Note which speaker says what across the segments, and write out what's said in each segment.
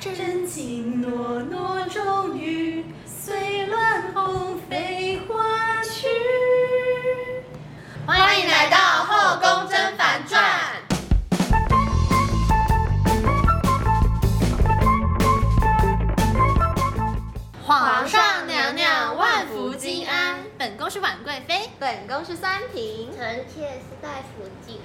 Speaker 1: 真情诺诺终于随乱红飞花去。
Speaker 2: 欢迎来到《后宫甄嬛传》。皇上娘娘万福金安，本宫是婉贵妃，
Speaker 3: 本宫是三嫔，
Speaker 4: 臣妾是戴福晋，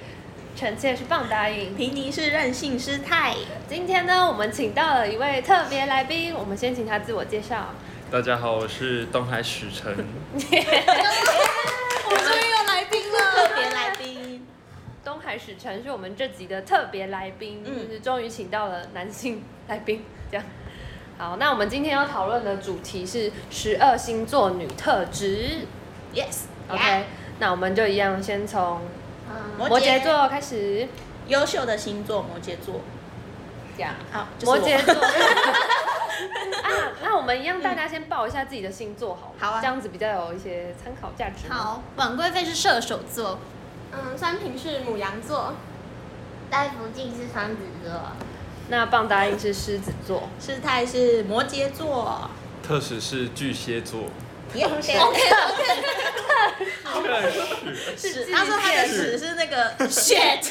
Speaker 5: 臣妾是棒答应。
Speaker 1: 平宁是任性失态，
Speaker 5: 今天呢，我们请到了一位特别来宾，我们先请他自我介绍。
Speaker 6: 大家好，我是东海许晨。
Speaker 1: 我终于有来宾了，特别来宾。
Speaker 5: 东海使臣是我们这集的特别来宾，
Speaker 1: 嗯
Speaker 5: 就是终于请到了男性来宾，这样。好，那我们今天要讨论的主题是十二星座女特质。
Speaker 1: Yes，
Speaker 5: OK，那我们就一样先从
Speaker 4: 嗯，
Speaker 1: 摩
Speaker 5: 摩
Speaker 1: 羯
Speaker 5: 羯座开始。
Speaker 1: 优秀的星座摩羯座，
Speaker 5: 这样，
Speaker 1: 好，就是我
Speaker 5: 摩羯座。 啊，那我们一样，大家先报一下自己的星座好了，
Speaker 1: 好啊
Speaker 5: 这样子比较有一些参考价值。，
Speaker 2: 好，婉贵妃是射手座，
Speaker 3: 嗯，三嫔是母羊座，
Speaker 4: 戴福晋是双子座，
Speaker 5: 那棒答应是狮子座。
Speaker 1: 师太是摩羯座。
Speaker 6: 特使是巨蟹座，
Speaker 1: 耶，
Speaker 6: 特使
Speaker 1: 是他说他的屎是那个 shit，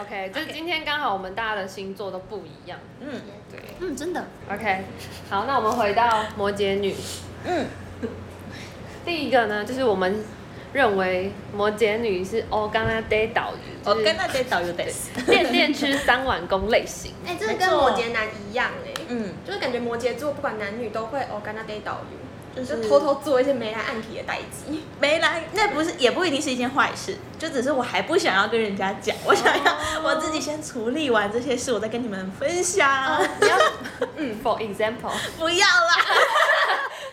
Speaker 5: OK，就是今天刚好我们大家的星座都不一样。
Speaker 1: 嗯
Speaker 5: 对
Speaker 2: 嗯，真的，
Speaker 5: ，OK，好，那我们回到摩羯女，
Speaker 1: 嗯，
Speaker 5: 第一个呢，就是我们认为摩羯女是 o g a n a d a 岛屿，
Speaker 1: 我
Speaker 5: 就
Speaker 1: 跟
Speaker 5: 是
Speaker 1: 那些导游得，
Speaker 5: 恋恋吃三碗公类型。
Speaker 3: 哎、这个
Speaker 1: 没
Speaker 3: 跟
Speaker 1: 错
Speaker 3: 摩羯男一样哎、
Speaker 1: 嗯，
Speaker 3: 就是感觉摩羯座不管男女都会哦跟他 day 导游，
Speaker 1: 就是
Speaker 3: 就偷偷做一些没来暗体的代际。
Speaker 1: 没来，那不是也不一定是一件坏事，就只是我还不想要跟人家讲，我想要我自己先处理完这些事，我再跟你们分享。
Speaker 5: 你 要，嗯，for example，
Speaker 1: 不要啦，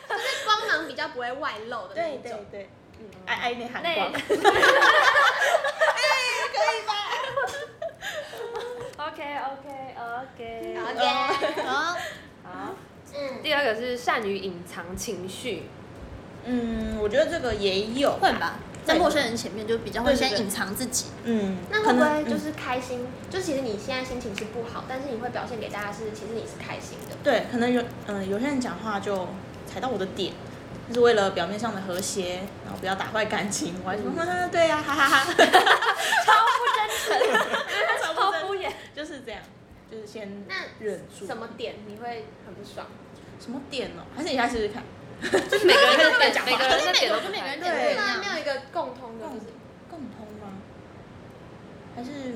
Speaker 3: 就是光芒比较不会外露的那一种。
Speaker 1: 对，爱爱内涵
Speaker 5: 内
Speaker 1: 光，
Speaker 5: ，OK OK OK，
Speaker 3: 呃
Speaker 4: OK，
Speaker 1: 哦
Speaker 2: 好，
Speaker 5: 好。
Speaker 4: 嗯，
Speaker 5: 第二个是善于隐藏情绪，
Speaker 1: 嗯，我觉得这个也有，
Speaker 2: 会吧？在陌生人前面就比较会先隐藏自己，
Speaker 1: 嗯，
Speaker 3: 那会不
Speaker 1: 可
Speaker 3: 会
Speaker 1: 能
Speaker 3: 就
Speaker 1: 嗯
Speaker 3: 是开心？就其实你现在心情是不好，但是你会表现给大家是，其实你是开心的。
Speaker 1: 对，可能有嗯、有些人讲话就踩到我的点，就是为了表面上的和谐，然后不要打坏感情。我还说，哈哈， 对呀、啊哈哈哈，超不真诚，超
Speaker 5: 超
Speaker 1: 不真
Speaker 5: 敷衍。
Speaker 1: 就是这样，就是先
Speaker 3: 那
Speaker 1: 忍住。
Speaker 3: 什么点你会很不爽？
Speaker 1: 什么点呢、还是你来试试看。
Speaker 5: 就是每个
Speaker 1: 不
Speaker 5: 人 的
Speaker 1: 能
Speaker 5: 点
Speaker 1: 讲，话
Speaker 5: 每个人的点都
Speaker 2: 我觉得每个人
Speaker 5: 不
Speaker 2: 点
Speaker 5: 一
Speaker 2: 不一
Speaker 5: 样
Speaker 3: 对啊，
Speaker 2: 样
Speaker 3: 没。有一个共通的， 就是
Speaker 1: 共通吗？还是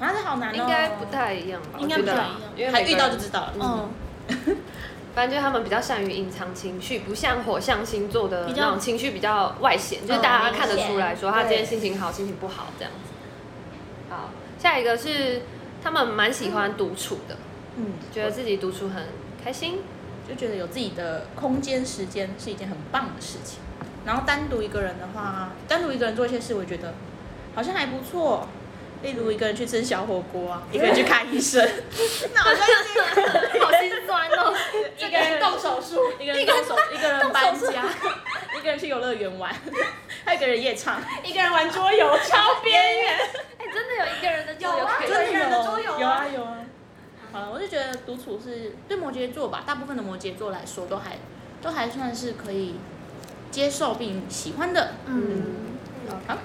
Speaker 1: 啊，这好难哦。
Speaker 5: 应该不太一样吧？
Speaker 1: 应该不太一样
Speaker 5: 我觉得因为
Speaker 1: 还
Speaker 5: 每个
Speaker 1: 遇
Speaker 5: 人
Speaker 1: 到就知道了。嗯，
Speaker 2: 嗯，
Speaker 5: 反正就是他们比较善于隐藏情绪，不像火象星座的
Speaker 2: 比较
Speaker 5: 那种情绪比较外显，
Speaker 1: 嗯
Speaker 5: 就是大家看得出来说他今天
Speaker 1: 对
Speaker 5: 心情好，心情不好这样子。好，下一个是他们蛮喜欢独处的，
Speaker 1: 嗯，
Speaker 5: 觉得自己独处很开心。
Speaker 1: 就觉得有自己的空间、时间是一件很棒的事情。然后单独一个人的话，单独一个人做一些事，我觉得好像还不错。例如一个人去吃小火锅啊，一个人去看医生，那好像一个人
Speaker 5: 好心酸 哦。
Speaker 1: 一个人动手术，一个人 动手，一个人搬家， 一个人去游乐园玩， 还有一个人夜唱，
Speaker 3: 一个人玩 桌游超边缘。
Speaker 5: 哎，真的有一个人的就
Speaker 3: 有啊
Speaker 5: 可以
Speaker 3: 真的有
Speaker 1: 有啊有啊。好了，我就觉得独处是对摩羯座吧，大部分的摩羯座来说都还都还算是可以接受并喜欢的。
Speaker 5: 嗯，
Speaker 1: 好，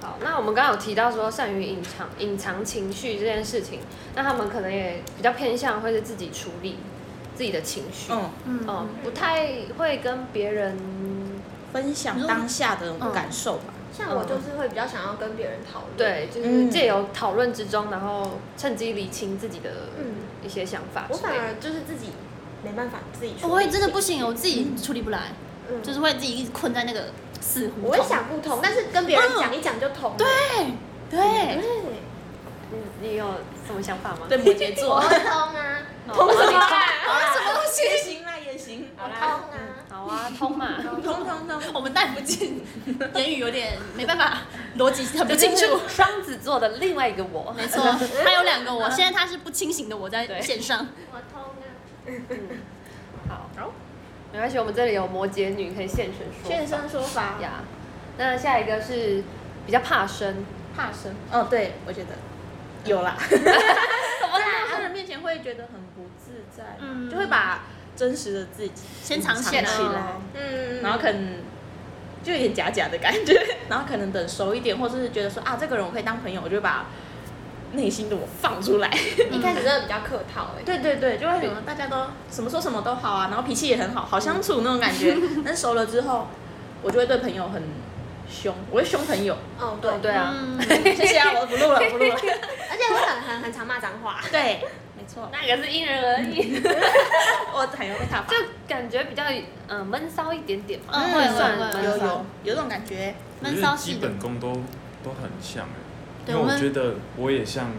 Speaker 5: 好，那我们刚刚有提到说善于隐藏隐藏情绪这件事情，那他们可能也比较偏向会是自己处理自己的情绪，
Speaker 1: 嗯，
Speaker 5: 嗯，不太会跟别人，
Speaker 1: 分享当下的感受吧。
Speaker 3: 像我就是会比较想要跟别人讨论。，
Speaker 5: 对，就是
Speaker 1: 嗯
Speaker 5: 借由讨论之中，然后趁机理清自己的
Speaker 3: 嗯，
Speaker 5: 一些想法
Speaker 3: 我
Speaker 5: 之
Speaker 3: 反
Speaker 5: 类的。
Speaker 3: 而就是自己没办法自己处理。
Speaker 2: 我也真的不行，我自己处理不来，
Speaker 3: 嗯，
Speaker 2: 就是会自己一直困在那个死胡同。
Speaker 3: 我会，想不通，但是跟别人讲一讲就通。嗯对
Speaker 2: 对，
Speaker 3: 对，
Speaker 5: 你你有什么想法吗？
Speaker 1: 对摩羯
Speaker 4: 我
Speaker 1: 座，
Speaker 4: 会通啊，
Speaker 5: 哦，
Speaker 3: 通什么啦？
Speaker 1: 也行啦，也行。
Speaker 3: 好
Speaker 4: 通
Speaker 3: 啦，
Speaker 4: 啊，
Speaker 5: 好啊，通 嘛。
Speaker 1: 通通通，
Speaker 2: 我们带不进， 言语有点没办法，逻辑很不清楚。
Speaker 5: 双子座的另外一个我，
Speaker 2: 没错，他有两个我，现在他是不清醒的我在线上。
Speaker 3: 嗯
Speaker 4: 我通啊，
Speaker 5: 好，没关系，我们这里有摩羯女可以现身说法。
Speaker 3: 现身说法。
Speaker 5: 呀。那下一个是比较怕生，
Speaker 1: 怕生。哦，对，我觉得，有 啦，在陌生人面前会觉得很不自在，
Speaker 2: 嗯
Speaker 1: 就会把真实的自己
Speaker 2: 先藏起
Speaker 1: 起
Speaker 2: 来
Speaker 1: 来，
Speaker 3: 嗯
Speaker 1: 然后可能就有点假假的感觉，然后可能等熟一点，或者是觉得说啊，这个人我可以当朋友，我就会把内心的我放出来。
Speaker 3: 一开始真的比较客套哎、
Speaker 1: 对对对，就会什么大家都什么说什么都好啊，然后脾气也很好，好相处那种感觉。但熟了之后，我就会对朋友很凶，我会凶朋 友。
Speaker 3: 哦对，
Speaker 5: 对啊，
Speaker 2: 嗯，
Speaker 1: 谢谢啊，我不录了，我不录了。
Speaker 3: 而且我很很很常骂脏话，
Speaker 1: 对， 没错，
Speaker 5: 那个是因人而异，
Speaker 2: 嗯
Speaker 1: 我很容易被他罚
Speaker 5: 就。感觉比较嗯闷骚一点点嘛，
Speaker 2: 嗯
Speaker 5: 会
Speaker 2: 会
Speaker 5: 算
Speaker 2: 会
Speaker 1: 有
Speaker 5: 闷骚
Speaker 1: 有。有这种感觉，
Speaker 6: 我
Speaker 2: 闷
Speaker 6: 觉
Speaker 2: 骚
Speaker 6: 得
Speaker 2: 系
Speaker 6: 基
Speaker 2: 的
Speaker 6: 本功都都很像哎、
Speaker 2: 对
Speaker 6: 因为
Speaker 2: 我
Speaker 6: 我
Speaker 2: 们
Speaker 6: 觉得我也像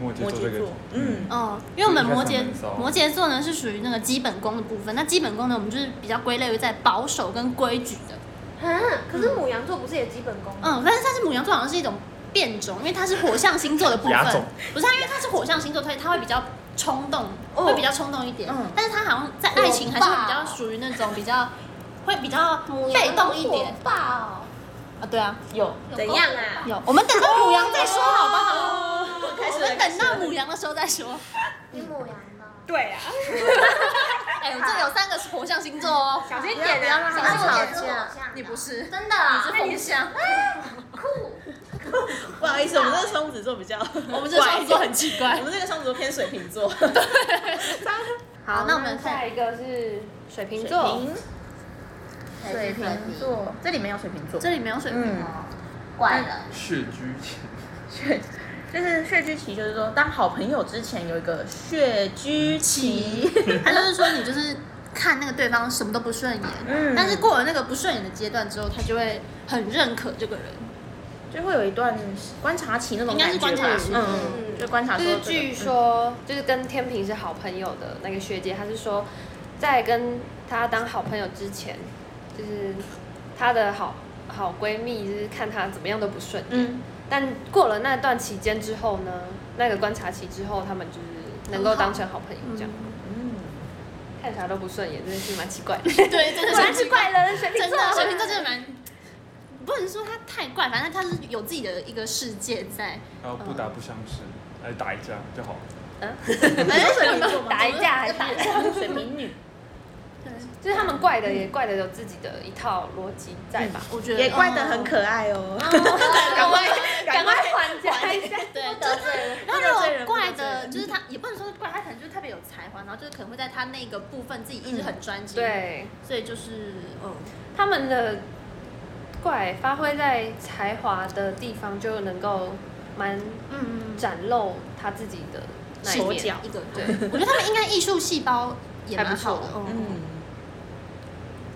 Speaker 6: 摩羯
Speaker 1: 摩
Speaker 6: 座这
Speaker 1: 羯
Speaker 6: 个
Speaker 1: 座，，嗯，
Speaker 2: 哦，因为我们摩羯
Speaker 6: 应该算闷骚
Speaker 2: 摩羯座呢是属于那个基本功的部分，那基本功呢我们就是比较归类于在保守跟规矩的。
Speaker 3: 嗯，可是母羊座不是也基本功吗？
Speaker 2: 嗯，但是但是母羊座好像是一种变种，因为它是火象星座的部分
Speaker 6: 亚种，
Speaker 2: 不是啊，因为它是火象星座，所以它会比较冲动，
Speaker 3: 哦
Speaker 2: 会比较冲动一点。
Speaker 1: 嗯
Speaker 2: 但是它好像在爱情还是会比较
Speaker 4: 火爆
Speaker 2: 属于那种比较会比较
Speaker 3: 嗯
Speaker 4: 母羊
Speaker 2: 被动一点
Speaker 4: 火
Speaker 3: 哦
Speaker 4: 爆，
Speaker 2: 啊，对啊，
Speaker 1: 有
Speaker 4: 有
Speaker 3: 怎
Speaker 4: 够
Speaker 3: 样啊？
Speaker 2: 有，我们等到母羊再说好不好？
Speaker 1: 哦，开
Speaker 2: 我
Speaker 1: 始了
Speaker 2: 们等到母羊的时候再说。
Speaker 4: 你母羊的，
Speaker 3: 对啊，
Speaker 2: 哎，我们这有三个是火象星座哦，
Speaker 3: 小心点啊！
Speaker 4: 小
Speaker 3: 小
Speaker 4: 心
Speaker 3: 心
Speaker 4: 我
Speaker 3: 点
Speaker 4: 也是火象的
Speaker 2: 你不是，
Speaker 4: 真的啊，
Speaker 2: 你是风象，
Speaker 1: 不好意思，我们这个双子座比较，我
Speaker 2: 我们这双子座很奇怪
Speaker 1: 我。们这个双子座偏 水瓶座，
Speaker 2: 好，那我们看
Speaker 5: 下一个是水瓶座，
Speaker 4: 水瓶座，
Speaker 1: 这里没有水瓶座，
Speaker 2: 这里没有水瓶哦
Speaker 1: 嗯，
Speaker 4: 怪了，
Speaker 6: 血居前，
Speaker 1: 血就是血居期，就是说当好朋友之前有一个血居期，
Speaker 2: 他就是说你就是看那个对方什么都不顺眼，
Speaker 1: 嗯
Speaker 2: 但是过了那个不顺眼的阶段之后，他就会很认可这个人。
Speaker 1: 就会有一段观察期那种
Speaker 2: 应该
Speaker 1: 感
Speaker 2: 是
Speaker 1: 觉吧，
Speaker 2: 观察期
Speaker 1: 嗯，
Speaker 3: 嗯
Speaker 1: 就观察
Speaker 5: 就
Speaker 1: 说这
Speaker 5: 是
Speaker 1: 个
Speaker 5: 据
Speaker 2: 嗯
Speaker 5: 说就是跟天平是好朋友的那个学姐，她是说在跟她当好朋友之前，就是她的好好闺蜜就是看她怎么样都不顺，
Speaker 1: 嗯，
Speaker 5: 但过了那段期间之后呢，那个观察期之后，他们就是能够当成好朋友这样，
Speaker 1: 嗯，
Speaker 5: 看啥都不顺眼，真的是蛮奇怪的。
Speaker 2: 对，真的
Speaker 5: 蛮
Speaker 2: 是
Speaker 5: 奇怪的，水瓶
Speaker 2: 真
Speaker 5: 座
Speaker 2: 的，水瓶座真的蛮。不能说他太怪，反正他是有自己的一个世界在。
Speaker 6: 然后不打不相识，
Speaker 2: 嗯
Speaker 6: 来打一架就好了。
Speaker 1: 还是水瓶座吗？
Speaker 5: 打一架还是
Speaker 1: 打一架，水瓶女
Speaker 5: 就是他们怪的也怪的有自己的一套逻辑在吧？
Speaker 2: 我觉得
Speaker 1: 也怪得很可爱哦，
Speaker 5: 赶快赶快缓解一下。
Speaker 2: 对，
Speaker 4: 不得罪人，
Speaker 2: 然后
Speaker 1: 不得罪
Speaker 2: 那种
Speaker 1: 人
Speaker 2: 怪
Speaker 1: 不得罪
Speaker 2: 的，
Speaker 1: 人
Speaker 2: 就是他也不能说是怪，他可能就是特别有才华，然后就是可能会在他那个部分自己一直很专精。，
Speaker 5: 嗯对，
Speaker 2: 所以就是哦，
Speaker 5: 他们的怪发挥在才华的地方，就能够蛮
Speaker 2: 嗯，
Speaker 5: 展露他自己的那一
Speaker 1: 手
Speaker 5: 面。
Speaker 1: 脚，
Speaker 2: 一个对，我觉得他们应该艺术细胞也蛮好的
Speaker 5: 还，不
Speaker 2: 嗯，
Speaker 1: 嗯，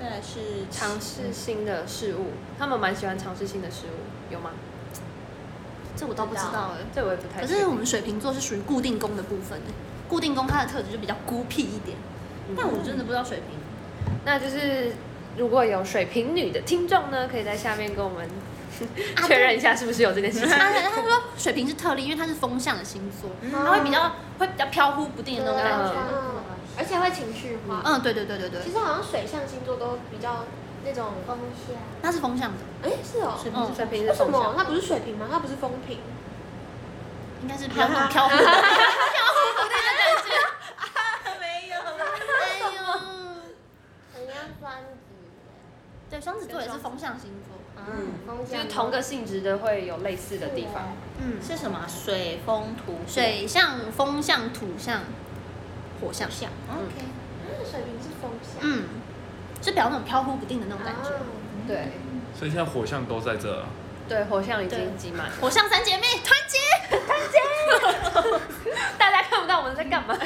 Speaker 1: 再来是
Speaker 5: 尝试新的事物，他们蛮喜欢尝试新的事物，有吗？
Speaker 2: 这我倒不知道哎。
Speaker 5: 这我也不太
Speaker 2: 可
Speaker 5: 确定。
Speaker 2: 是我们水瓶座是属于固定宫的部分的，固定宫它的特质就比较孤僻一点，
Speaker 5: 嗯
Speaker 2: 但我真的不知道水瓶。
Speaker 5: 那就是如果有水瓶女的听众呢，可以在下面跟我们
Speaker 2: 啊
Speaker 5: 确认一下是不是有这件事情。
Speaker 2: 他他说水瓶是特例，因为它是风象的星座，
Speaker 1: 嗯
Speaker 2: 它会比较会比较飘忽不定的那种感
Speaker 5: 对
Speaker 2: 觉。
Speaker 3: 嗯，而且会情绪化。
Speaker 2: 嗯，对对对对对
Speaker 3: 其，实好像水象星座都比较那种，
Speaker 4: 风象，
Speaker 2: 它是风象的，
Speaker 3: 哎，是哦，
Speaker 1: 水瓶
Speaker 2: 嗯
Speaker 1: 是
Speaker 5: 水瓶
Speaker 3: 为
Speaker 5: 是
Speaker 3: 什
Speaker 5: 风
Speaker 3: 么？
Speaker 5: 象，
Speaker 3: 它不是水瓶吗？它不是风瓶？
Speaker 2: 应该是比较 那种飘忽飘忽不定的感觉。
Speaker 1: 没有，
Speaker 2: 哎呦，
Speaker 4: 很像双子，
Speaker 2: 对，双子座也是风象星座，
Speaker 1: 嗯
Speaker 4: 嗯，风
Speaker 5: 就
Speaker 4: 象
Speaker 5: 是同个性质的会有类似的地方。
Speaker 2: 嗯，
Speaker 1: 是什么？水风土火
Speaker 2: 水象、风象、土象、火象。
Speaker 1: 象
Speaker 5: 嗯
Speaker 1: ，OK，
Speaker 3: 那水瓶是风象。
Speaker 2: 嗯，就表那种飘忽不定的那嗯种感觉。
Speaker 3: 啊
Speaker 5: 对
Speaker 6: 所以现在火象都在这啊，
Speaker 5: 对，火象已
Speaker 2: 对
Speaker 5: 经挤满了，
Speaker 2: 火象三姐妹团结，
Speaker 5: 大家看不到我们在干 嘛。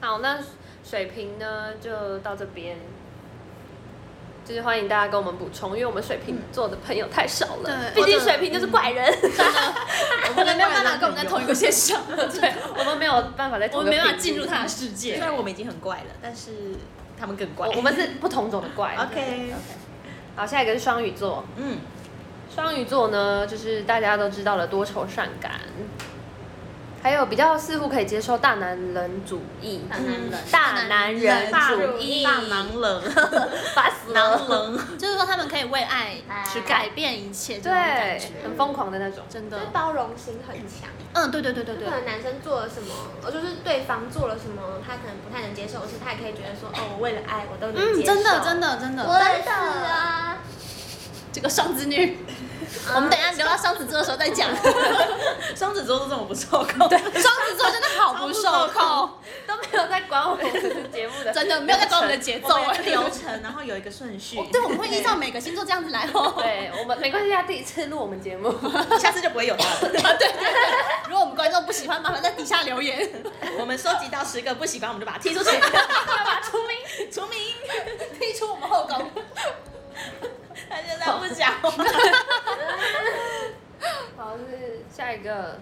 Speaker 5: 好，那水瓶呢就到这边。就是欢迎大家跟我们补充，因为我们水瓶座的朋友太少了，
Speaker 2: 对
Speaker 5: 毕竟
Speaker 2: 我的
Speaker 5: 水瓶就是怪人，
Speaker 2: 我们没有办法跟我们在同一个线 上，
Speaker 5: 对，我们没有办法在
Speaker 2: 我
Speaker 5: 同一
Speaker 2: 们
Speaker 5: 个
Speaker 2: 没办法
Speaker 5: 频率
Speaker 2: 进入他的世
Speaker 1: 虽
Speaker 2: 界。
Speaker 1: 然我们已经很怪了，但是他们更怪
Speaker 5: 我。我 们是不同种的怪。
Speaker 1: OK，
Speaker 5: 好，下一个是双鱼座。
Speaker 1: 嗯，
Speaker 5: 双鱼座呢，就是大家都知道的多愁善感，还有比较似乎可以接受大男人主义，嗯
Speaker 4: 大男人，
Speaker 5: 大男
Speaker 1: 嗯
Speaker 5: 人主义，
Speaker 1: 大男 人，
Speaker 5: 烦死
Speaker 1: 男
Speaker 5: 了，
Speaker 1: 人。
Speaker 2: 就是说他们可以为爱去改变一切，这种感
Speaker 5: 对
Speaker 2: 觉，
Speaker 5: 很疯狂的那种。
Speaker 2: 真
Speaker 3: 就是
Speaker 2: 的，
Speaker 3: 包容心很强。
Speaker 2: 嗯，对对对对
Speaker 3: 就
Speaker 2: 对
Speaker 3: 可，能男生做了什么，呃，就是对方做了什么，他可能不太能接受的事，他也可以觉得说，哦，我为了爱，我都能接受。
Speaker 2: 嗯，真的真的真的，
Speaker 4: 我也是啊，
Speaker 2: 这个双子女，我们等一下聊到双子座的时候再 讲。
Speaker 1: 双子座都这么不受控，
Speaker 2: 双 子座真的好不受控，
Speaker 5: 都没有在管 我们节目的
Speaker 2: 真的没有在管我们的节奏
Speaker 1: 我们有一个流
Speaker 2: 哎。
Speaker 1: 程，然后有一个顺序，
Speaker 2: 哦对，我们会依照每个星座这样子来 哦。
Speaker 5: 对我们没关系啊，第一次录我们节目，
Speaker 1: 下次就不会有他了。
Speaker 2: 啊，对对对，如果我们观众不喜欢，麻烦在底下留 言。
Speaker 1: 我们收集到十个不喜欢，我们就把他踢出去，
Speaker 2: 把出名，出名，踢出我们后宫。
Speaker 1: 他现在不讲话。
Speaker 5: 好，
Speaker 2: 哦
Speaker 3: 嗯
Speaker 5: 是下一个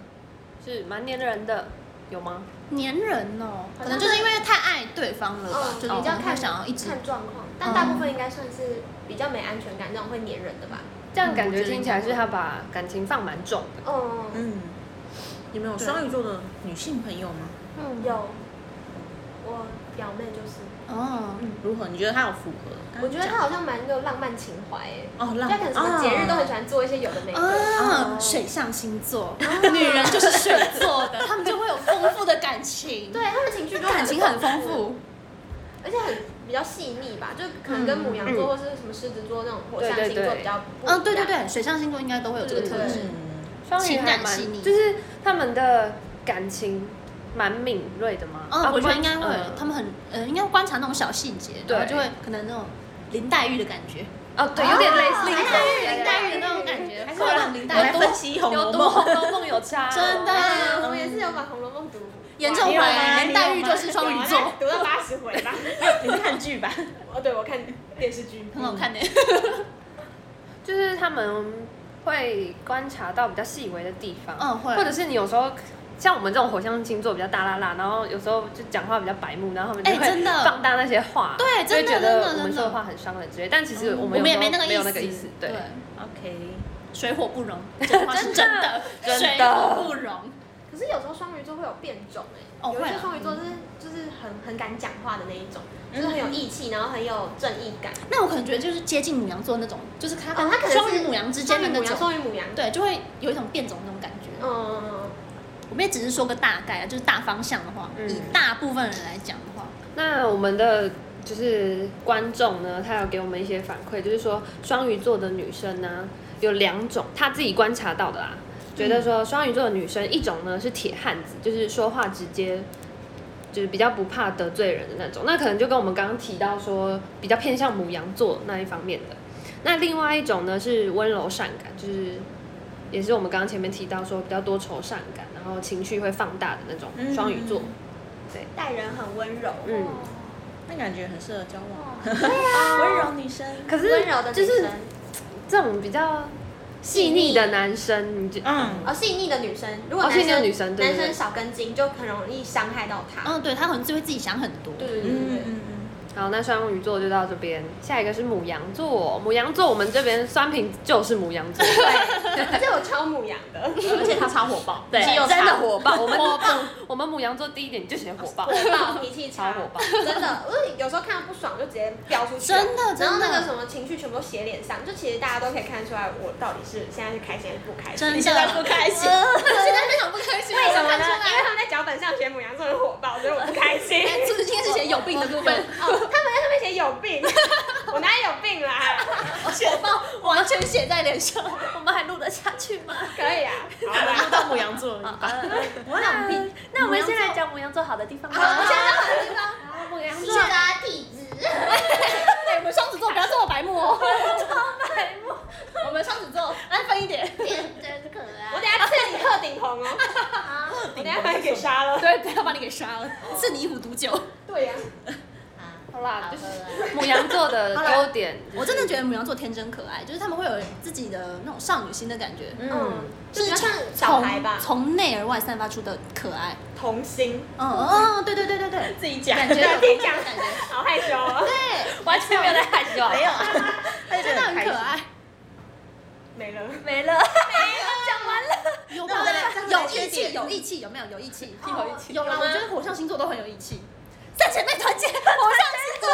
Speaker 5: 是蛮粘人的，有吗？
Speaker 2: 粘人哦，可能就是因为太爱对方了吧，
Speaker 3: 嗯，
Speaker 2: 就是
Speaker 3: 比
Speaker 2: 比较
Speaker 3: 较看
Speaker 2: 看想要一直。嗯
Speaker 3: 看状况，但大部分应该算是比较没安全感那种会黏人的吧。
Speaker 5: 这样感
Speaker 1: 嗯我觉
Speaker 5: 觉
Speaker 1: 得
Speaker 5: 听起来是他把感情放蛮重的。
Speaker 3: 嗯，
Speaker 1: 嗯，你们有双鱼座的女性朋友吗？
Speaker 5: 嗯
Speaker 3: 有，我表妹就是，
Speaker 2: 哦，
Speaker 1: 如何？你觉得她有符合？
Speaker 3: 我觉得她好像蛮有浪漫情怀诶，
Speaker 1: 哦，
Speaker 3: 就
Speaker 1: 浪
Speaker 3: 她可能什么节日都很喜
Speaker 1: 欢。
Speaker 3: 欢做一些有的没的。
Speaker 2: 啊，水象星座，女人就是水做 的，她们就会有丰富的感情，
Speaker 3: 对，她们情绪都
Speaker 2: 感情很丰富，
Speaker 3: 而且很比较细腻吧，就可能跟母羊座或是什么狮子座那种火象
Speaker 5: 对对
Speaker 3: 星座
Speaker 5: 对
Speaker 3: 比较不一样。
Speaker 2: 嗯，对对对，水象星座应该都会有这个特质。
Speaker 1: 嗯，
Speaker 5: 双鱼
Speaker 2: 情
Speaker 5: 还
Speaker 2: 感
Speaker 5: 蛮
Speaker 2: 细腻
Speaker 5: 就是他们的感情蛮敏锐的嘛。
Speaker 2: 嗯，
Speaker 5: 啊
Speaker 2: 我觉得应该
Speaker 5: 不
Speaker 2: 会
Speaker 5: 然嗯，
Speaker 2: 他们很呃，应该观察那种小细节，
Speaker 5: 对
Speaker 2: 然后就会可能那种林黛玉的感觉，
Speaker 5: 哦，对，有点类似
Speaker 2: 林
Speaker 5: 那种
Speaker 2: 黛玉林黛玉的那种感觉，
Speaker 1: 我
Speaker 2: 会
Speaker 1: 来
Speaker 2: 让林
Speaker 1: 我
Speaker 2: 黛
Speaker 1: 来
Speaker 2: 玉
Speaker 1: 分
Speaker 2: 多
Speaker 1: 析《红
Speaker 5: 有
Speaker 1: 楼
Speaker 5: 读
Speaker 1: 梦
Speaker 5: 《红》。楼梦》有差哦，
Speaker 2: 哦真的
Speaker 3: 啊，我们也是有把《红楼梦》读，
Speaker 2: 严重
Speaker 1: 你有吗
Speaker 2: 怀疑林黛玉就是双鱼座，
Speaker 3: 读到八十回吧。
Speaker 1: 你是看剧吧？
Speaker 3: 哦，对，我看电视剧，
Speaker 1: 嗯
Speaker 2: 很好看的。
Speaker 5: 就是他们会观察到比较细微的地方，
Speaker 2: 嗯会
Speaker 5: 或者是你有时候像我们这种火象星座比较大啦啦，然后有时候就讲话比较白目，然后他们就
Speaker 2: 哎
Speaker 5: 会
Speaker 2: 真的
Speaker 5: 放大那些话，
Speaker 2: 对
Speaker 5: 就会
Speaker 2: 真的
Speaker 5: 觉
Speaker 2: 真
Speaker 5: 得
Speaker 2: 的
Speaker 5: 我们
Speaker 2: 真的
Speaker 5: 说的话很伤人之类，但其实我
Speaker 2: 我
Speaker 5: 们
Speaker 2: 们
Speaker 5: 有
Speaker 2: 也
Speaker 5: 时候
Speaker 2: 没那个
Speaker 5: 没有那
Speaker 2: 意
Speaker 5: 个
Speaker 2: 思
Speaker 5: 意思，对，
Speaker 1: OK，
Speaker 2: 水火不容，这话是 真的，
Speaker 5: 真的
Speaker 2: 水火不容。
Speaker 3: 可是有时候双鱼座会有变种哎、
Speaker 2: 哦
Speaker 3: 有一
Speaker 2: 会
Speaker 3: 些
Speaker 2: 啊
Speaker 3: 双鱼座是就是很很敢讲话的那一种，就是很有义气，然后很有正义感。
Speaker 2: 那我可能觉得就是接近母羊座那种，就是他
Speaker 3: 哦他可
Speaker 2: 跟
Speaker 3: 能是
Speaker 2: 双鱼母羊哦之间的那
Speaker 3: 双鱼母羊，
Speaker 2: 种，
Speaker 3: 双鱼母羊，
Speaker 2: 对，就会有一种变种那种感觉。
Speaker 3: 嗯，
Speaker 2: 我们也只是说个大概啊，就是大方向的话，
Speaker 5: 嗯
Speaker 2: 以大部分人来讲的话，
Speaker 5: 那我们的就是观众呢，他有给我们一些反馈，就是说双鱼座的女生呢有两种，他自己观察到的啦，觉得说双鱼座的女生一种呢是铁汉子，就是说话直接。就是比较不怕得罪人的那种，那可能就跟我们刚刚提到说比较偏向母羊座那一方面的。那另外一种呢是温柔善感，就是也是我们刚刚前面提到说比较多愁善感，然后情绪会放大的那种双鱼座。
Speaker 3: 待人很温柔，
Speaker 5: 嗯，
Speaker 1: 那感觉很适合交往，
Speaker 4: 哇
Speaker 1: 温柔女生。
Speaker 5: 可是
Speaker 3: 温柔的女
Speaker 5: 就是
Speaker 3: 生，
Speaker 5: 这种比较细腻的男生，你就
Speaker 1: 嗯，
Speaker 3: 哦，细腻的女生，如果
Speaker 5: 哦
Speaker 3: 男生、
Speaker 5: 细腻的女生对
Speaker 3: 男
Speaker 5: 对
Speaker 3: 生
Speaker 5: 对
Speaker 3: 少根筋就很容易伤害到他。
Speaker 2: 嗯，对他可能就会自己想很多。
Speaker 3: 对对对对
Speaker 1: 嗯
Speaker 3: 对，
Speaker 1: 嗯
Speaker 5: 好，那双鱼座就到这边，下一个是母羊座。母羊座我们这边酸瓶就是母羊 座，
Speaker 3: 而且我超母羊的，
Speaker 1: 嗯，而且他超火爆，
Speaker 5: 对
Speaker 1: 肌肉
Speaker 5: 真的
Speaker 1: 差
Speaker 5: 火爆。我们火爆，我们母羊座第一点就写火爆，
Speaker 3: 火爆，脾气
Speaker 5: 超
Speaker 3: 差，
Speaker 5: 火爆。
Speaker 3: 真的，我有时候看到不爽就直接飙出去了，啊
Speaker 2: 真的
Speaker 3: 然后
Speaker 2: 真
Speaker 3: 那个
Speaker 2: 的
Speaker 3: 什么情绪全部都写脸上，就其实大家都可以看得出来，我到底是现在是开心还是不开心。
Speaker 2: 真
Speaker 1: 你
Speaker 2: 的
Speaker 1: 现在不开心，
Speaker 2: 现在非常不开心，为
Speaker 3: 什么呢？因为他们在脚本上写母羊座很火爆，所以我不开心。
Speaker 2: 是不是应该是写有病的部 分？
Speaker 3: 哦，他们在上面写有病，我哪有病 啦？
Speaker 2: 火爆完全写在脸 上，我们还录得下去吗？
Speaker 3: 可以啊，
Speaker 1: 我
Speaker 3: 好
Speaker 1: 们
Speaker 3: 啦
Speaker 1: 录。到母羊座了，
Speaker 2: 我两病。
Speaker 5: 那我们先来讲母羊座好的地方吧。好，母羊
Speaker 4: 记
Speaker 5: 座
Speaker 4: 得啊体质，
Speaker 2: 对，我们双子座不要这么白目哦，超白目。我们双子座安分一点。
Speaker 4: 变真可
Speaker 3: 我
Speaker 4: 爱。
Speaker 3: 等下赐你鹤顶红哦，
Speaker 4: 啊，
Speaker 3: 我等下把你给杀了。
Speaker 2: 对，等下把你给杀了，赐你一壶毒酒。
Speaker 3: 对呀，
Speaker 5: 好啦，
Speaker 4: 好
Speaker 5: 就是
Speaker 4: 了，
Speaker 5: 母羊座的优点，
Speaker 2: 我真的觉得母羊座天真可爱，就是他们会有自己的那种少女心的感觉，
Speaker 3: 嗯，就比
Speaker 2: 是
Speaker 3: 较像
Speaker 2: 从
Speaker 3: 小孩吧，
Speaker 2: 从内而外散发出的可爱。
Speaker 3: 童心。
Speaker 2: 嗯嗯，对对对对对，
Speaker 1: 自己讲，
Speaker 2: 感觉有
Speaker 3: 自己讲
Speaker 2: 感觉
Speaker 3: 好害羞哦，
Speaker 2: 对，
Speaker 5: 完全没有在害羞啊，
Speaker 1: 没有，他就觉
Speaker 2: 真的
Speaker 1: 得很
Speaker 2: 很
Speaker 1: 开
Speaker 2: 可
Speaker 1: 心。
Speaker 2: 爱。
Speaker 3: 没了。
Speaker 5: 没了。
Speaker 2: 有
Speaker 1: 那我再来再来
Speaker 2: 有
Speaker 1: 缺
Speaker 2: 义
Speaker 1: 点
Speaker 2: 气，有义气，有没有？有义气，
Speaker 1: 屁有一起。
Speaker 2: 有啦，
Speaker 3: 有
Speaker 2: 我
Speaker 3: 吗
Speaker 2: 觉得火象星座都很有义气。三姐妹团结，火象星座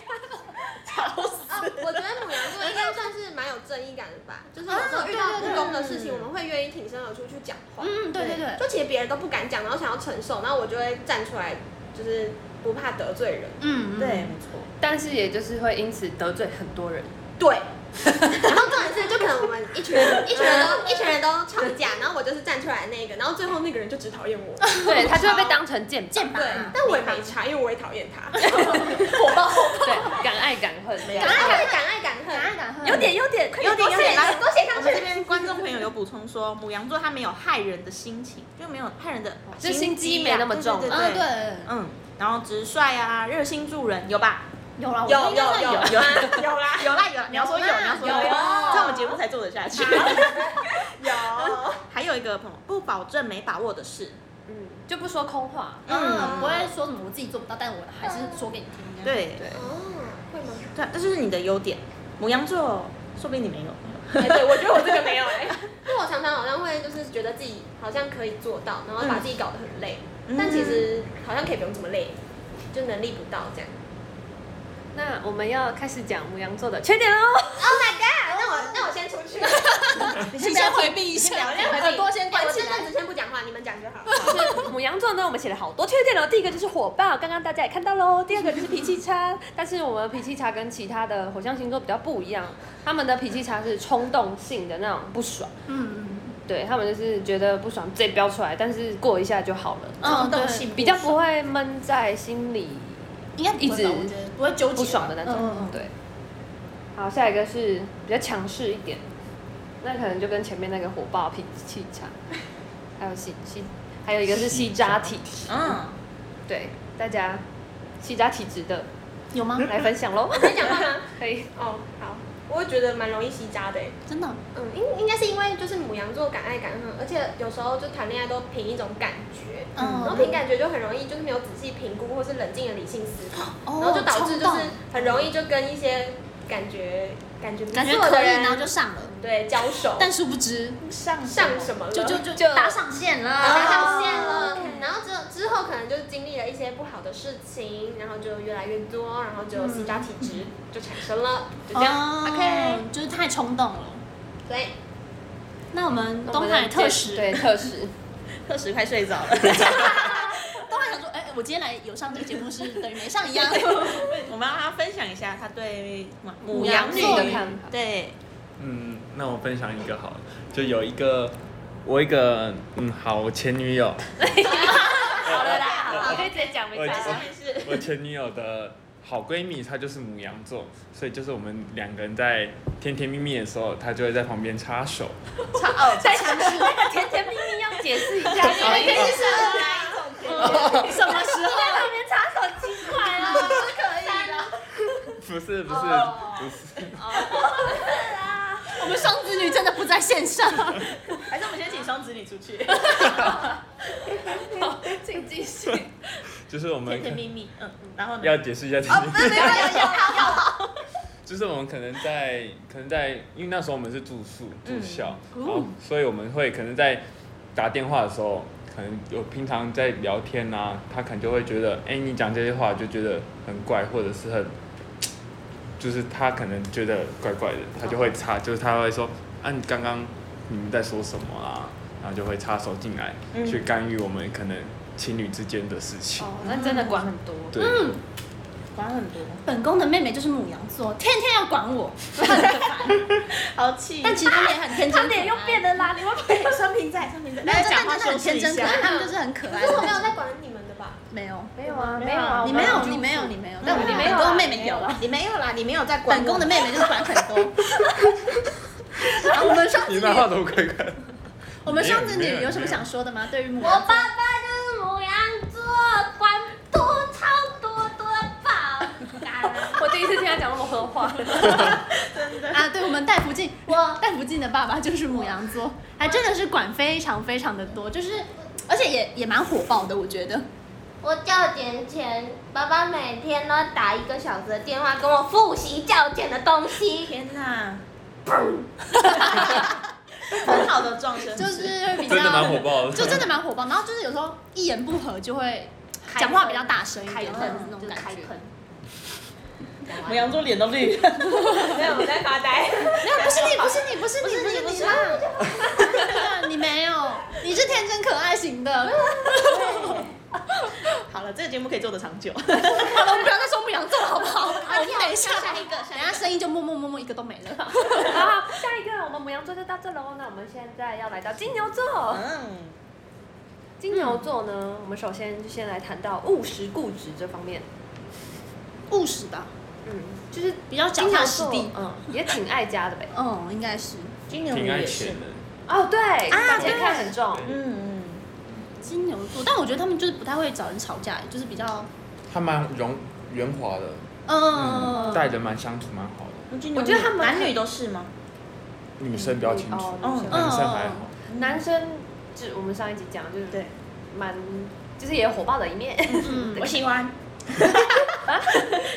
Speaker 2: 三姐妹，吵死！
Speaker 3: 啊，我觉得母羊座应该算是蛮有正义感的吧，就是有时候遇到不公的事情，我们会愿意挺身而出去讲话。
Speaker 2: 嗯，对对对，
Speaker 3: 就其实别人都不敢讲，然后想要承受，然后我就会站出来，就是不怕得罪人。
Speaker 2: 嗯，嗯
Speaker 1: 对，，没错。
Speaker 5: 但是也就是会因此得罪很 多人。
Speaker 3: 对。然后重点是，就可能我们一群人、一群人都、一群人都吵架，然后我就是站出来那个，然后最后那个人就只讨厌我。
Speaker 5: 对他就会被当成剑拔，
Speaker 2: 剑拔
Speaker 3: 对，但我也没差，因为我也讨厌他。
Speaker 2: 火爆，
Speaker 5: 对，敢爱敢恨。
Speaker 3: 敢爱敢爱敢恨，
Speaker 2: 敢恨
Speaker 1: 有点有点有点有点来，
Speaker 3: 多写上
Speaker 1: 我们这
Speaker 3: 去。
Speaker 1: 边观众朋友有补充说，母羊座他没有害人的心情，就没有害人的
Speaker 5: 就心机
Speaker 1: 啊
Speaker 5: 没那么
Speaker 1: 对
Speaker 5: 重
Speaker 1: 对
Speaker 2: 嗯，
Speaker 1: 对对，
Speaker 2: 对，
Speaker 1: 嗯，然后直率啊，热心助人，有吧？
Speaker 2: 有啦，我
Speaker 3: 有
Speaker 2: 觉得应该算
Speaker 3: 有有
Speaker 1: 有
Speaker 3: 有啦，
Speaker 1: 有啦有啦，你要说有，
Speaker 2: 有啦
Speaker 1: 你要说
Speaker 2: 有
Speaker 1: 这样我们节目才做得下去。
Speaker 3: 有。
Speaker 1: 还有一个朋友不保证没把握的事，
Speaker 5: 嗯，就不说空话。
Speaker 2: 嗯，不会说什么我自己做不到，但我还是说给你听。这样，
Speaker 1: 对
Speaker 5: 对，
Speaker 3: 哦，会吗？
Speaker 1: 对，啊这就是你的优点。母羊座，说不定你没有。
Speaker 3: 哎，对，我觉得我这 个没有哎， 因为我常常好像会就是觉得自己好像可以做到，然后把自己搞得很累，
Speaker 1: 嗯
Speaker 3: 但其实好像可以不用这么累，就能力不到这样。
Speaker 5: 那我们要开始讲母羊座的缺点喽。
Speaker 3: 那我那我先出 去，
Speaker 1: 你
Speaker 2: 你先回避一下，
Speaker 3: 我先回
Speaker 2: 耳
Speaker 3: 避
Speaker 2: 朵先
Speaker 3: 哎
Speaker 2: 关
Speaker 3: 我
Speaker 2: 起
Speaker 3: 这
Speaker 2: 来。
Speaker 3: 阵子先不讲话，你们讲就好。
Speaker 5: 母羊座呢，我们写了好多缺点哦。第一个就是火爆，刚刚大家也看到喽。第二个就是脾气 差，但是我们的脾气差跟其他的火象星座比较不一样，他们的脾气差是冲动性的那种不爽，
Speaker 2: 嗯，
Speaker 5: 对他们就是觉得不爽直接飙出来，但是过一下就好了，
Speaker 2: 嗯，
Speaker 1: 动
Speaker 2: 对
Speaker 1: 性，
Speaker 5: 比较不会闷在心里
Speaker 2: 应该不会吧
Speaker 5: 一直
Speaker 2: 我觉得不会纠结
Speaker 5: 不爽的那种。
Speaker 2: 嗯嗯嗯
Speaker 5: 对。好，下一个是比较强势一点，那可能就跟前面那个火爆脾气差，还有吸吸，还有一个是吸渣体，
Speaker 1: 嗯，
Speaker 5: 对，大家吸渣体质的
Speaker 2: 有吗？
Speaker 5: 来分享 喽。
Speaker 3: 先讲话吗？
Speaker 5: 可以，
Speaker 3: 哦，好。我也觉得蛮容易吸渣的欸，
Speaker 2: 真的，哦
Speaker 3: 嗯，应应该是因为就是母羊座敢爱敢恨，而且有时候就谈恋爱都凭一种感觉，
Speaker 2: 嗯，
Speaker 3: 然后凭感觉就很容易就是没有仔细评估或是冷静的理性思考，
Speaker 2: 哦
Speaker 3: 然后就导致就
Speaker 2: 冲
Speaker 3: 是
Speaker 2: 动
Speaker 3: 很容易就跟一些感觉感觉不
Speaker 2: 感觉
Speaker 3: 错
Speaker 2: 可
Speaker 3: 的
Speaker 2: 以，然后
Speaker 3: 人
Speaker 2: 就上了，
Speaker 3: 对交手，
Speaker 2: 但殊不知
Speaker 1: 上
Speaker 3: 上什么了
Speaker 2: 就就哦就
Speaker 5: 就
Speaker 2: 搭上线了，
Speaker 3: 搭上线了，然后之之后可能就经历了一些不好的事情，然后就越来越多，然后就吸渣体质就产生了，就这样。
Speaker 2: 嗯哦
Speaker 3: OK
Speaker 2: 就是太冲动了。
Speaker 3: 所以
Speaker 2: 那我们
Speaker 5: 我
Speaker 2: 东
Speaker 5: 们的
Speaker 2: 海特使，
Speaker 5: 对特 使，
Speaker 1: 特使快睡着 了，
Speaker 2: 东海想说，哎，我今天来有上这个节目是等于没上一 样。
Speaker 1: 我们要让他分享一下他对母
Speaker 5: 母
Speaker 1: 羊
Speaker 5: 羊
Speaker 1: 女
Speaker 5: 座的看法
Speaker 1: 对，
Speaker 6: 嗯，那我分享一个好了，就有一个我一个嗯，好，我前女友，
Speaker 5: 好了啦，你可以直接讲，没
Speaker 6: 我
Speaker 5: 关系。
Speaker 6: 我我前女友的好闺蜜，她就是母羊座，所以就是我们两个人在甜甜蜜蜜的时候，她就会在旁边插手。
Speaker 5: 插哦，在那个 甜甜蜜蜜要解释一下，什么意思？
Speaker 2: 什么时候？啊
Speaker 5: 在旁边插手奇怪了。
Speaker 6: 不是不是、不是，
Speaker 2: 我们双子女真的不在线上。
Speaker 1: 还是我们先请双子女出 去，
Speaker 5: 好，请继续。
Speaker 6: 就是我们
Speaker 1: 甜甜蜜蜜，嗯，然后呢？
Speaker 6: 要解释一下甜甜蜜蜜。 就是我们可能在，可能在，因为那时候我们是住宿住校，然后所以我们会可能在打电话的时候，可能有平常在聊天啊，他可能就会觉得，哎、你讲这些话就觉得很怪，或者是很，就是他可能觉得怪怪的，他就会插，就是他会说，啊，你刚刚你们在说什么啊？然后就会插手进来，去干预我们可能情侣之间的事情。
Speaker 5: 哦，那真的管很多。
Speaker 6: 对，
Speaker 1: 管很多，
Speaker 2: 本宫的妹妹就是母羊座，天天要管 我，很烦。
Speaker 1: 好气
Speaker 2: 但其实他们也很天真可爱，脸又变了啦，你们
Speaker 1: 生平在，生平在，
Speaker 2: 没有，
Speaker 1: 大
Speaker 2: 这
Speaker 1: 家
Speaker 2: 样
Speaker 1: 讲话
Speaker 2: 真的很
Speaker 1: 修饰
Speaker 2: 天
Speaker 1: 一
Speaker 2: 真可
Speaker 1: 下。
Speaker 2: 爱，他们就是很可爱
Speaker 3: 可。是我没有在管你们的吧？
Speaker 2: 没有，
Speaker 5: 没有啊，
Speaker 1: 没有啊
Speaker 5: 我
Speaker 2: 你
Speaker 5: 们
Speaker 2: 没有，
Speaker 5: 就
Speaker 2: 你没有，你没有，但我
Speaker 5: 你没有
Speaker 2: 本
Speaker 5: 啊
Speaker 2: 宫妹妹有
Speaker 5: 没有。
Speaker 1: 你没有啦，你没有在管
Speaker 2: 本
Speaker 1: 我
Speaker 2: 宫的妹妹就是管很 多。好，我们双子
Speaker 6: 你
Speaker 2: 女，
Speaker 6: 那话怎么怪怪的？
Speaker 2: 我们双子
Speaker 6: 没有没
Speaker 2: 女
Speaker 6: 有
Speaker 2: 有什么想说的吗？对于母
Speaker 4: 我
Speaker 2: 羊
Speaker 4: 爸
Speaker 2: 座，
Speaker 4: 爸就是母羊座，管多超多多宝。
Speaker 5: 我第一次听他讲那么狠话。
Speaker 2: 啊，对我们戴福晋，
Speaker 4: 我
Speaker 2: 戴福晋的爸爸就是母羊座，还真的是管非常非常的多，就是而且也也蛮火爆的，我觉得。
Speaker 4: 我教检前，爸爸每天都打一个小时的电话 跟我复习教检的东西。
Speaker 1: 天哪，很好的 撞生词，
Speaker 2: 就是会比较
Speaker 6: 真的蛮火爆的，
Speaker 2: 就真的蛮火爆。然后就是有时候一言不合就会
Speaker 4: 开
Speaker 2: 讲话比较大声一
Speaker 4: 开
Speaker 2: 点，
Speaker 4: 喷
Speaker 2: 那种
Speaker 4: 就
Speaker 2: 感
Speaker 4: 开
Speaker 2: 觉。
Speaker 4: 喷，
Speaker 1: 母羊座脸都绿了。
Speaker 3: 没有，我在发呆。
Speaker 2: 没有，不是你，不是你，不是你，不是你，不是 你，你没有，你是天真可爱型的。
Speaker 1: 好了，这个节目可以做的长久。
Speaker 2: 好 了，我们不要再说牧羊座了，好不 好？我们等一下，
Speaker 4: 下一个，下
Speaker 2: 等
Speaker 4: 一
Speaker 2: 一下声音就默默默默一个都没了。
Speaker 5: 好，下一个我们母羊座就到这喽。那我们现在要来到金牛座。
Speaker 1: 嗯，
Speaker 5: 金牛座
Speaker 2: 嗯
Speaker 5: 呢，我们首先就先来谈到务实固执这方面。
Speaker 2: 务实吧，
Speaker 5: 嗯，就是
Speaker 2: 比较脚
Speaker 5: 金牛
Speaker 2: 踏实
Speaker 5: 座
Speaker 2: 地。，
Speaker 5: 嗯，也挺爱家的呗。
Speaker 2: 嗯，应该是
Speaker 1: 金牛女
Speaker 6: 挺爱
Speaker 1: 也是
Speaker 6: 钱。的。
Speaker 5: 哦，对，把钱
Speaker 2: 啊对
Speaker 5: 看很重。
Speaker 1: 嗯嗯，
Speaker 2: 金牛座，但我觉得他们就是不太会找人吵架，就是比较
Speaker 6: 他蛮融圆滑的，
Speaker 2: 嗯
Speaker 6: 嗯，，待人蛮相处蛮好的。
Speaker 1: 那金牛
Speaker 5: 我
Speaker 1: 女
Speaker 5: 觉得他们
Speaker 1: 男
Speaker 5: 很
Speaker 1: 女都是吗？
Speaker 6: 女生比较清楚，
Speaker 5: 哦女
Speaker 1: 嗯
Speaker 5: 生
Speaker 6: 男生还好。
Speaker 5: 男生就我们上一集讲，就是
Speaker 1: 对，
Speaker 5: 蛮，就是也有火爆的一 面。
Speaker 2: 嗯
Speaker 1: 我喜 欢。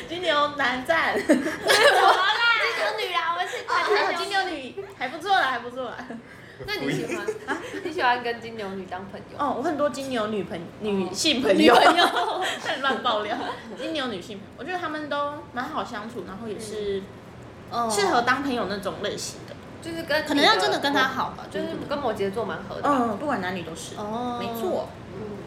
Speaker 1: 金牛男赞，
Speaker 4: 个女啦，我们是
Speaker 1: 啊还有金牛女，还不错啦，还不错啦。
Speaker 5: 那你喜欢？ 你喜欢跟金牛女当朋友？
Speaker 1: 哦，我很多金牛女朋女
Speaker 5: 哦
Speaker 1: 性朋友，朋友 乱爆料。 金牛女性朋友，我觉得他们都蛮好相处，然后也是
Speaker 2: 嗯
Speaker 1: 适合当朋友那种类型的。
Speaker 5: 就是跟
Speaker 2: 可能要真的跟他，好吧，
Speaker 5: 就是跟摩羯座蛮合的吧。
Speaker 1: 嗯，不管男女都是，
Speaker 2: 哦，
Speaker 1: 没，错。
Speaker 5: 嗯，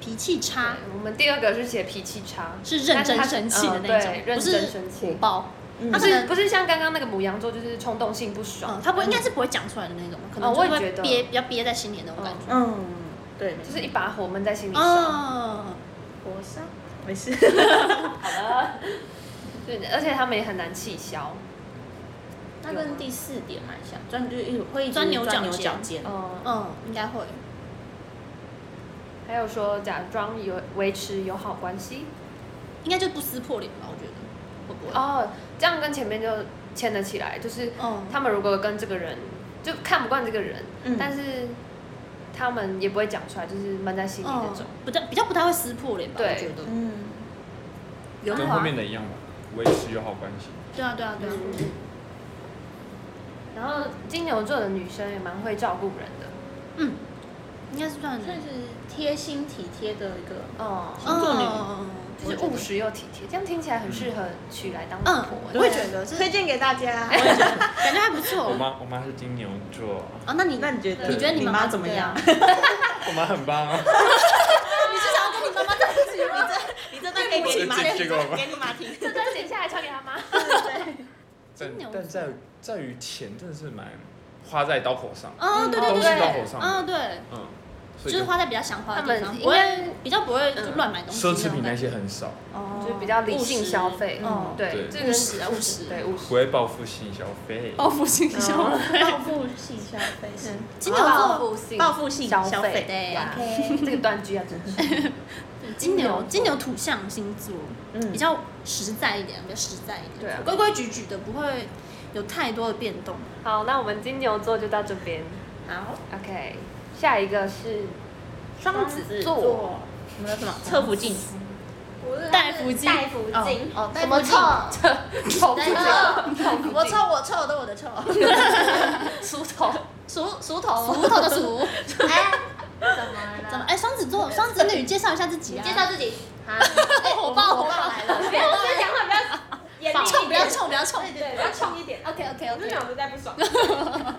Speaker 2: 脾气差
Speaker 5: 对我们第二个是写脾气差，
Speaker 2: 是认真
Speaker 5: 但是他
Speaker 2: 生气的
Speaker 5: 嗯
Speaker 2: 那
Speaker 5: 对
Speaker 2: 种，
Speaker 5: 认
Speaker 2: 不
Speaker 5: 真
Speaker 2: 是
Speaker 5: 生
Speaker 2: 火
Speaker 5: 气。
Speaker 2: 爆。
Speaker 1: 嗯
Speaker 2: 他
Speaker 5: 不
Speaker 2: 可
Speaker 5: 是
Speaker 2: 能
Speaker 5: 不是像刚刚那个母羊座，就是冲动性不爽
Speaker 2: 嗯，，他不会应该是不会讲出来的那种，可能
Speaker 5: 哦
Speaker 2: 就
Speaker 5: 我也
Speaker 2: 会
Speaker 5: 觉得
Speaker 2: 憋比较憋在心里的那种感觉。
Speaker 1: 嗯，对，
Speaker 5: 就是一把火闷在心里烧。
Speaker 2: 哦，
Speaker 1: 火烧，没事。
Speaker 5: 好了，对，而且他们也很难气消。
Speaker 1: 那跟第四点蛮像，钻就一直会一直
Speaker 2: 钻牛角
Speaker 1: 角
Speaker 2: 尖
Speaker 1: 尖。
Speaker 5: 嗯，
Speaker 2: 嗯，应该会。
Speaker 5: 还有说假装有维持友好关系。
Speaker 2: 应该就不撕破脸吧，我觉得会不会？
Speaker 5: 哦，这样跟前面就牵得起来，就是
Speaker 2: 嗯，
Speaker 5: 他们如果跟这个人就看不惯这个人，
Speaker 1: 嗯
Speaker 5: 但是他们也不会讲出来，就是闷在心里那种。
Speaker 2: 不太比较不太会撕破脸吧，我
Speaker 5: 对
Speaker 2: 觉得。
Speaker 1: 嗯，
Speaker 2: 嗯圆
Speaker 6: 跟后
Speaker 2: 滑，
Speaker 6: 面的一样吧，维持友好关系。
Speaker 2: 对啊对啊对啊，
Speaker 5: 然后金牛座的女生也蛮会照顾人的，
Speaker 2: 嗯，应该是算
Speaker 1: 算是贴心体贴的一个。
Speaker 5: 哦，
Speaker 1: 星座女
Speaker 2: 嗯
Speaker 5: 就是务实又体贴，这样听起来很适合娶来当老
Speaker 2: 嗯
Speaker 5: 婆。，
Speaker 2: 我也觉得是，
Speaker 1: 推荐给大家。
Speaker 2: 感觉还不
Speaker 6: 我
Speaker 2: 错。
Speaker 6: 妈我妈是金牛座，
Speaker 2: 啊，那你
Speaker 1: 那你觉得
Speaker 2: 你觉得你
Speaker 1: 你
Speaker 2: 妈
Speaker 1: 妈
Speaker 2: 妈
Speaker 1: 怎么样？
Speaker 2: 对啊
Speaker 6: 我妈很棒啊。
Speaker 2: 你是想要跟你妈妈在一起吗？
Speaker 1: 你这段可以给你妈
Speaker 6: 这
Speaker 1: 听，
Speaker 6: 这个我
Speaker 1: 给你妈听。
Speaker 5: 这段剪下来传给他妈。
Speaker 6: 但
Speaker 2: 金牛座
Speaker 6: 但在在于钱真的是蛮花在刀口上，
Speaker 2: 哦，对对
Speaker 6: 都
Speaker 2: 对
Speaker 6: 是
Speaker 2: 对，
Speaker 6: 刀口上
Speaker 2: 嗯
Speaker 6: 的，
Speaker 2: 对，
Speaker 6: 嗯，
Speaker 2: 就
Speaker 6: 所以
Speaker 2: 是
Speaker 6: 就
Speaker 2: 花在比较想花的地
Speaker 5: 他
Speaker 2: 方，
Speaker 5: 们
Speaker 2: 不
Speaker 5: 应
Speaker 2: 会
Speaker 5: 该
Speaker 2: 比较不会就乱买东西种
Speaker 6: 奢
Speaker 2: 感觉。
Speaker 6: 侈品那些很少，
Speaker 2: 哦，
Speaker 5: 就是比较理性消费，
Speaker 2: 哦
Speaker 5: 嗯对，
Speaker 6: 对
Speaker 5: 这
Speaker 2: 务
Speaker 5: 跟
Speaker 2: 实啊务实
Speaker 5: 对务
Speaker 6: 不
Speaker 5: 实。
Speaker 6: 会报复性消费。
Speaker 2: 报复性消费。
Speaker 1: 报复性消费是
Speaker 2: 嗯金牛座
Speaker 5: 复性
Speaker 1: 报复性消
Speaker 5: 消
Speaker 1: 费
Speaker 5: 费，
Speaker 2: 对
Speaker 5: 哇 这个断句要啊真实。
Speaker 2: 金牛
Speaker 5: 金牛
Speaker 2: 金牛土象星座，
Speaker 1: 嗯
Speaker 2: 比较实在一点，比较实在一点，
Speaker 5: 对啊
Speaker 2: 规规矩矩的，不会有太多的变动。
Speaker 5: 好，那我们金牛座就到这边。
Speaker 1: 好。
Speaker 5: OK，下一个是
Speaker 1: 双子
Speaker 5: 座
Speaker 1: 座，我们有什么？侧福晋。
Speaker 2: 戴福金
Speaker 4: 戴福金，
Speaker 1: 哦，
Speaker 4: 什么臭？
Speaker 5: 头
Speaker 2: 但是
Speaker 1: 我臭，我臭，都我的 臭。
Speaker 5: 梳头，
Speaker 2: 熟熟头，熟头的 熟，
Speaker 4: 哎，怎么了？
Speaker 2: 怎么？哎，双子座，双子女，介绍一下自己啊！
Speaker 4: 介绍自 己？啊，
Speaker 2: 哎，火爆火爆来 了，
Speaker 3: 不要，我们讲话不要严厉
Speaker 2: 冲
Speaker 3: 一点，
Speaker 2: 不要冲不要冲
Speaker 3: 对对，不要冲 一点。
Speaker 2: ，OK OK
Speaker 3: 我是
Speaker 2: OK，
Speaker 3: 脑子在不爽。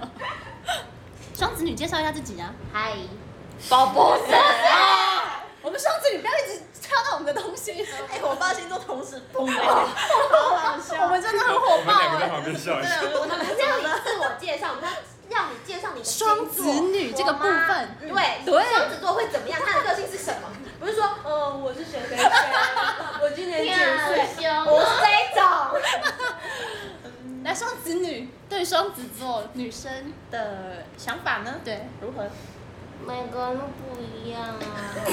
Speaker 2: 双子女介绍一下自己啊！
Speaker 4: 嗨，
Speaker 5: 包包
Speaker 2: 我们双子女不要一直跳到我们的东西，
Speaker 1: 哎，我爸星座同 时崩了，好好笑。
Speaker 2: 我们真的很
Speaker 6: 我
Speaker 2: 火
Speaker 6: 们
Speaker 2: 爆
Speaker 6: 两个在
Speaker 2: 哎！
Speaker 6: 旁边笑一下。
Speaker 3: 我们不要你自我介绍，我们
Speaker 4: 要让你介绍你的星座
Speaker 2: 双子女这个部分，嗯
Speaker 3: 要对
Speaker 2: 对
Speaker 3: 双子座会怎么样？他的个性是什么？ 不是说，呃，我是谁谁谁，我今年几
Speaker 4: 天啊
Speaker 3: 岁？
Speaker 4: 凶，
Speaker 3: 我是这种，
Speaker 2: 来双子女对双子座女生
Speaker 1: 的想法呢？
Speaker 2: 对。
Speaker 1: 如何？
Speaker 4: 每个人都不一样 啊。
Speaker 5: 这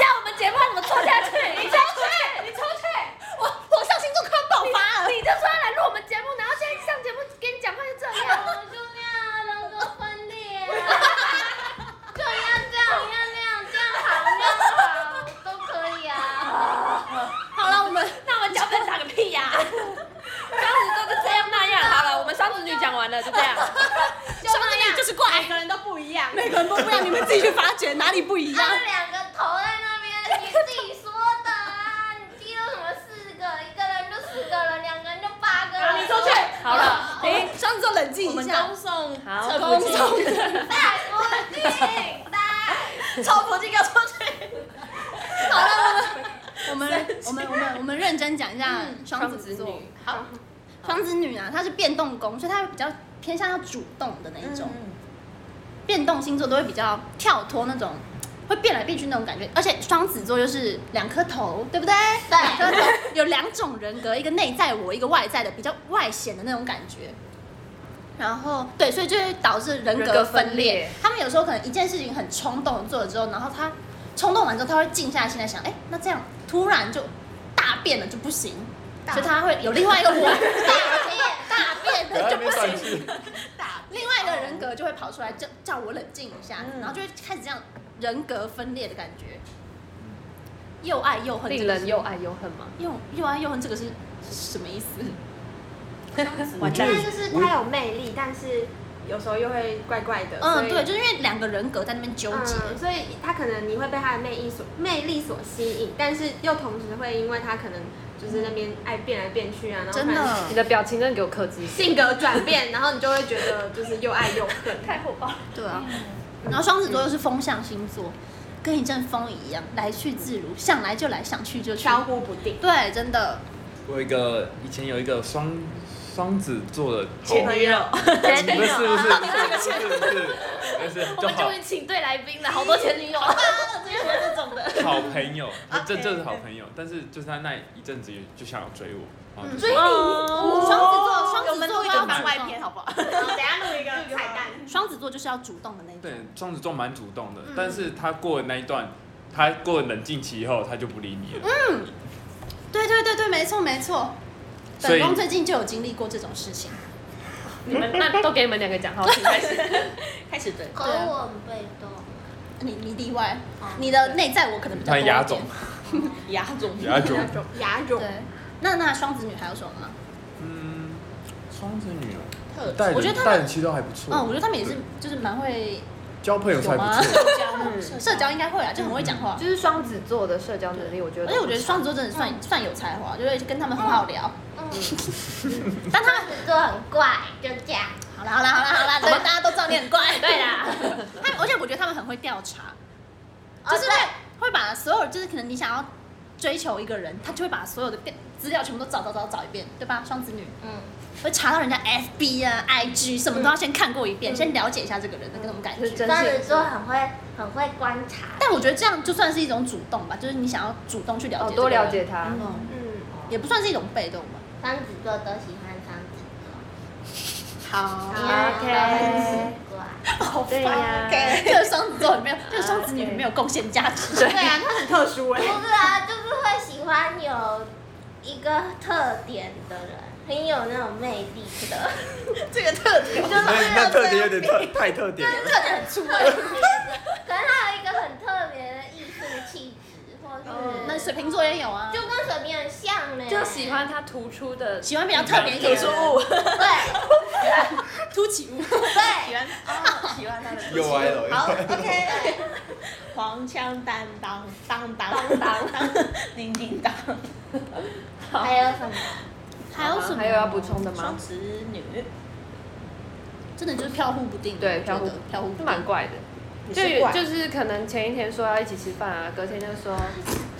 Speaker 5: 样我们节目要怎么做下去？你出去，你出去，
Speaker 2: 我火象星座快要爆发了，
Speaker 5: 你就说要来录我们节目，然后现在上节目跟你讲话就这 样。
Speaker 4: 我就那样，人格分裂啊， 这样这样那样那样，这样好那样好，都可以啊。
Speaker 2: 好了，我 们
Speaker 5: 那我们脚本打个屁 呀！双子座就这样那样好了，我们双子女讲完了，就这样。
Speaker 4: 就
Speaker 2: 每
Speaker 4: 两个，
Speaker 2: 个人都不一样，你们自己去发掘哪里不一样
Speaker 4: 他。们两个头在那边，你自己说的啊！你记录什么四个，一个人就四个人，两个人就八个人。
Speaker 3: 好你出去
Speaker 2: 好了，哎，双子座冷静
Speaker 1: 我
Speaker 2: 一
Speaker 1: 们
Speaker 2: 下
Speaker 1: 恭。送
Speaker 5: 好
Speaker 1: 车
Speaker 2: 公
Speaker 1: 夫
Speaker 2: 众
Speaker 1: 记
Speaker 2: 的
Speaker 4: 大国境，大。
Speaker 1: 超婆这个出去。
Speaker 2: 好了， 我们我们我们我们我们认真讲一下双
Speaker 5: 嗯双
Speaker 2: 子
Speaker 5: 子
Speaker 2: 座
Speaker 5: 女。，
Speaker 2: 好，双子女啊，她是变动宫，所以她比较偏向要主动的那
Speaker 1: 嗯
Speaker 2: 一
Speaker 5: 嗯
Speaker 2: 种。变动星座都会比较跳脱那种会变来变去那种感觉，而且双子座又是两颗头，对不对？
Speaker 4: 对
Speaker 2: 两颗头有两种人格，一个内在我，一个外在的，比较外显的那种感觉。然后对，所以就会导致人
Speaker 5: 人
Speaker 2: 格
Speaker 5: 格
Speaker 2: 分
Speaker 5: 分
Speaker 2: 裂
Speaker 5: 裂。
Speaker 2: 他们有时候可能一件事情很冲动做了之后，然后他冲动完之后，他会静下心来想，哎，那这样突然就大变了就不行，所以他会有另外一个我大变，大变
Speaker 6: 不要
Speaker 2: 的
Speaker 6: 在那
Speaker 2: 就不
Speaker 6: 边
Speaker 2: 行
Speaker 6: 断。气。
Speaker 2: 另外一个人格就会跑出来叫叫我冷静一下，
Speaker 1: 嗯
Speaker 2: 然后就会开始这样人格分裂的感觉，又爱又恨，
Speaker 5: 令
Speaker 2: 这个
Speaker 5: 人
Speaker 2: 是
Speaker 5: 又爱又恨嘛。
Speaker 2: 又又爱又恨，这个是什么意思？
Speaker 6: 我
Speaker 3: 现在就是他有魅力，但是有时候又会怪怪的。所
Speaker 2: 嗯，
Speaker 3: 以
Speaker 2: 对，就是因为两个人格在那边纠结，
Speaker 3: 嗯，所以他可能你会被他的魅力所魅力所吸引，但是又同时会因为他可能就是那边爱变来变去啊，然后
Speaker 2: 真
Speaker 3: 可能
Speaker 2: 的
Speaker 5: 你，的表情真的给我克制。
Speaker 3: 性格转变，然后你就会觉得就是又爱又恨。
Speaker 5: 太火爆了。
Speaker 2: 对啊。然后双子座又是风象星座，跟一阵风一样，来去自如，想来就来，想去就去。
Speaker 3: 飘忽不 定。
Speaker 2: 对，真的，
Speaker 6: 我有一个以前有一个双双子座的 头，
Speaker 1: 前女友，
Speaker 6: 不是不是不是不是不是，
Speaker 5: 我
Speaker 6: 就
Speaker 5: 们
Speaker 6: 好
Speaker 5: 终于请对来宾了，好多前女友。
Speaker 6: 好朋友，他这这是好朋友，但是就是他那一阵子也就想要追我，然后就
Speaker 2: 嗯所以你双子座，双
Speaker 1: 我
Speaker 2: 子
Speaker 1: 们
Speaker 2: 座
Speaker 1: 录一
Speaker 2: 又
Speaker 1: 个
Speaker 2: 要
Speaker 1: 番外
Speaker 2: 主
Speaker 1: 篇
Speaker 2: 动，
Speaker 1: 好不好？
Speaker 3: 等下录一个彩蛋。
Speaker 2: 双子座就是要主动的那一种
Speaker 6: 对。双子座蛮主动的，
Speaker 2: 嗯
Speaker 6: 但是他过了那一段，他过了冷静期以后，他就不理你了，
Speaker 2: 对对对对，没错没错。
Speaker 6: 所
Speaker 2: 本
Speaker 6: 以
Speaker 2: 宫最近就有经历过这种事情，
Speaker 5: 你们那都给你们两个讲好，请开始。
Speaker 1: 开始对，
Speaker 4: 可我很被动，
Speaker 2: 你你例外，你的内在我可能比较
Speaker 6: 他
Speaker 2: 多一点
Speaker 6: 牙肿，
Speaker 1: 牙
Speaker 2: 嗯
Speaker 1: 肿，
Speaker 6: 牙肿，
Speaker 3: 牙肿，
Speaker 2: 对，那那双子女还有什么吗？
Speaker 6: 嗯，双子女哦，
Speaker 1: 特质
Speaker 6: 带
Speaker 2: 我觉得他
Speaker 6: 人
Speaker 2: 们
Speaker 6: 带人其实都还不错，
Speaker 2: 嗯，我觉得他们也是，就是蛮会
Speaker 6: 交朋友才不
Speaker 2: 有
Speaker 6: 错，
Speaker 1: 嗯
Speaker 2: 社交，应该会啊啦，就很会讲话。
Speaker 5: 就是双子座的社交能力，我
Speaker 1: 嗯
Speaker 5: 觉得。
Speaker 2: 而
Speaker 1: 哎
Speaker 2: 且我觉得双子座真的算、算有才华，就是跟他们很好聊。
Speaker 4: 嗯，
Speaker 2: 但他
Speaker 4: 双子座很怪，就这样。
Speaker 2: 好啦好啦好啦好啦，对，大家都知道你很乖。
Speaker 5: 对啦，
Speaker 2: 他们而且我觉得他们很会调查，
Speaker 4: 哦
Speaker 2: 就是会会把所有就是可能你想要追求一个人，他就会把所有的变资料全部都找找找找一遍，对吧？双子女。
Speaker 4: 嗯，
Speaker 2: 会查到人家 FB 啊、IG 什么都要先看过一遍，先了解一下这个人的那种感
Speaker 5: 嗯就是
Speaker 2: 觉。
Speaker 5: 真
Speaker 4: 双
Speaker 5: 性
Speaker 4: 子座很会很会观察，
Speaker 2: 但我觉得这样就算是一种主动吧，就是你想要主动去了解、
Speaker 5: 哦，多了，解他。
Speaker 2: 嗯，
Speaker 3: 嗯，
Speaker 2: 也不算是一种被动 吧。
Speaker 4: 双子座都喜欢双子座，
Speaker 2: 好
Speaker 4: 因为他们都很奇怪。
Speaker 5: 啊对呀。
Speaker 2: 这个双子座很没有，这个双子女很没有贡献价值。对啊，
Speaker 3: 他很特殊哎、
Speaker 4: 不是啊，就是会喜欢有一个特点的人，很有那种魅力 的。
Speaker 2: 这个特点，
Speaker 6: 那那特点有点太太特点 了，
Speaker 2: 特点很出位。
Speaker 4: 可能还有一个很特别的艺术气质，或
Speaker 5: 嗯
Speaker 3: 哦
Speaker 4: 是
Speaker 2: 那水瓶座也有啊，
Speaker 4: 就跟水瓶很像呢，
Speaker 5: 就喜欢他突出的，
Speaker 2: 喜欢比较特别一点，
Speaker 1: 物，
Speaker 4: 对
Speaker 2: 凸起物。
Speaker 4: 对，
Speaker 1: 喜欢他的
Speaker 6: 又歪了，
Speaker 2: 好，OK，
Speaker 1: 黄腔担当，当当当 当，叮叮当，
Speaker 4: 还有什么？
Speaker 2: 还有什么？
Speaker 5: 啊还有要补充的吗
Speaker 1: 双？子女，
Speaker 2: 真的就是飘忽不定，
Speaker 5: 对
Speaker 2: 我觉得
Speaker 5: 飘忽
Speaker 2: 飘忽不
Speaker 5: 是
Speaker 2: 定，
Speaker 5: 蛮怪的，
Speaker 1: 你
Speaker 5: 就是
Speaker 1: 怪
Speaker 5: 就是可能前一天说要一起吃饭啊，隔天就说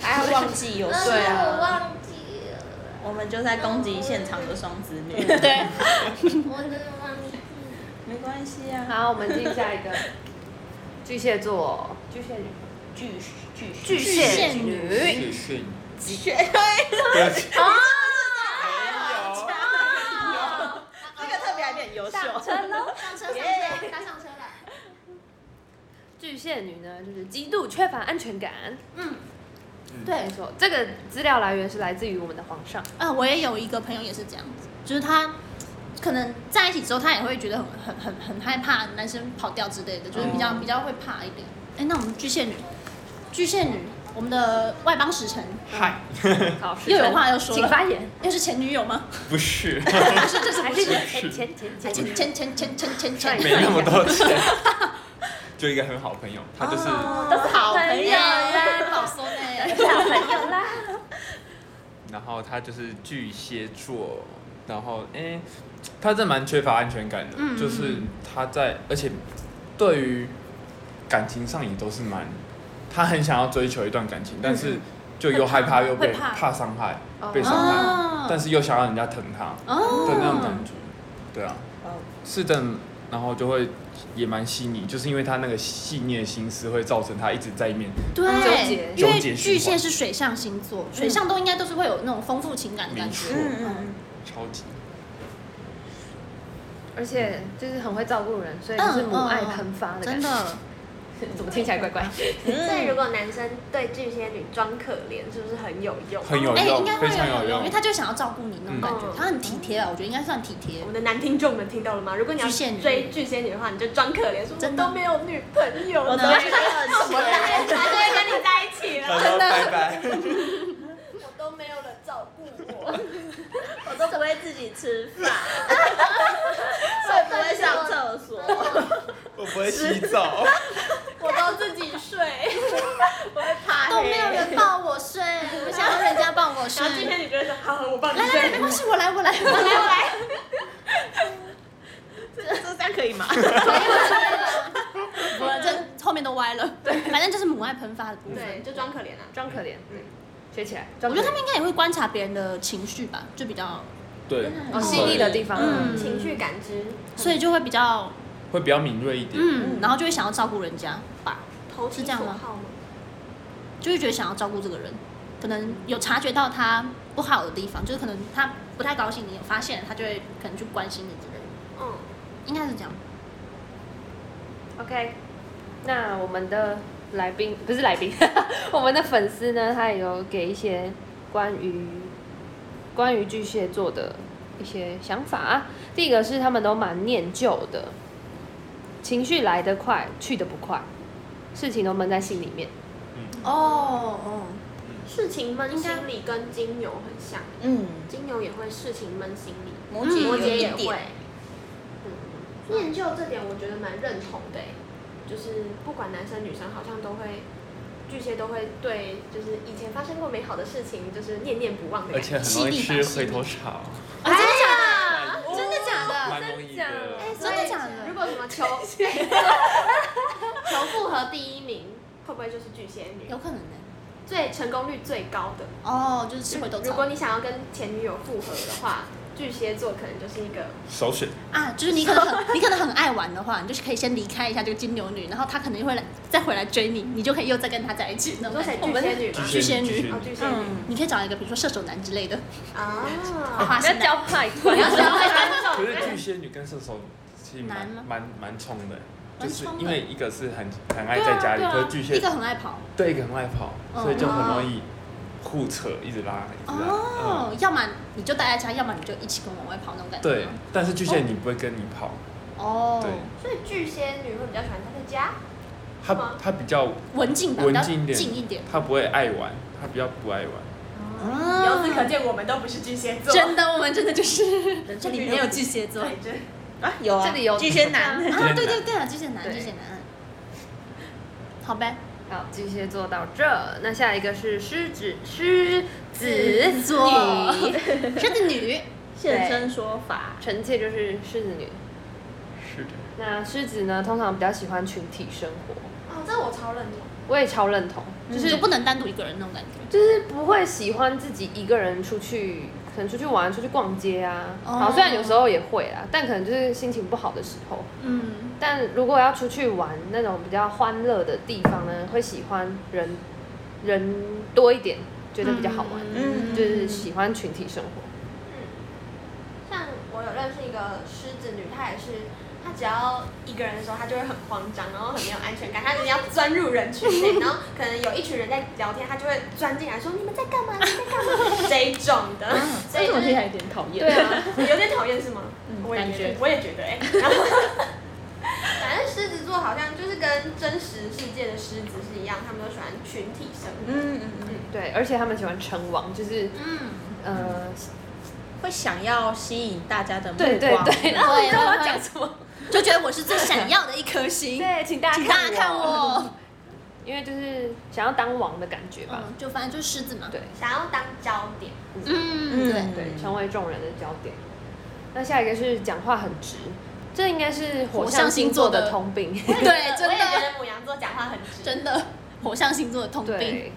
Speaker 1: 还有忘记有
Speaker 4: 但是
Speaker 1: 谁啊？
Speaker 4: 我忘记了，
Speaker 1: 我们就在攻击现场的双子女，
Speaker 2: 对。
Speaker 4: 我真的忘记。
Speaker 1: 没关系啊。
Speaker 5: 好，我们进 下一个巨蟹座，巨蟹女，
Speaker 1: 巨巨
Speaker 5: 巨蟹女，
Speaker 6: 谢谢你，
Speaker 1: 巨蟹，
Speaker 6: 对不起
Speaker 1: 这个特别还很优秀。
Speaker 4: 上车上车，他上车了。
Speaker 5: 巨蟹女呢就是极度缺乏安全感，
Speaker 2: 对嗯
Speaker 5: 没，错，这个资料来源是来自于我们的皇上，
Speaker 2: 啊，我也有一个朋友也是这样子，就是他可能在一起之后，他也会觉得很很很很害怕男生跑掉之类的，
Speaker 5: 嗯
Speaker 2: 就是比较、比较会怕一点。哎、那我们巨蟹女，巨蟹女，我们的外邦使臣
Speaker 6: 嗨，
Speaker 5: 好，
Speaker 2: 嗯又有
Speaker 5: 时辰
Speaker 2: 话要说了
Speaker 5: 请发言，
Speaker 2: 又是前女友吗？
Speaker 6: 不 是，
Speaker 2: 不是，这是
Speaker 5: 还
Speaker 2: 不
Speaker 5: 是哎
Speaker 2: 是？
Speaker 5: 前前前前
Speaker 2: 前前前前前前
Speaker 5: 对
Speaker 2: 前，
Speaker 6: 没那么多钱，就一个很好朋友，他就是
Speaker 1: 都是好朋
Speaker 2: 哎
Speaker 1: 友
Speaker 2: 呀，好说呢。
Speaker 3: 小朋友啦，
Speaker 6: 然后他就是巨蟹座，然后哎、诶他这蛮缺乏安全感的，
Speaker 2: 嗯
Speaker 6: 就是他在，而且对于感情上也都是蛮，他很想要追求一段感情，但是就又害怕又
Speaker 2: 会
Speaker 6: 被
Speaker 2: 怕
Speaker 6: 嗯怕伤害
Speaker 5: 哦，
Speaker 6: 被伤
Speaker 2: 哦
Speaker 6: 害，但是又想要人家疼他
Speaker 2: 哦，
Speaker 6: 的那种感觉，对啊
Speaker 1: 哦，
Speaker 6: 是的，然后就会也蛮细腻，就是因为他那个细腻的心思会造成他一直在面
Speaker 2: 对，
Speaker 6: 纠结
Speaker 2: 因为
Speaker 6: 纠
Speaker 2: 巨
Speaker 6: 结循
Speaker 2: 蟹
Speaker 6: 环
Speaker 2: 是水象星座，水象都应该都是会有那种丰富情感的感觉。
Speaker 6: 没错
Speaker 1: 嗯嗯嗯，
Speaker 6: 超级
Speaker 5: 而且就是很会照顾人，所以就是母爱喷发的感
Speaker 2: 真
Speaker 5: 觉。
Speaker 2: 的，嗯
Speaker 5: 怎么听起来怪怪？
Speaker 3: 所以如果男生对巨蟹女装可怜，是不是很有用？
Speaker 6: 很有
Speaker 2: 哎，应
Speaker 6: 用
Speaker 2: 该，
Speaker 6: 非
Speaker 2: 会
Speaker 6: 常
Speaker 2: 有
Speaker 6: 有
Speaker 2: 因
Speaker 6: 用
Speaker 2: 为。他就想要照顾你那种感觉
Speaker 3: 嗯，
Speaker 2: 他很体贴啊，我觉得应该算体贴
Speaker 3: 我。们的男听众们听到了吗？如果你要
Speaker 2: 巨蟹女
Speaker 3: 追巨蟹女的话，你就装可怜，说
Speaker 2: 真
Speaker 3: 我
Speaker 2: 的
Speaker 3: 都没有女朋友
Speaker 1: 我 都
Speaker 3: 呢，他
Speaker 1: 没有
Speaker 3: 就
Speaker 1: 钱，
Speaker 3: 会跟你在一起 了。
Speaker 6: 说拜拜。
Speaker 3: 我都没有人照顾我，
Speaker 1: 我都不会自己吃饭，我也不会上厕所，
Speaker 6: 我不会洗澡，
Speaker 3: 我都自己睡。
Speaker 1: 我会怕黑
Speaker 2: 都没有人抱我睡，我想要人家抱我睡
Speaker 3: 然。后今天你觉得说好，我帮你
Speaker 2: 来来来，
Speaker 3: 睡
Speaker 2: 没。关系，我来我来我
Speaker 3: 我
Speaker 2: 来。
Speaker 3: 来我来，
Speaker 1: 这这样可以吗？
Speaker 2: 我来这后面都歪了，对，反正就是母爱喷发的部分。
Speaker 3: 对，就装可怜啊。
Speaker 5: 装可怜，对，学起来。
Speaker 2: 我
Speaker 5: 装
Speaker 2: 觉
Speaker 5: 可
Speaker 2: 得他
Speaker 5: 怜
Speaker 2: 们应该也会观察别人的情绪吧，就比较，
Speaker 6: 对，
Speaker 5: 哦细腻的地方，
Speaker 2: 嗯
Speaker 3: 情绪感知，
Speaker 2: 所以就会比较，
Speaker 6: 会比较敏锐一点。
Speaker 2: 嗯，然后就会想要照顾人家吧，
Speaker 3: 投
Speaker 2: 是
Speaker 3: 其
Speaker 2: 这
Speaker 3: 所
Speaker 2: 样
Speaker 3: 好
Speaker 2: 吗
Speaker 3: 吗？
Speaker 2: 就会觉得想要照顾这个人，可能有察觉到他不好的地方，就是可能他不太高兴，你有发现，他就会可能去关心你这个人，
Speaker 3: 嗯，
Speaker 2: 应该是这样。
Speaker 5: OK，那我们的来宾不是来宾， 我们的粉丝呢，他也有给一些关于关于巨蟹座的一些想法、第一个是他们都蛮念旧的，情绪来得快，去得不快，事情都闷在心里面。
Speaker 2: 哦哦，
Speaker 3: 事情闷心里跟金牛很像，
Speaker 1: 嗯，
Speaker 3: 金牛也会事情闷心里，
Speaker 2: 嗯
Speaker 1: 摩羯
Speaker 3: 摩
Speaker 1: 有
Speaker 3: 羯也
Speaker 1: 一
Speaker 3: 会
Speaker 1: 点，。
Speaker 3: 嗯，念旧这点我觉得蛮认同的欸，就是不管男生女生，好像都会。巨蟹都会对，就是以前发生过美好的事情，就是念念不忘的
Speaker 6: 而
Speaker 3: 感觉。
Speaker 6: 且很容易吃回头草，
Speaker 2: 啊，真的假
Speaker 3: 啊
Speaker 2: 的？真的假的？
Speaker 6: 蛮容易
Speaker 5: 真
Speaker 6: 的
Speaker 5: 的。
Speaker 3: 哎
Speaker 2: 真的假的
Speaker 3: 所以如果什 么求求复合第一名，会不会就是巨蟹女？
Speaker 2: 有可能呢。
Speaker 3: 最成功率最高的。
Speaker 2: 哦，就是吃回头
Speaker 3: 如
Speaker 2: 草
Speaker 3: 果你想要跟前女友复合的话，巨蟹座可能就是一个
Speaker 6: 首选，
Speaker 2: 啊，就是你可能很你可能很爱玩的话，你就是可以先离开一下这个金牛女，然后她可能会来再回来追你，你就可以又再跟她在一起那
Speaker 3: 你
Speaker 2: 种
Speaker 3: 说
Speaker 2: 感
Speaker 3: 谁
Speaker 2: 觉。
Speaker 3: 巨蟹女吗？
Speaker 2: 巨蟹女
Speaker 3: 哦，巨蟹女
Speaker 1: 嗯，
Speaker 2: 你可以找一个比如说射手男之类的，
Speaker 3: 啊，
Speaker 2: 花
Speaker 5: 不要
Speaker 2: 心
Speaker 5: 教坏，不
Speaker 3: 你要学
Speaker 5: 教
Speaker 3: 会分手
Speaker 6: 可是巨蟹女跟射手其实蛮
Speaker 2: 哎难吗
Speaker 6: 蛮蛮冲的，
Speaker 2: 蛮
Speaker 6: 就是
Speaker 2: 冲的
Speaker 6: 因为一个是很很爱
Speaker 2: 对
Speaker 6: 在
Speaker 2: 啊
Speaker 6: 家里，
Speaker 2: 对
Speaker 6: 可是
Speaker 2: 啊，
Speaker 6: 巨蟹
Speaker 2: 一个很爱跑
Speaker 6: 对一个很爱跑，
Speaker 2: 嗯
Speaker 6: 所以就很容易互扯，一直拉，一直拉。嗯，
Speaker 2: 哦，要么你就待在家，要么你就一起跟我往外跑那种感觉。
Speaker 6: 对，但是巨蟹你不会跟你跑，
Speaker 2: 哦，
Speaker 6: 对，
Speaker 3: 所以巨蟹女会比较喜欢待在家，
Speaker 6: 他
Speaker 3: 吗
Speaker 6: 他比较
Speaker 2: 文静吧，比
Speaker 6: 文
Speaker 2: 较
Speaker 6: 静一点
Speaker 2: 静一点。
Speaker 6: 他不会爱玩，他比较不爱玩。
Speaker 2: 由
Speaker 3: 由此可，见我们都不是巨蟹座。
Speaker 2: 啊真的，我们真的就是
Speaker 1: 这里没有
Speaker 2: 巨蟹座啊，
Speaker 3: 对，真
Speaker 1: 啊，有啊，
Speaker 5: 这里有
Speaker 1: 巨蟹男，
Speaker 6: 男
Speaker 2: 对对对啊，巨蟹男，
Speaker 5: 对
Speaker 2: 巨蟹男。嗯好呗，
Speaker 5: 好，巨蟹座到这，那下一个是狮子，狮子
Speaker 2: 座
Speaker 5: 女，
Speaker 2: 狮子女，
Speaker 1: 现身说法，
Speaker 5: 臣妾就是狮子女。
Speaker 6: 是的，
Speaker 5: 那狮子呢，通常比较喜欢群体生活，
Speaker 3: 哦，这我超认同。
Speaker 5: 我也超认同，
Speaker 2: 就
Speaker 5: 就是是、
Speaker 2: 不能单独一个人那种感觉。
Speaker 5: 就是不会喜欢自己一个人出去，可能出去玩、出去逛街啊。
Speaker 2: 哦
Speaker 5: 好，虽然有时候也会啦，但可能就是心情不好的时候。
Speaker 2: 嗯，
Speaker 5: 但如果要出去玩那种比较欢乐的地方呢，会喜欢人人多一点，觉得比较好玩，
Speaker 1: 嗯
Speaker 5: 就是喜欢群体生活。
Speaker 3: 像我有认识一个狮子女，她也是，她只要一个人的时候，她就会很慌张，然后很没有安全 感，她一定要钻入人群内，然后可能有一群人在聊天，她就会钻进来说：“你们在干嘛？你们在干 嘛？”这一种的，所以就是
Speaker 1: 有点讨厌
Speaker 5: 对啊，
Speaker 3: 有点讨厌是吗？
Speaker 1: 嗯
Speaker 3: 我也
Speaker 1: 感
Speaker 3: 觉得
Speaker 1: 觉，
Speaker 3: 我也觉得 哎、然后反正狮子座好像就是跟真实世界的狮子是一样，他们都喜欢群体生活。
Speaker 1: 嗯嗯嗯，
Speaker 5: 对，而且他们喜欢称王，就是
Speaker 2: 嗯，
Speaker 5: 呃，
Speaker 1: 会想要吸引大家的目
Speaker 5: 对对
Speaker 1: 光，
Speaker 5: 对，然后你知道我要讲什么？
Speaker 2: 就觉得我是最闪耀的一颗星。
Speaker 5: 对，请大
Speaker 2: 请
Speaker 5: 家
Speaker 2: 大
Speaker 5: 看
Speaker 2: 家看我，
Speaker 5: 因为就是想要当王的感觉吧。
Speaker 2: 嗯，就反正就是狮子嘛。
Speaker 5: 对
Speaker 3: 想要当焦点，
Speaker 2: 嗯，对，
Speaker 5: 对，成为众人的焦点。那下一个是讲话很直，这应该是
Speaker 2: 火
Speaker 5: 火
Speaker 2: 象
Speaker 5: 象
Speaker 2: 星
Speaker 5: 星
Speaker 2: 座
Speaker 5: 座
Speaker 2: 的
Speaker 5: 的通病。
Speaker 2: 对，
Speaker 3: 我
Speaker 2: 真
Speaker 3: 也觉
Speaker 2: 的，
Speaker 3: 得母羊座讲话很直，
Speaker 2: 真的，火象星座的通病。
Speaker 5: 对，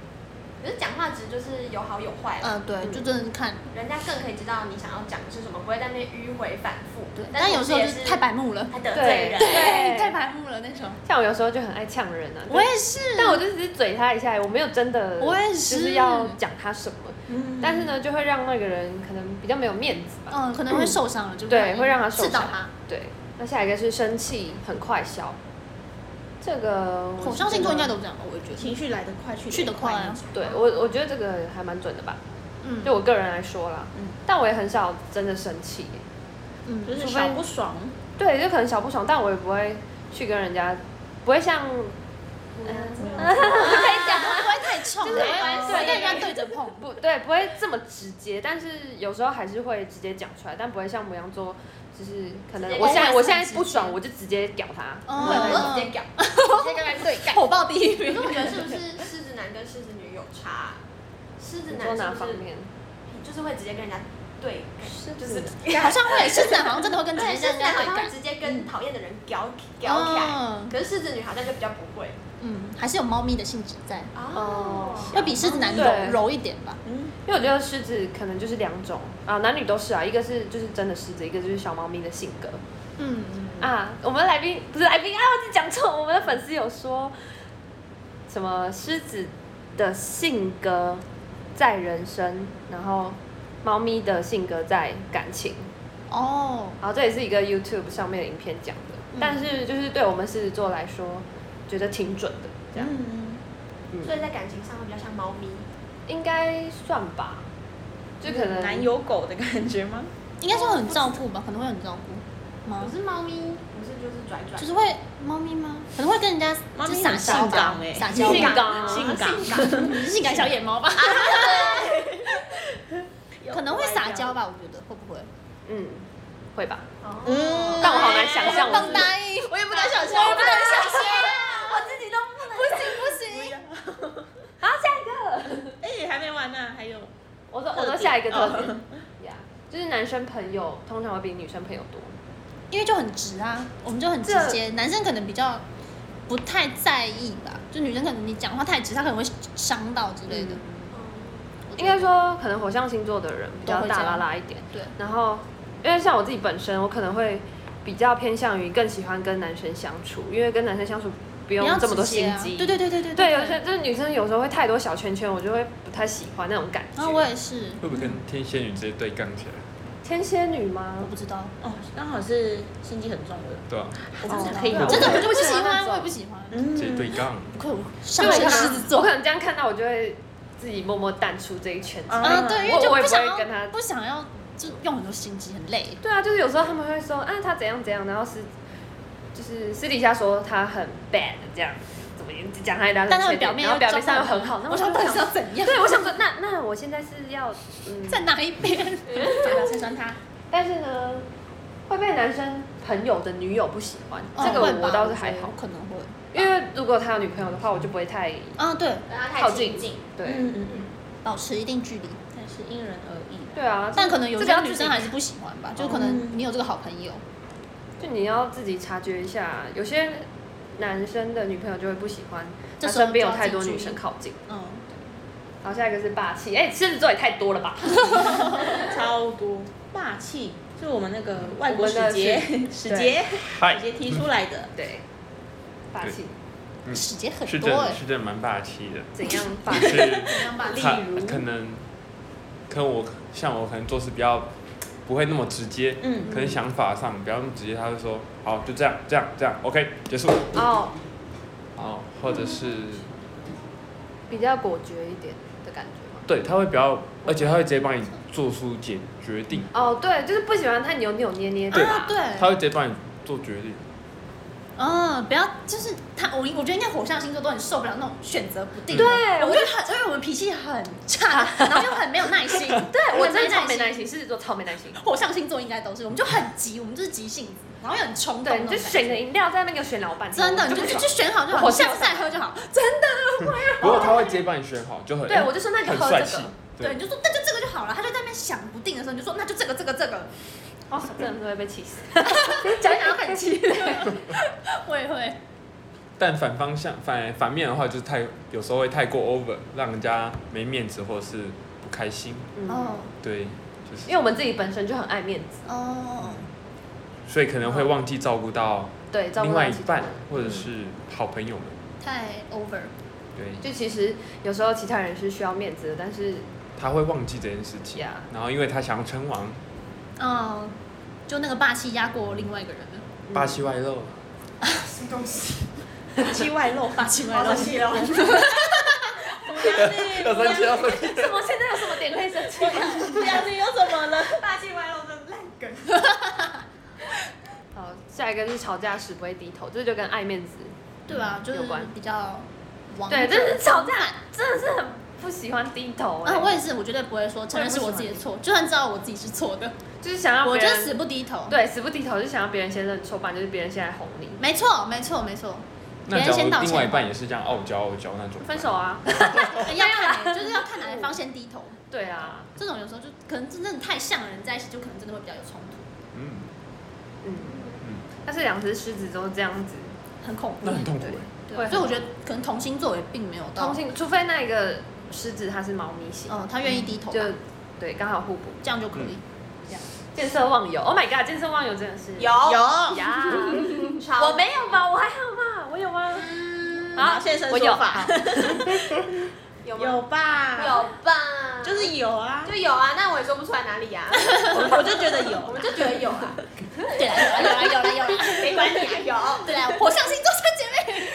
Speaker 3: 可是讲话直就是有好有坏啦，
Speaker 2: 嗯，对，就真的是看，
Speaker 3: 人家更可以知道你想要讲的是什么，不会在那边迂回反复。
Speaker 2: 对，但有时候
Speaker 3: 也
Speaker 2: 就是
Speaker 3: 是
Speaker 2: 太白目了，
Speaker 3: 还得罪人，
Speaker 5: 对
Speaker 2: 太白目了那种。
Speaker 5: 像我有时候就很爱呛人啊，
Speaker 2: 我也是，
Speaker 5: 但我就只是嘴他一下，我没有真的，
Speaker 2: 我也是
Speaker 5: 就是要讲他什么，
Speaker 1: 嗯
Speaker 5: 但是呢，就会让那个人可能比较没有面子吧。
Speaker 2: 嗯，可能会受伤了，就
Speaker 5: 对会让他受
Speaker 2: 刺到
Speaker 5: 伤
Speaker 2: 他。
Speaker 5: 对，那下一个是生气很快消，这个我
Speaker 2: 火象星座应该都这样吧，我觉得。
Speaker 1: 情绪来得快，去
Speaker 2: 去得快啊
Speaker 5: 对我我觉得这个还蛮准的吧，
Speaker 2: 嗯，
Speaker 5: 对我个人来说啦，
Speaker 1: 嗯
Speaker 5: 但我也很少真的生气耶，
Speaker 2: 嗯
Speaker 1: 就，是
Speaker 5: 除非
Speaker 1: 小不爽，
Speaker 5: 对，就可能小不爽，但我也不会去跟人家，不会像
Speaker 2: 嗯可以讲，不会太冲，哎
Speaker 5: 就
Speaker 2: 不
Speaker 5: 是
Speaker 2: 会不会跟人家对着碰。
Speaker 5: 不对，不会这么直接，但是有时候还是会直接讲出来，但不会像母羊座，就是可
Speaker 3: 直
Speaker 5: 能
Speaker 3: 接
Speaker 5: 我现在
Speaker 2: 公开
Speaker 5: 我现在
Speaker 2: 上
Speaker 5: 不
Speaker 2: 直
Speaker 5: 爽，我就直接屌他。
Speaker 3: 我我都直接
Speaker 2: 嗯，
Speaker 3: 讲。
Speaker 5: 直接跟他对干。
Speaker 2: 火爆第一
Speaker 3: 可是
Speaker 2: 名。
Speaker 3: 我觉得是不是狮子男跟狮子女有差啊？狮子
Speaker 5: 你
Speaker 3: 男
Speaker 5: 说哪
Speaker 3: 是
Speaker 5: 方
Speaker 3: 不是
Speaker 5: 面？
Speaker 3: 就是会直接跟人家对干，就 是
Speaker 2: 好像会，狮子男好像真的会跟直接
Speaker 3: 对狮子
Speaker 2: 这
Speaker 3: 男
Speaker 2: 样
Speaker 3: 好
Speaker 2: 对
Speaker 3: 像会
Speaker 2: 干。
Speaker 3: 直接
Speaker 5: 嗯
Speaker 3: 跟讨厌的人屌屌起来，
Speaker 2: 嗯
Speaker 3: 可是狮子女好像就比较不会
Speaker 2: 嗯，还是有猫咪的性质在，
Speaker 5: 哦
Speaker 2: 要比狮子男
Speaker 5: 对
Speaker 2: 柔柔一点吧。
Speaker 1: 嗯，
Speaker 5: 因为我觉得狮子可能就是两种啊，男女都是啊，一个是就是真的狮子，一个就是小猫咪的性格
Speaker 2: 嗯，
Speaker 5: 啊。我们来宾不是来宾啊，我只讲错，我们的粉丝有说什么狮子的性格在人生，然后猫咪的性格在感情。
Speaker 2: 哦，
Speaker 5: 然后这也是一个 YouTube 上面的影片讲的，
Speaker 2: 嗯
Speaker 5: 但是就是对我们狮子座来说，觉得挺准的，这样、嗯
Speaker 3: 所以在感情上会比较像猫咪。
Speaker 5: 应该算吧，就可能
Speaker 1: 嗯男友狗的感觉吗？
Speaker 2: 应该说很照顾吧，可能会很照顾吗
Speaker 3: 可？是猫咪不是就是拽拽，
Speaker 2: 哦就是会猫咪吗？可能会跟人家
Speaker 1: 猫
Speaker 2: 就
Speaker 1: 咪
Speaker 2: 撒
Speaker 1: 很
Speaker 2: 娇
Speaker 1: 性
Speaker 2: 吧
Speaker 1: 感，欸
Speaker 2: 撒娇
Speaker 5: 性
Speaker 2: 吧，
Speaker 5: 感啊，
Speaker 1: 性感，
Speaker 2: 你是性感小野猫吧？ 可能会撒娇吧，我觉得会不会？
Speaker 5: 嗯，会吧，
Speaker 3: 哦
Speaker 1: 嗯
Speaker 5: 但我好难想象，
Speaker 2: 棒
Speaker 5: 我是
Speaker 2: 答应，我也不敢想象，我不敢想象，我自己都不能，不行不行。
Speaker 1: 哎，还没完呢，还有
Speaker 5: 我说我说下一个
Speaker 2: 嗯
Speaker 5: 特点，呀，就是男生朋友通常会比女生朋友多，
Speaker 2: 因为就很直啊，我们就很直接。男生可能比较不太在意吧，就女生可能你讲话太直，她可能会伤到之类的。我觉得
Speaker 5: 应该说可能火象星座的人比
Speaker 2: 都
Speaker 5: 较
Speaker 2: 会这样
Speaker 5: 大拉拉一点，
Speaker 2: 对，
Speaker 5: 然后因为像我自己本身，我可能会比较偏向于更喜欢跟男生相处，因为跟男生相处不
Speaker 2: 不
Speaker 5: 用
Speaker 2: 要
Speaker 5: 这么多
Speaker 2: 直接
Speaker 5: 心
Speaker 2: 啊
Speaker 5: 机，
Speaker 2: 对对对对对
Speaker 5: 对，有
Speaker 2: 对
Speaker 5: 些就是女生有时候会太多小圈圈，我就会不太喜欢那种感觉。
Speaker 2: 然后我也是，
Speaker 6: 会不会跟天蝎女直接对杠起来？
Speaker 5: 天蝎女吗
Speaker 2: 我？不知道，
Speaker 1: 哦，刚好是心机很重的，
Speaker 6: 对啊，
Speaker 2: 我
Speaker 1: 我
Speaker 2: 不知
Speaker 1: 真的
Speaker 2: 道，
Speaker 1: 可以
Speaker 5: 我
Speaker 2: 真的我就不喜
Speaker 5: 我不喜欢
Speaker 2: 欢，
Speaker 5: 这种
Speaker 2: 我也不喜欢。
Speaker 1: 嗯
Speaker 6: 直接对杠。
Speaker 2: 不愧我
Speaker 5: 就
Speaker 2: 上
Speaker 5: 我可
Speaker 2: 升
Speaker 5: 能
Speaker 2: 狮子
Speaker 5: 我
Speaker 2: 座
Speaker 5: 可能这样看到，我就会自己默默淡出这一圈子。
Speaker 1: 啊
Speaker 2: 啊，对，因为就
Speaker 5: 我我也
Speaker 2: 不
Speaker 5: 不会
Speaker 2: 想要
Speaker 5: 跟他
Speaker 2: 不想要就用很多心机，很累。
Speaker 5: 对啊，就是有时候他们会说，啊，他怎样怎样，然后私就是私底下说他很 bad 这样，怎么讲他一大堆缺
Speaker 2: 但
Speaker 5: 点，
Speaker 2: 他们表面
Speaker 5: 嗯然后
Speaker 2: 又
Speaker 5: 表面
Speaker 2: 装
Speaker 5: 上又
Speaker 2: 得
Speaker 5: 很好，那
Speaker 2: 我
Speaker 5: 就
Speaker 2: 想到底是要怎样？
Speaker 5: 对，我想说， 那那我现在是要嗯，
Speaker 2: 在哪一 边？
Speaker 1: 先酸他，
Speaker 5: 但是呢，会被男生朋友的女友不喜欢，
Speaker 2: 哦
Speaker 5: 这个
Speaker 2: 会吧
Speaker 5: 我倒是还好
Speaker 2: 我觉得，可能会。
Speaker 5: 因为如果他有女朋友的话，我就不会太
Speaker 2: 啊，对，
Speaker 3: 然后
Speaker 5: 靠
Speaker 3: 太
Speaker 5: 近
Speaker 3: 亲近，
Speaker 5: 对。
Speaker 1: 嗯嗯嗯，
Speaker 2: 保持一定距离。
Speaker 1: 但是因人而异啦。
Speaker 5: 对啊，
Speaker 2: 但
Speaker 5: 这
Speaker 2: 可能有
Speaker 5: 这个
Speaker 2: 些
Speaker 5: 要
Speaker 2: 女
Speaker 5: 自
Speaker 2: 生
Speaker 5: 己
Speaker 2: 还是不喜欢吧，就可能你有这个好朋友，
Speaker 5: 就你要自己察觉一下，有些男生的女朋友就会不喜欢，
Speaker 2: 这
Speaker 5: 他
Speaker 2: 时候
Speaker 5: 身边
Speaker 2: 就
Speaker 5: 有
Speaker 2: 要
Speaker 5: 太
Speaker 2: 自己
Speaker 5: 多
Speaker 2: 注
Speaker 5: 女
Speaker 2: 意
Speaker 5: 生靠近。
Speaker 2: 嗯，
Speaker 5: 好，下一个是霸气，哎、狮子座也太多了吧？
Speaker 1: 超多霸气，是我们那个外国使节
Speaker 5: 我们 的
Speaker 1: 使节
Speaker 6: 嗨
Speaker 1: 使，节提出来的。
Speaker 5: 对，霸气
Speaker 6: 嗯
Speaker 2: 时间很
Speaker 6: 是真
Speaker 2: 多
Speaker 6: 的
Speaker 2: 哎，
Speaker 6: 是真的蛮霸气的，
Speaker 5: 怎样霸
Speaker 6: 就
Speaker 5: 气？
Speaker 6: 是
Speaker 2: 这样吧
Speaker 6: 他可能，可能我像我可能做事比较不会那么直接，
Speaker 1: 嗯，
Speaker 6: 可能想法上不要那么直接，他会说好就这样这样这样，OK 结束，
Speaker 5: 哦，
Speaker 6: 好，哦或者是
Speaker 5: 比较果决一点的感觉吗？
Speaker 6: 对他会比较，而且他会直接帮你做出解决定，
Speaker 5: 哦，对，就是不喜欢太扭扭捏捏的
Speaker 6: 对
Speaker 5: 吧
Speaker 2: 啊，对，
Speaker 6: 他会直接帮你做决定，
Speaker 2: 嗯，不要，就是他，我我觉得应该火象星座都很受不了那种选择不定。
Speaker 5: 对
Speaker 2: 我就很，因为我们脾气很 差，然后又很没有耐心。对
Speaker 5: 我真的超没耐。心，狮子座超没耐心。
Speaker 2: 火象星座应该都是，我们就很急，我们就是急性子，然后又很冲动
Speaker 5: 对，
Speaker 2: 那
Speaker 5: 你
Speaker 2: 种感
Speaker 5: 就
Speaker 2: 觉。
Speaker 5: 选个饮料在那个选老半天，
Speaker 2: 真的，
Speaker 5: 我
Speaker 2: 你
Speaker 5: 就
Speaker 2: 就
Speaker 5: 不
Speaker 2: 就就
Speaker 5: 爽
Speaker 2: 选好就好，
Speaker 5: 我
Speaker 2: 你
Speaker 5: 下
Speaker 2: 下次再喝就好。真的，
Speaker 6: 如果他会直接帮你选好，就很
Speaker 5: 对我就说那你
Speaker 6: 很
Speaker 5: 喝
Speaker 6: 帅
Speaker 5: 这
Speaker 6: 气
Speaker 5: 个。，
Speaker 2: 对，你就说那就这个就好了。他就在那边想不定的时候，你就说那就这个这个这 个。
Speaker 5: 哦，真的都会被气 死。
Speaker 2: 讲讲很气，我也会。
Speaker 6: 但反方向反反面的话，就是太有时候会太过 over，让人家没面子或者是不开心。
Speaker 5: 嗯，
Speaker 2: 哦
Speaker 6: 对，就是
Speaker 5: 因为我们自己本身就很爱面子，
Speaker 2: 哦，
Speaker 6: 所以可能会忘记照顾到
Speaker 5: 对，照顾
Speaker 6: 另
Speaker 5: 到
Speaker 6: 外一
Speaker 5: 其他
Speaker 6: 半
Speaker 5: 人
Speaker 6: 或者是好朋友们。
Speaker 2: 太 over。
Speaker 6: 对，
Speaker 5: 就其实有时候其他人是需要面子的，但是
Speaker 6: 他会忘记这件事情
Speaker 5: Yeah，
Speaker 6: 然后因为他想要称王，
Speaker 2: 嗯，就那个霸气压过另外一个人了。
Speaker 5: 嗯
Speaker 6: 霸气外露。
Speaker 1: 霸气嗯外 露，
Speaker 2: 霸气外
Speaker 3: 好生
Speaker 2: 露。
Speaker 3: 气哦！
Speaker 6: 要生气，要生气。
Speaker 5: 怎么现在有什么点可以生气？
Speaker 1: 梁你又怎么了？
Speaker 3: 霸气外露的烂梗。
Speaker 5: 好，下一个是吵架时不会低头，这就跟爱面子。
Speaker 2: 对啊，就是
Speaker 5: 嗯有关
Speaker 2: 比较王者。
Speaker 5: 对，但是吵架真的是很不喜欢低头、欸。
Speaker 2: 啊，我也是，我绝对不会说承认是我自己的错，就算知道我自己是错的，
Speaker 5: 就是想要
Speaker 2: 我
Speaker 5: 别
Speaker 2: 就
Speaker 5: 人
Speaker 2: 死不低头。，
Speaker 5: 对死不低头，就想要别人先认错，不然就是别人先来哄你。
Speaker 2: 没错，没错，没错。
Speaker 6: 那
Speaker 2: 别人
Speaker 6: 假
Speaker 2: 先道
Speaker 6: 如
Speaker 2: 歉
Speaker 6: 另外一半也是这样傲娇傲娇那种，
Speaker 5: 分 手啊？
Speaker 2: 哎要看欸，就是要看哪一方先低头。
Speaker 5: 对啊，
Speaker 2: 这种有时候就可能真正太像的人在一起，就可能真的会比较有冲突，
Speaker 6: 嗯，
Speaker 5: 嗯但是两只狮子都这样子，
Speaker 2: 很恐怖
Speaker 6: 那。很痛苦
Speaker 5: 对
Speaker 6: 哎。
Speaker 2: 对
Speaker 5: 会
Speaker 2: 啊，
Speaker 5: 很
Speaker 2: 所以我觉得可能同星座也并没有到
Speaker 5: 同，性，除非那一个狮子它是猫咪型，
Speaker 2: 嗯，他愿意低头吧，
Speaker 5: 就对刚好互补。
Speaker 2: 这样就可以。
Speaker 5: 见色忘友，Oh my god，见色忘友真的是
Speaker 3: 有嗯
Speaker 2: 有，
Speaker 5: 呀，
Speaker 3: 超
Speaker 5: 我没有吧？我还好嘛，我有吗？
Speaker 1: 好，现身
Speaker 5: 我有
Speaker 1: 说法，
Speaker 3: 有吗？
Speaker 1: 有吧？，
Speaker 3: 有吧？
Speaker 1: 就是有 啊。
Speaker 3: 就有啊，那我也说不出来哪里 呀、啊，
Speaker 1: 我我就觉得
Speaker 3: 我
Speaker 1: 有，
Speaker 3: 们就觉得有啊，
Speaker 6: 嗯
Speaker 2: 对啦，有啦，有啦，有啦，有啦。
Speaker 3: 没管你啊，有。
Speaker 2: 对啦，火象星座三姐妹，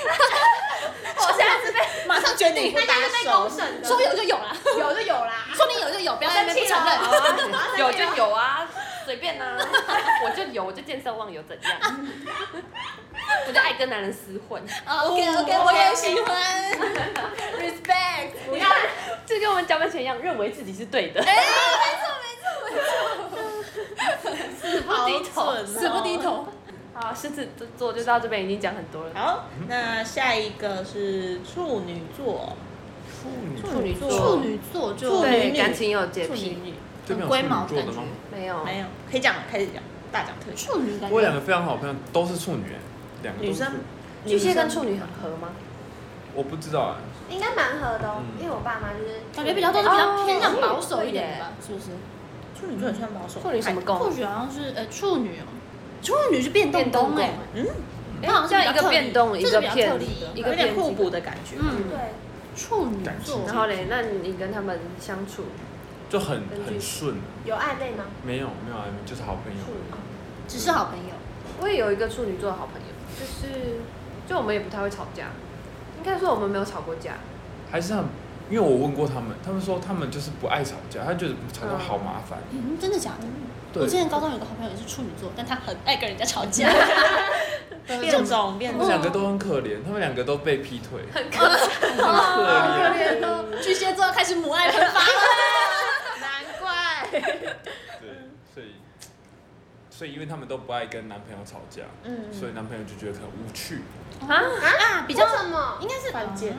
Speaker 3: 我现在是被
Speaker 1: 马上决定不
Speaker 3: 那
Speaker 1: 搭
Speaker 3: 就是被
Speaker 1: 手
Speaker 3: 公。审的，
Speaker 2: 说有就有啦，
Speaker 3: 有就有啦，
Speaker 2: 说你有就有，不要在那
Speaker 3: 生
Speaker 2: 边
Speaker 3: 气
Speaker 2: 不承认。
Speaker 5: 哦
Speaker 3: 了，
Speaker 5: 有就有啊，随便 呐、啊，我就有，我就见色忘友，怎样？ 我就爱跟男人厮混，
Speaker 2: OK OK，我哦也喜欢。
Speaker 3: respect，
Speaker 5: 你看，这跟我们交班前一样，认为自己是对的，
Speaker 1: 死不
Speaker 5: 低头
Speaker 2: 死不低头。
Speaker 5: 好，狮子座就到这边已经讲很多了。
Speaker 1: 好，那下一个是处女座，
Speaker 6: 处女
Speaker 1: 处女座，
Speaker 2: 处女座就
Speaker 1: 处女
Speaker 5: 对，
Speaker 1: 女
Speaker 5: 感情有洁
Speaker 1: 处女
Speaker 5: 癖，哦
Speaker 1: 女
Speaker 6: 这边有
Speaker 2: 很龟
Speaker 6: 处女
Speaker 2: 毛的
Speaker 6: 座的
Speaker 2: 感觉
Speaker 6: 吗？
Speaker 5: 没有，
Speaker 1: 没有，可以讲了，开始讲，大讲特讲。
Speaker 2: 处女感
Speaker 6: 我有两
Speaker 2: 觉
Speaker 6: 个非常好的朋友都是处女哎，两个都
Speaker 1: 女
Speaker 6: 是
Speaker 1: 生
Speaker 6: 处女，
Speaker 5: 巨蟹跟处
Speaker 1: 女
Speaker 5: 女很合吗？
Speaker 6: 我不知道啊，
Speaker 3: 应该蛮合的哦
Speaker 6: 嗯，
Speaker 3: 因为我爸妈就是
Speaker 2: 感觉比较多是比较
Speaker 5: 哦
Speaker 2: 偏向保守一点的吧，是不是？
Speaker 1: 生处女座也算保守，
Speaker 5: 处女什么
Speaker 2: 处
Speaker 5: 宫？
Speaker 2: 女好像是呃处女哦，处女是变
Speaker 5: 变
Speaker 2: 动
Speaker 5: 动
Speaker 2: 宫哎，
Speaker 5: 哎
Speaker 2: 它好像
Speaker 5: 这
Speaker 2: 是
Speaker 5: 样
Speaker 2: 比较
Speaker 5: 一个
Speaker 2: 特例
Speaker 5: 变动，一
Speaker 2: 这是
Speaker 5: 个
Speaker 2: 比较
Speaker 5: 变
Speaker 2: 特例的，
Speaker 5: 一
Speaker 1: 哎有
Speaker 5: 个
Speaker 1: 点
Speaker 5: 变
Speaker 1: 互
Speaker 5: 动。
Speaker 1: 补的感觉。
Speaker 2: 嗯，
Speaker 3: 对，
Speaker 2: 处女座，
Speaker 5: 然后嘞，那你跟他们相处，
Speaker 6: 就很
Speaker 5: 跟巨
Speaker 6: 很顺，
Speaker 3: 有暧昧吗？
Speaker 6: 没有没有啊，就是好朋友。
Speaker 2: 只是好朋友，
Speaker 5: 我也有一个处女座的好朋友，就是就我们也不太会吵架，应该说我们没有吵过架。
Speaker 6: 还是他们，因为我问过他们，他们说他们就是不爱吵架，他觉得吵架好麻烦。
Speaker 2: 嗯，真的假的？我
Speaker 6: 对
Speaker 2: 之，前高中有个好朋友也是处女座，但他很爱跟人家吵 架，
Speaker 1: 变种变
Speaker 6: 他
Speaker 1: 种
Speaker 6: 们，两
Speaker 5: 嗯
Speaker 6: 个都很可怜，他们两个都被劈腿， 很
Speaker 5: 可
Speaker 6: 可怜。
Speaker 5: 怜哦，
Speaker 2: 巨蟹座开始母爱喷发了。
Speaker 1: 难怪。
Speaker 6: 对，
Speaker 1: 嗯
Speaker 6: 所以所以因为他们都不爱跟男朋友吵架，
Speaker 1: 嗯，
Speaker 6: 所以男朋友就觉得很无趣，
Speaker 2: 啊，比较
Speaker 3: 为什么？
Speaker 2: 应该是
Speaker 1: 犯贱
Speaker 2: 啊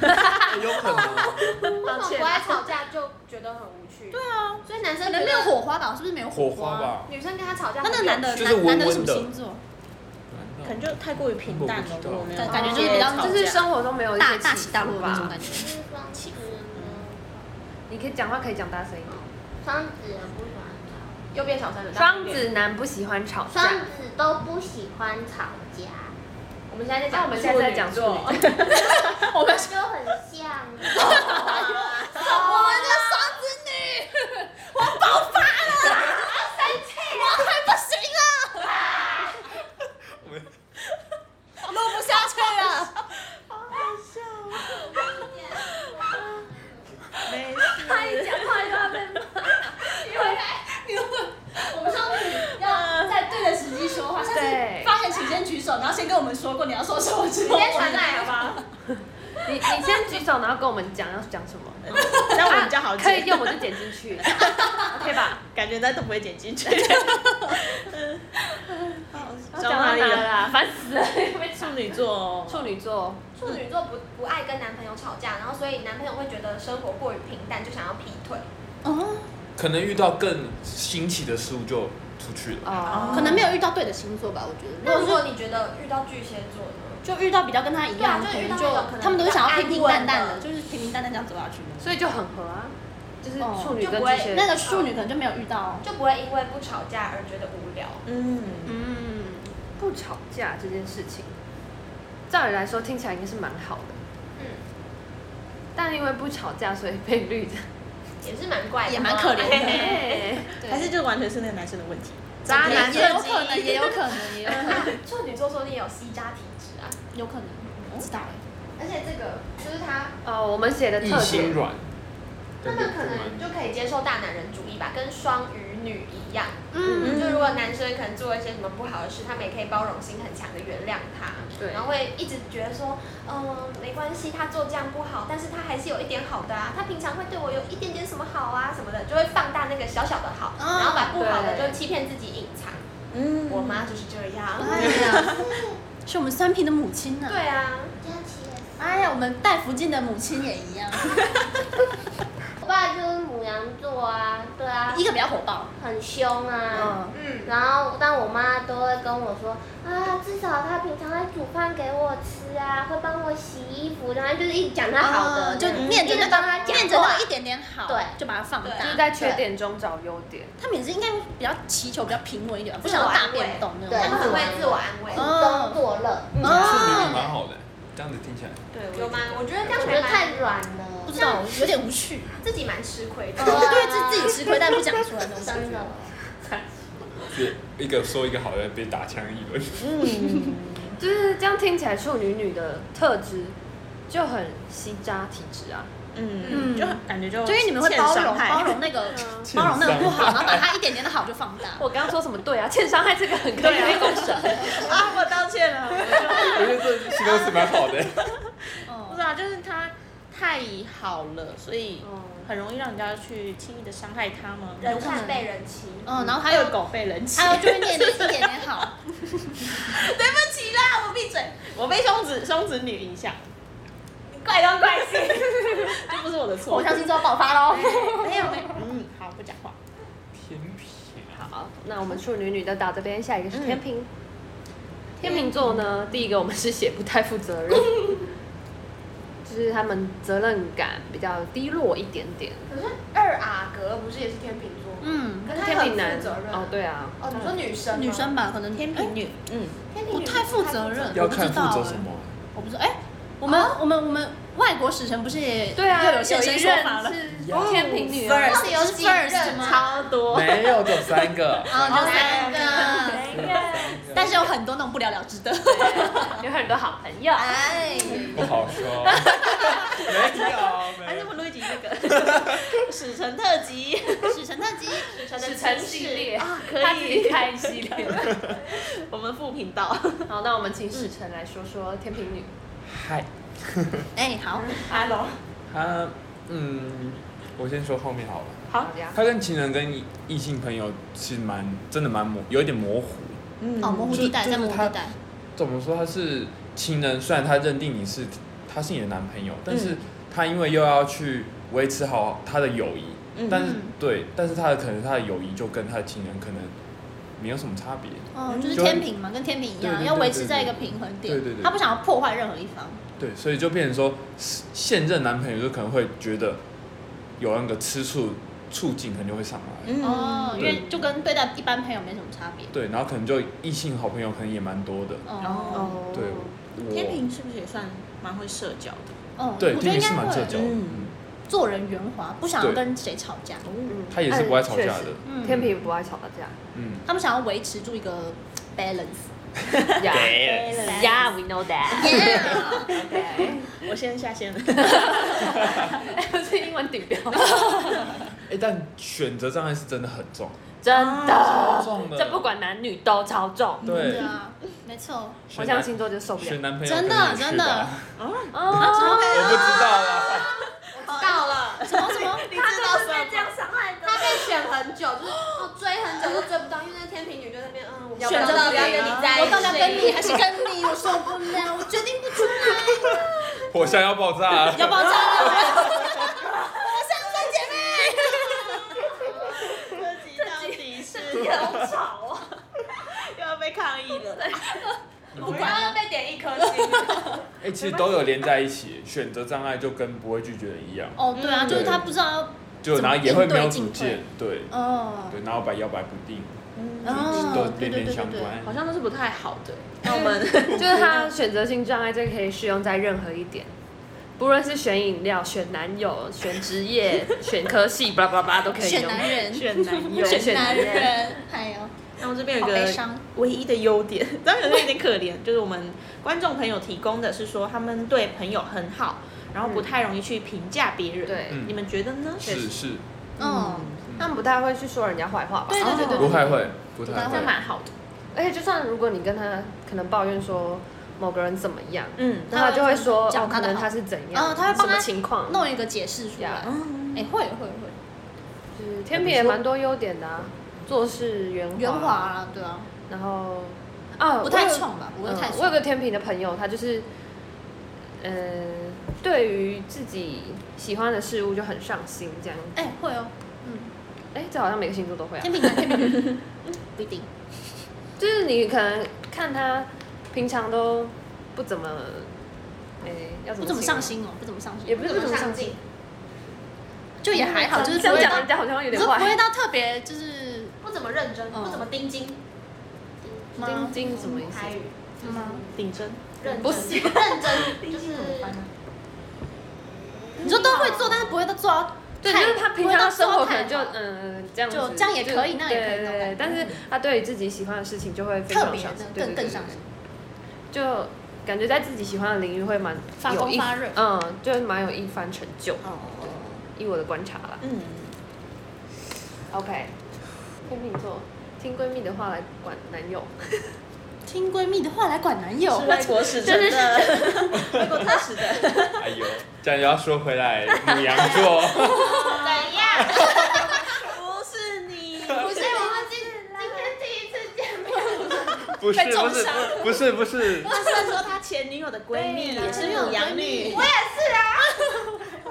Speaker 6: 哎有可能哦
Speaker 3: 为什么不爱吵架就觉得很无趣？啊对啊，所以男生
Speaker 2: 可
Speaker 3: 觉
Speaker 2: 能
Speaker 3: 得
Speaker 2: 没有，火花吧？是不是没有
Speaker 6: 火
Speaker 2: 花
Speaker 6: 花？吧。
Speaker 3: 女生跟他吵架
Speaker 2: 那那
Speaker 3: 很有趣，
Speaker 2: 个男的
Speaker 6: 就是
Speaker 2: 男男的是什
Speaker 6: 温温
Speaker 2: 么
Speaker 6: 的
Speaker 2: 星座？
Speaker 6: 啊
Speaker 1: 可能就太过于平淡了，
Speaker 6: 我不知道
Speaker 1: 我没有
Speaker 2: 感感觉就是比较
Speaker 1: 吵
Speaker 5: 哦就
Speaker 1: 架
Speaker 5: 是生活中没有一
Speaker 2: 大
Speaker 5: 些啊
Speaker 2: 大起大落的那种
Speaker 5: 吧。
Speaker 2: 感觉。
Speaker 4: 是双子呢？
Speaker 5: 你可以讲话可以讲大声一点。
Speaker 4: 双子很不喜欢
Speaker 3: 又变小声了。
Speaker 5: 双子男不喜欢吵架
Speaker 4: 吵，双，子都不喜欢吵架，
Speaker 3: 我们现在在
Speaker 5: 那
Speaker 3: 讲，
Speaker 5: 我们现在在讲处女座，
Speaker 4: 我们就很像。
Speaker 3: 哦
Speaker 2: 我们这双子女，我爆发了，生气，我快不行了，录不下去了。
Speaker 1: 没事。
Speaker 5: 讲话又要被骂，
Speaker 2: 我们双子女要在对的时机说话，下次
Speaker 5: 对
Speaker 2: 发言请先举手，然后先跟我们说
Speaker 5: 你你先举手，然后跟我们讲要讲什么。
Speaker 1: 那我们比较好
Speaker 2: 啊
Speaker 5: 可以
Speaker 1: 剪，
Speaker 5: 用我就剪进 去，OK 吧？
Speaker 1: 感觉大家都不会剪 进去。
Speaker 5: 讲
Speaker 1: 讲
Speaker 5: 到
Speaker 1: 哪里
Speaker 5: 哪了
Speaker 1: 了？
Speaker 5: 啦？烦死了！
Speaker 1: 处女座哦，
Speaker 5: 处女座，
Speaker 3: 处女座不不爱跟男朋友吵架，然后所以男朋友会觉得生活过于平淡，就想要劈腿。
Speaker 2: 哦，
Speaker 7: 可能遇到更新奇的事物就出去了。
Speaker 5: 哦，
Speaker 2: 可能没有遇到对的星座吧，我觉
Speaker 3: 那
Speaker 2: 得。
Speaker 3: 如
Speaker 2: 如果
Speaker 3: 果你觉得遇到巨蟹座呢？
Speaker 2: 就遇到比较跟他一样，
Speaker 3: 对啊
Speaker 2: 能
Speaker 3: 就遇到那种可
Speaker 2: 就
Speaker 3: 能
Speaker 2: 他们都是想要平平淡淡
Speaker 3: 安
Speaker 2: 的，
Speaker 3: 稳
Speaker 2: 就是平平淡淡这样走下去的。
Speaker 5: 所以就很合啊，就是
Speaker 2: 哦
Speaker 5: 处女
Speaker 3: 就
Speaker 5: 跟
Speaker 3: 不
Speaker 5: 巨
Speaker 3: 会
Speaker 5: 蟹。
Speaker 2: 那个处女可能就没有遇到，
Speaker 3: 就不会因为不吵架而觉得无聊。
Speaker 1: 嗯，
Speaker 5: 嗯，不吵架这件事情，照理来说听起来应该是蛮好的，
Speaker 3: 嗯，
Speaker 5: 但因为不吵架，所以被绿 的。
Speaker 3: 也是蛮怪的，
Speaker 2: 也蛮可怜的
Speaker 5: 对，
Speaker 2: 对
Speaker 1: 嗯还是就完全是那个男生的问题。
Speaker 5: 渣男
Speaker 2: 也有可能，也有可能，也有 可能，
Speaker 3: 处女座说你有 C 加体质啊，
Speaker 2: 有可能，我不知道哎。
Speaker 3: 而且这个就是他，
Speaker 5: 哦，我们写的
Speaker 7: 异
Speaker 5: 特
Speaker 7: 心
Speaker 5: 点，
Speaker 7: 软，
Speaker 3: 他们可能就可以接受大男人主义吧，跟双鱼女一样。
Speaker 2: 嗯，
Speaker 3: 就如果男生可能做一些什么不好的事，他们也可以包容心很强的原谅他，
Speaker 5: 对
Speaker 3: 然后会一直觉得说，嗯，没关系，他做这样不好，但是他还是有一点好的啊，他平常会对我有一点点什么好啊什么的，就会放大那个小小的好，
Speaker 2: 啊
Speaker 3: 然后把不好的
Speaker 5: 对
Speaker 3: 就欺骗自己隐藏。
Speaker 1: 嗯，
Speaker 3: 我妈就是这 样。
Speaker 2: 哎呀，是我们三平的母亲呢。
Speaker 3: 对啊，
Speaker 4: 佳琪也是。
Speaker 2: 哎呀，我们戴福晋的母亲也一样，
Speaker 4: 我爸就是母羊座啊，对啊
Speaker 2: 一，个比较火爆，
Speaker 4: 很凶啊。
Speaker 5: 嗯，
Speaker 3: 嗯，
Speaker 4: 然后，但我妈都会跟我说啊，至少她平常会煮饭给我吃啊，会帮我洗衣服，然后就是一直讲她好的，
Speaker 2: 嗯就
Speaker 4: 嗯
Speaker 2: 念着
Speaker 4: 一直
Speaker 2: 那
Speaker 4: 帮她
Speaker 2: 个
Speaker 4: 讲
Speaker 2: 念着
Speaker 4: 话
Speaker 2: 那个一点点好，
Speaker 4: 对
Speaker 2: 就把它放
Speaker 5: 就
Speaker 2: 大
Speaker 5: 是。在缺点中找优点。
Speaker 2: 他们也是应该比较祈求比较平稳一点吧，不想要大变动那种
Speaker 4: 对
Speaker 3: 他
Speaker 2: 感
Speaker 3: 们很
Speaker 2: 觉。
Speaker 3: 会自我安慰。
Speaker 2: 嗯
Speaker 4: 工作乐，
Speaker 7: 处女
Speaker 2: 哦，
Speaker 7: 也
Speaker 6: 嗯
Speaker 7: 蛮好的，这样子听起来。
Speaker 3: 对，有吗？我觉得这
Speaker 4: 我
Speaker 3: 样
Speaker 4: 觉得
Speaker 3: 还
Speaker 4: 太
Speaker 3: 蛮
Speaker 4: 软
Speaker 2: 不
Speaker 4: 了，
Speaker 2: 知道，有点无趣，
Speaker 3: 自己蛮吃亏 的。
Speaker 2: 对自自己吃亏但不讲出来那种感
Speaker 4: 真
Speaker 2: 觉。
Speaker 4: 的。
Speaker 6: 是一个说一个好的被打枪 一轮。
Speaker 1: 嗯，
Speaker 5: 就是这样听起来，处女女的特质就很吸渣体质啊。
Speaker 1: 嗯，就感觉就
Speaker 2: 就因为你们会包
Speaker 1: 欠
Speaker 2: 容
Speaker 1: 伤害
Speaker 2: 包容那个包容那个不好，然后把它一点点的好就放大。
Speaker 5: 我刚刚说什么对啊？欠伤害这个很可以 被公审。
Speaker 1: 啊，我道 歉了，
Speaker 6: 我觉得这形容词蛮好 的。
Speaker 1: 不
Speaker 2: 哦
Speaker 1: 知，道，就是他太好了，所以
Speaker 5: 哦
Speaker 1: 很容易让人家去轻易的伤害他们。
Speaker 3: 人善被人欺。
Speaker 2: 嗯，然后还
Speaker 1: 还有
Speaker 2: 有
Speaker 1: 狗被人欺，
Speaker 2: 还有就是念一点点好，
Speaker 1: 对不起啦，我闭嘴，我被松子松子女影响，
Speaker 3: 怪东怪 西。
Speaker 1: 这不是我的错。
Speaker 2: 火象星座爆发喽。
Speaker 1: 没有没有，嗯，好，不讲话。
Speaker 7: 天平，
Speaker 5: 好，那我们处女女的到这边，下一个是天平。
Speaker 3: 嗯
Speaker 5: 天秤座呢，第一个我们是写不太负责 任，就是他们责任感比较低落一点点。
Speaker 3: 可是二阿哥不是也是天秤座吗？
Speaker 2: 嗯，
Speaker 3: 可是
Speaker 5: 天
Speaker 3: 他很
Speaker 5: 秤男
Speaker 3: 负责任。
Speaker 5: 哦，。对啊，
Speaker 3: 哦，你说女生吗？
Speaker 2: 女生吧，可能哎天平女
Speaker 1: 嗯，
Speaker 3: 天秤
Speaker 2: 不
Speaker 3: 女
Speaker 2: 太负责任，
Speaker 7: 要
Speaker 2: 我不知
Speaker 7: 看负
Speaker 2: 道
Speaker 7: 责
Speaker 2: 欸
Speaker 7: 什么。
Speaker 2: 我不知道，哎，我们
Speaker 1: 啊
Speaker 2: 我们我们外国使臣不是也
Speaker 5: 对啊，
Speaker 2: 又有现身说法了
Speaker 5: 有一？任是天秤女
Speaker 1: 哦
Speaker 5: 啊，
Speaker 2: 到底有几任。
Speaker 1: 超多，
Speaker 7: 没有，只有三个
Speaker 1: 哦
Speaker 2: 啊，就三个，
Speaker 3: 太负责任。
Speaker 2: 但是有很多那种不了了之的。
Speaker 3: 哦
Speaker 5: 有很多好朋友。
Speaker 2: 哎，
Speaker 6: 不好说。
Speaker 1: 还是我录一集这个 史城特辑，
Speaker 2: 使臣特辑，
Speaker 3: 女生
Speaker 5: 史
Speaker 3: 的
Speaker 5: 晨
Speaker 3: 城
Speaker 5: 系
Speaker 3: 市。
Speaker 5: 列
Speaker 1: 啊可以
Speaker 5: 他自己开一系列。
Speaker 1: 我们副频道。
Speaker 5: 好，那我们请史晨来说说天秤女。
Speaker 7: 嗨，
Speaker 2: 哎，好，
Speaker 6: 嗯
Speaker 1: Hello，
Speaker 6: 他嗯，我先说后面好了。
Speaker 1: 好
Speaker 5: 的呀。
Speaker 6: 他跟情人跟异异性朋友是蛮真的蛮模，有一点模糊。
Speaker 1: 嗯
Speaker 2: 哦，模糊地带，
Speaker 6: 就
Speaker 2: 在
Speaker 6: 就是
Speaker 2: 模糊
Speaker 6: 他
Speaker 2: 地带，
Speaker 6: 怎么说？他是情人，虽然他认定你是他是你的男朋友，但是他因为又要去维持好他的友谊，
Speaker 1: 嗯
Speaker 6: 但是对，但是他的可能他的友谊就跟他的情人可能没有什么差别。
Speaker 2: 哦，就是
Speaker 6: 就
Speaker 2: 天平嘛，跟天平一
Speaker 6: 嗯对对
Speaker 2: 样，
Speaker 6: 对
Speaker 2: 要维持在一个平衡点。
Speaker 6: 对对对
Speaker 2: 他不想要破坏任何一方。
Speaker 6: 对，所以就变成说，现任男朋友就可能会觉得有那个吃醋醋劲，可能就会上
Speaker 1: 嗯
Speaker 6: 来。
Speaker 2: 哦，因
Speaker 6: 对
Speaker 2: 为就跟对待一般朋友没什么差别。
Speaker 6: 对，然后可能就异性好朋友可能也蛮多的。
Speaker 2: 哦
Speaker 5: 哦
Speaker 6: 对，
Speaker 1: 天
Speaker 6: 我
Speaker 1: 平是不是也算蛮会社交的？
Speaker 2: 哦，我
Speaker 6: 对
Speaker 2: 觉得应
Speaker 6: 天平是
Speaker 2: 该
Speaker 6: 蛮社交
Speaker 2: 会
Speaker 6: 的，
Speaker 1: 嗯
Speaker 6: 嗯
Speaker 2: 做人圆滑，不想要
Speaker 6: 对
Speaker 2: 跟谁吵架。
Speaker 5: 嗯
Speaker 6: 他也是不爱吵架
Speaker 5: 确
Speaker 6: 的
Speaker 5: 实。
Speaker 2: 嗯
Speaker 5: 天平不爱吵架，
Speaker 6: 嗯，
Speaker 2: 他们想要维持住一个 balance。
Speaker 5: Yeah,
Speaker 8: 对
Speaker 5: yeah, we know that.
Speaker 1: 我先下 线了。
Speaker 5: 不是英文顶标，
Speaker 6: 哎，但选择障碍是真的很重，
Speaker 5: 真
Speaker 6: 超
Speaker 5: 的，
Speaker 6: 重的。
Speaker 5: 这不管男女都超重。
Speaker 2: 对
Speaker 6: 对，
Speaker 2: 啊，没错，
Speaker 5: 我像星座就受不
Speaker 6: 选
Speaker 5: 了。
Speaker 6: 男朋友
Speaker 2: 真的
Speaker 6: 可能也
Speaker 2: 真
Speaker 6: 是
Speaker 2: 的
Speaker 6: 吧
Speaker 2: 啊
Speaker 5: 哦，
Speaker 6: 我不知道啦。
Speaker 3: 到了，
Speaker 2: 什么什么，
Speaker 3: 你知道什么？
Speaker 4: 这样伤害的
Speaker 3: 他被选很久，就是 哦追很久都追不到，因为那天平女就在那边，嗯，我
Speaker 1: 选择
Speaker 3: 到
Speaker 1: 不
Speaker 3: 不要
Speaker 1: 了
Speaker 3: 跟你在一起，
Speaker 2: 我到底要跟你还是跟你，我受不了，我决定不出来，
Speaker 6: 火象要爆炸了，
Speaker 2: 要爆炸了，
Speaker 1: 这集到底是
Speaker 3: 好 吵啊！
Speaker 1: 又要被抗议了？
Speaker 3: 我刚刚被点一颗 星，
Speaker 6: 哎、其实都有连在一起，选择障碍就跟不会拒绝人一样，
Speaker 2: 哦，对啊，
Speaker 1: 嗯
Speaker 2: 就是他不知道，
Speaker 6: 就然后也会没有主见，对
Speaker 2: 哦，
Speaker 6: 对，然后摆摇摆不定，
Speaker 2: 哦
Speaker 6: 嗯都，
Speaker 2: 对对
Speaker 6: 连
Speaker 2: 对
Speaker 6: 连
Speaker 2: 对
Speaker 6: 相
Speaker 2: 对，
Speaker 6: 关
Speaker 1: 好。像都是不太好的。那我们
Speaker 5: 就是他选择性障碍，这个可以适用在任何一点，不论是选饮料、选男友、选职业、选科系，巴拉巴拉巴拉都可以
Speaker 2: 选
Speaker 5: 用。
Speaker 2: 男人，
Speaker 1: 选男 友，
Speaker 5: 选
Speaker 2: 选男人，还有
Speaker 1: 那我这边有
Speaker 2: 好
Speaker 1: 一
Speaker 2: 悲
Speaker 1: 个
Speaker 2: 伤，
Speaker 1: 唯一的优点， 当然有点可怜，就是我们观众朋友提供的是说他们对朋友很好，然后不太容易去评价别人。
Speaker 5: 对，
Speaker 6: 嗯
Speaker 1: 你们觉得呢？
Speaker 6: 是是，
Speaker 2: 嗯，
Speaker 5: 他们不太会去说人家坏话吧？
Speaker 2: 对对对对
Speaker 6: 不
Speaker 2: 对，
Speaker 6: 太会，不太
Speaker 1: 好像
Speaker 6: 会。
Speaker 1: 蛮好的。
Speaker 5: 而且就算如果你跟他可能抱怨说某个人怎么样，
Speaker 1: 嗯
Speaker 5: 那他就会说
Speaker 2: 他
Speaker 5: 哦
Speaker 2: 会，
Speaker 5: 可
Speaker 2: 讲他的
Speaker 5: 能
Speaker 2: 好
Speaker 5: 他是怎
Speaker 2: 哦
Speaker 5: 样，
Speaker 2: 他会帮
Speaker 5: 什么
Speaker 2: 他
Speaker 5: 情况，
Speaker 2: 弄一个解释出来，
Speaker 1: 嗯，
Speaker 2: 哎，会会会，
Speaker 5: 就是天平也蛮多优点的啊，做事圆
Speaker 2: 圆滑，啊，对啊，
Speaker 5: 然后啊，
Speaker 2: 不
Speaker 5: 我
Speaker 2: 太
Speaker 5: 有
Speaker 2: 冲吧，不会太
Speaker 5: 嗯
Speaker 2: 冲，
Speaker 5: 我有个天平的朋友，他就是，嗯、对于自己喜欢的事物就很上心，这样。
Speaker 2: 哎会 哦，
Speaker 5: 哎、这好像每个星座都会啊。
Speaker 2: 天秤男，天秤男， 不一定，
Speaker 5: 就是你可能看他平常都不怎么，哎、要怎
Speaker 2: 不
Speaker 5: 么
Speaker 2: 怎么
Speaker 5: 形容
Speaker 2: 上，心哦，不怎么上心，
Speaker 5: 也不是不怎么上
Speaker 3: 上
Speaker 5: 心
Speaker 3: 进，，
Speaker 2: 就也还好，就是
Speaker 5: 这
Speaker 2: 不会
Speaker 5: 样讲
Speaker 2: 到
Speaker 5: 人家好像有
Speaker 2: 你
Speaker 5: 点
Speaker 2: 说不
Speaker 5: 坏
Speaker 2: 会。到特别就是
Speaker 3: 不怎么认真，
Speaker 2: 嗯
Speaker 3: 不怎么盯紧，
Speaker 5: 钉钉什么意思？
Speaker 3: 台语
Speaker 2: 吗？
Speaker 1: 顶真。
Speaker 3: 认真，
Speaker 5: 不是
Speaker 3: 认真，就是
Speaker 2: 你说都会做，但是不会到做到
Speaker 5: 对，
Speaker 2: 太
Speaker 5: 就是他平
Speaker 2: 不会
Speaker 5: 常
Speaker 2: 到
Speaker 5: 的生活
Speaker 2: 做
Speaker 5: 可能
Speaker 2: 太
Speaker 5: 就
Speaker 2: 好
Speaker 5: 嗯这样子，
Speaker 2: 就这样也可以
Speaker 5: 就
Speaker 2: 那也可以
Speaker 5: 对
Speaker 2: 那
Speaker 5: 对
Speaker 2: 种
Speaker 5: 对
Speaker 2: 感觉
Speaker 5: 但是他对于自己喜欢的事情就会非常
Speaker 2: 特别
Speaker 5: 上
Speaker 2: 的
Speaker 5: 心对
Speaker 2: 更更
Speaker 5: 对对
Speaker 2: 上
Speaker 5: 对
Speaker 2: 心，
Speaker 5: 就感觉在自己喜欢的领域会蛮
Speaker 2: 发
Speaker 5: 有
Speaker 2: 光
Speaker 5: 一
Speaker 2: 发热
Speaker 5: 嗯，就是蛮有一番成就。
Speaker 2: 哦，
Speaker 5: 以我的观察啦
Speaker 1: 嗯，
Speaker 5: ，OK，天秤座，听闺蜜的话来管男友，
Speaker 2: 听闺蜜的话来管男友
Speaker 1: 是，外国使臣哦的， 外国特使的。
Speaker 6: 哎呦，这样又要说回来，母羊座，
Speaker 4: 怎样？
Speaker 1: 不是你，
Speaker 4: 不是哎我们今今天第一次见面，
Speaker 6: 不是
Speaker 2: 被重
Speaker 6: 不是
Speaker 2: 伤
Speaker 6: 不是不是，
Speaker 1: 他是说他前女友的闺蜜，也是母羊啊女。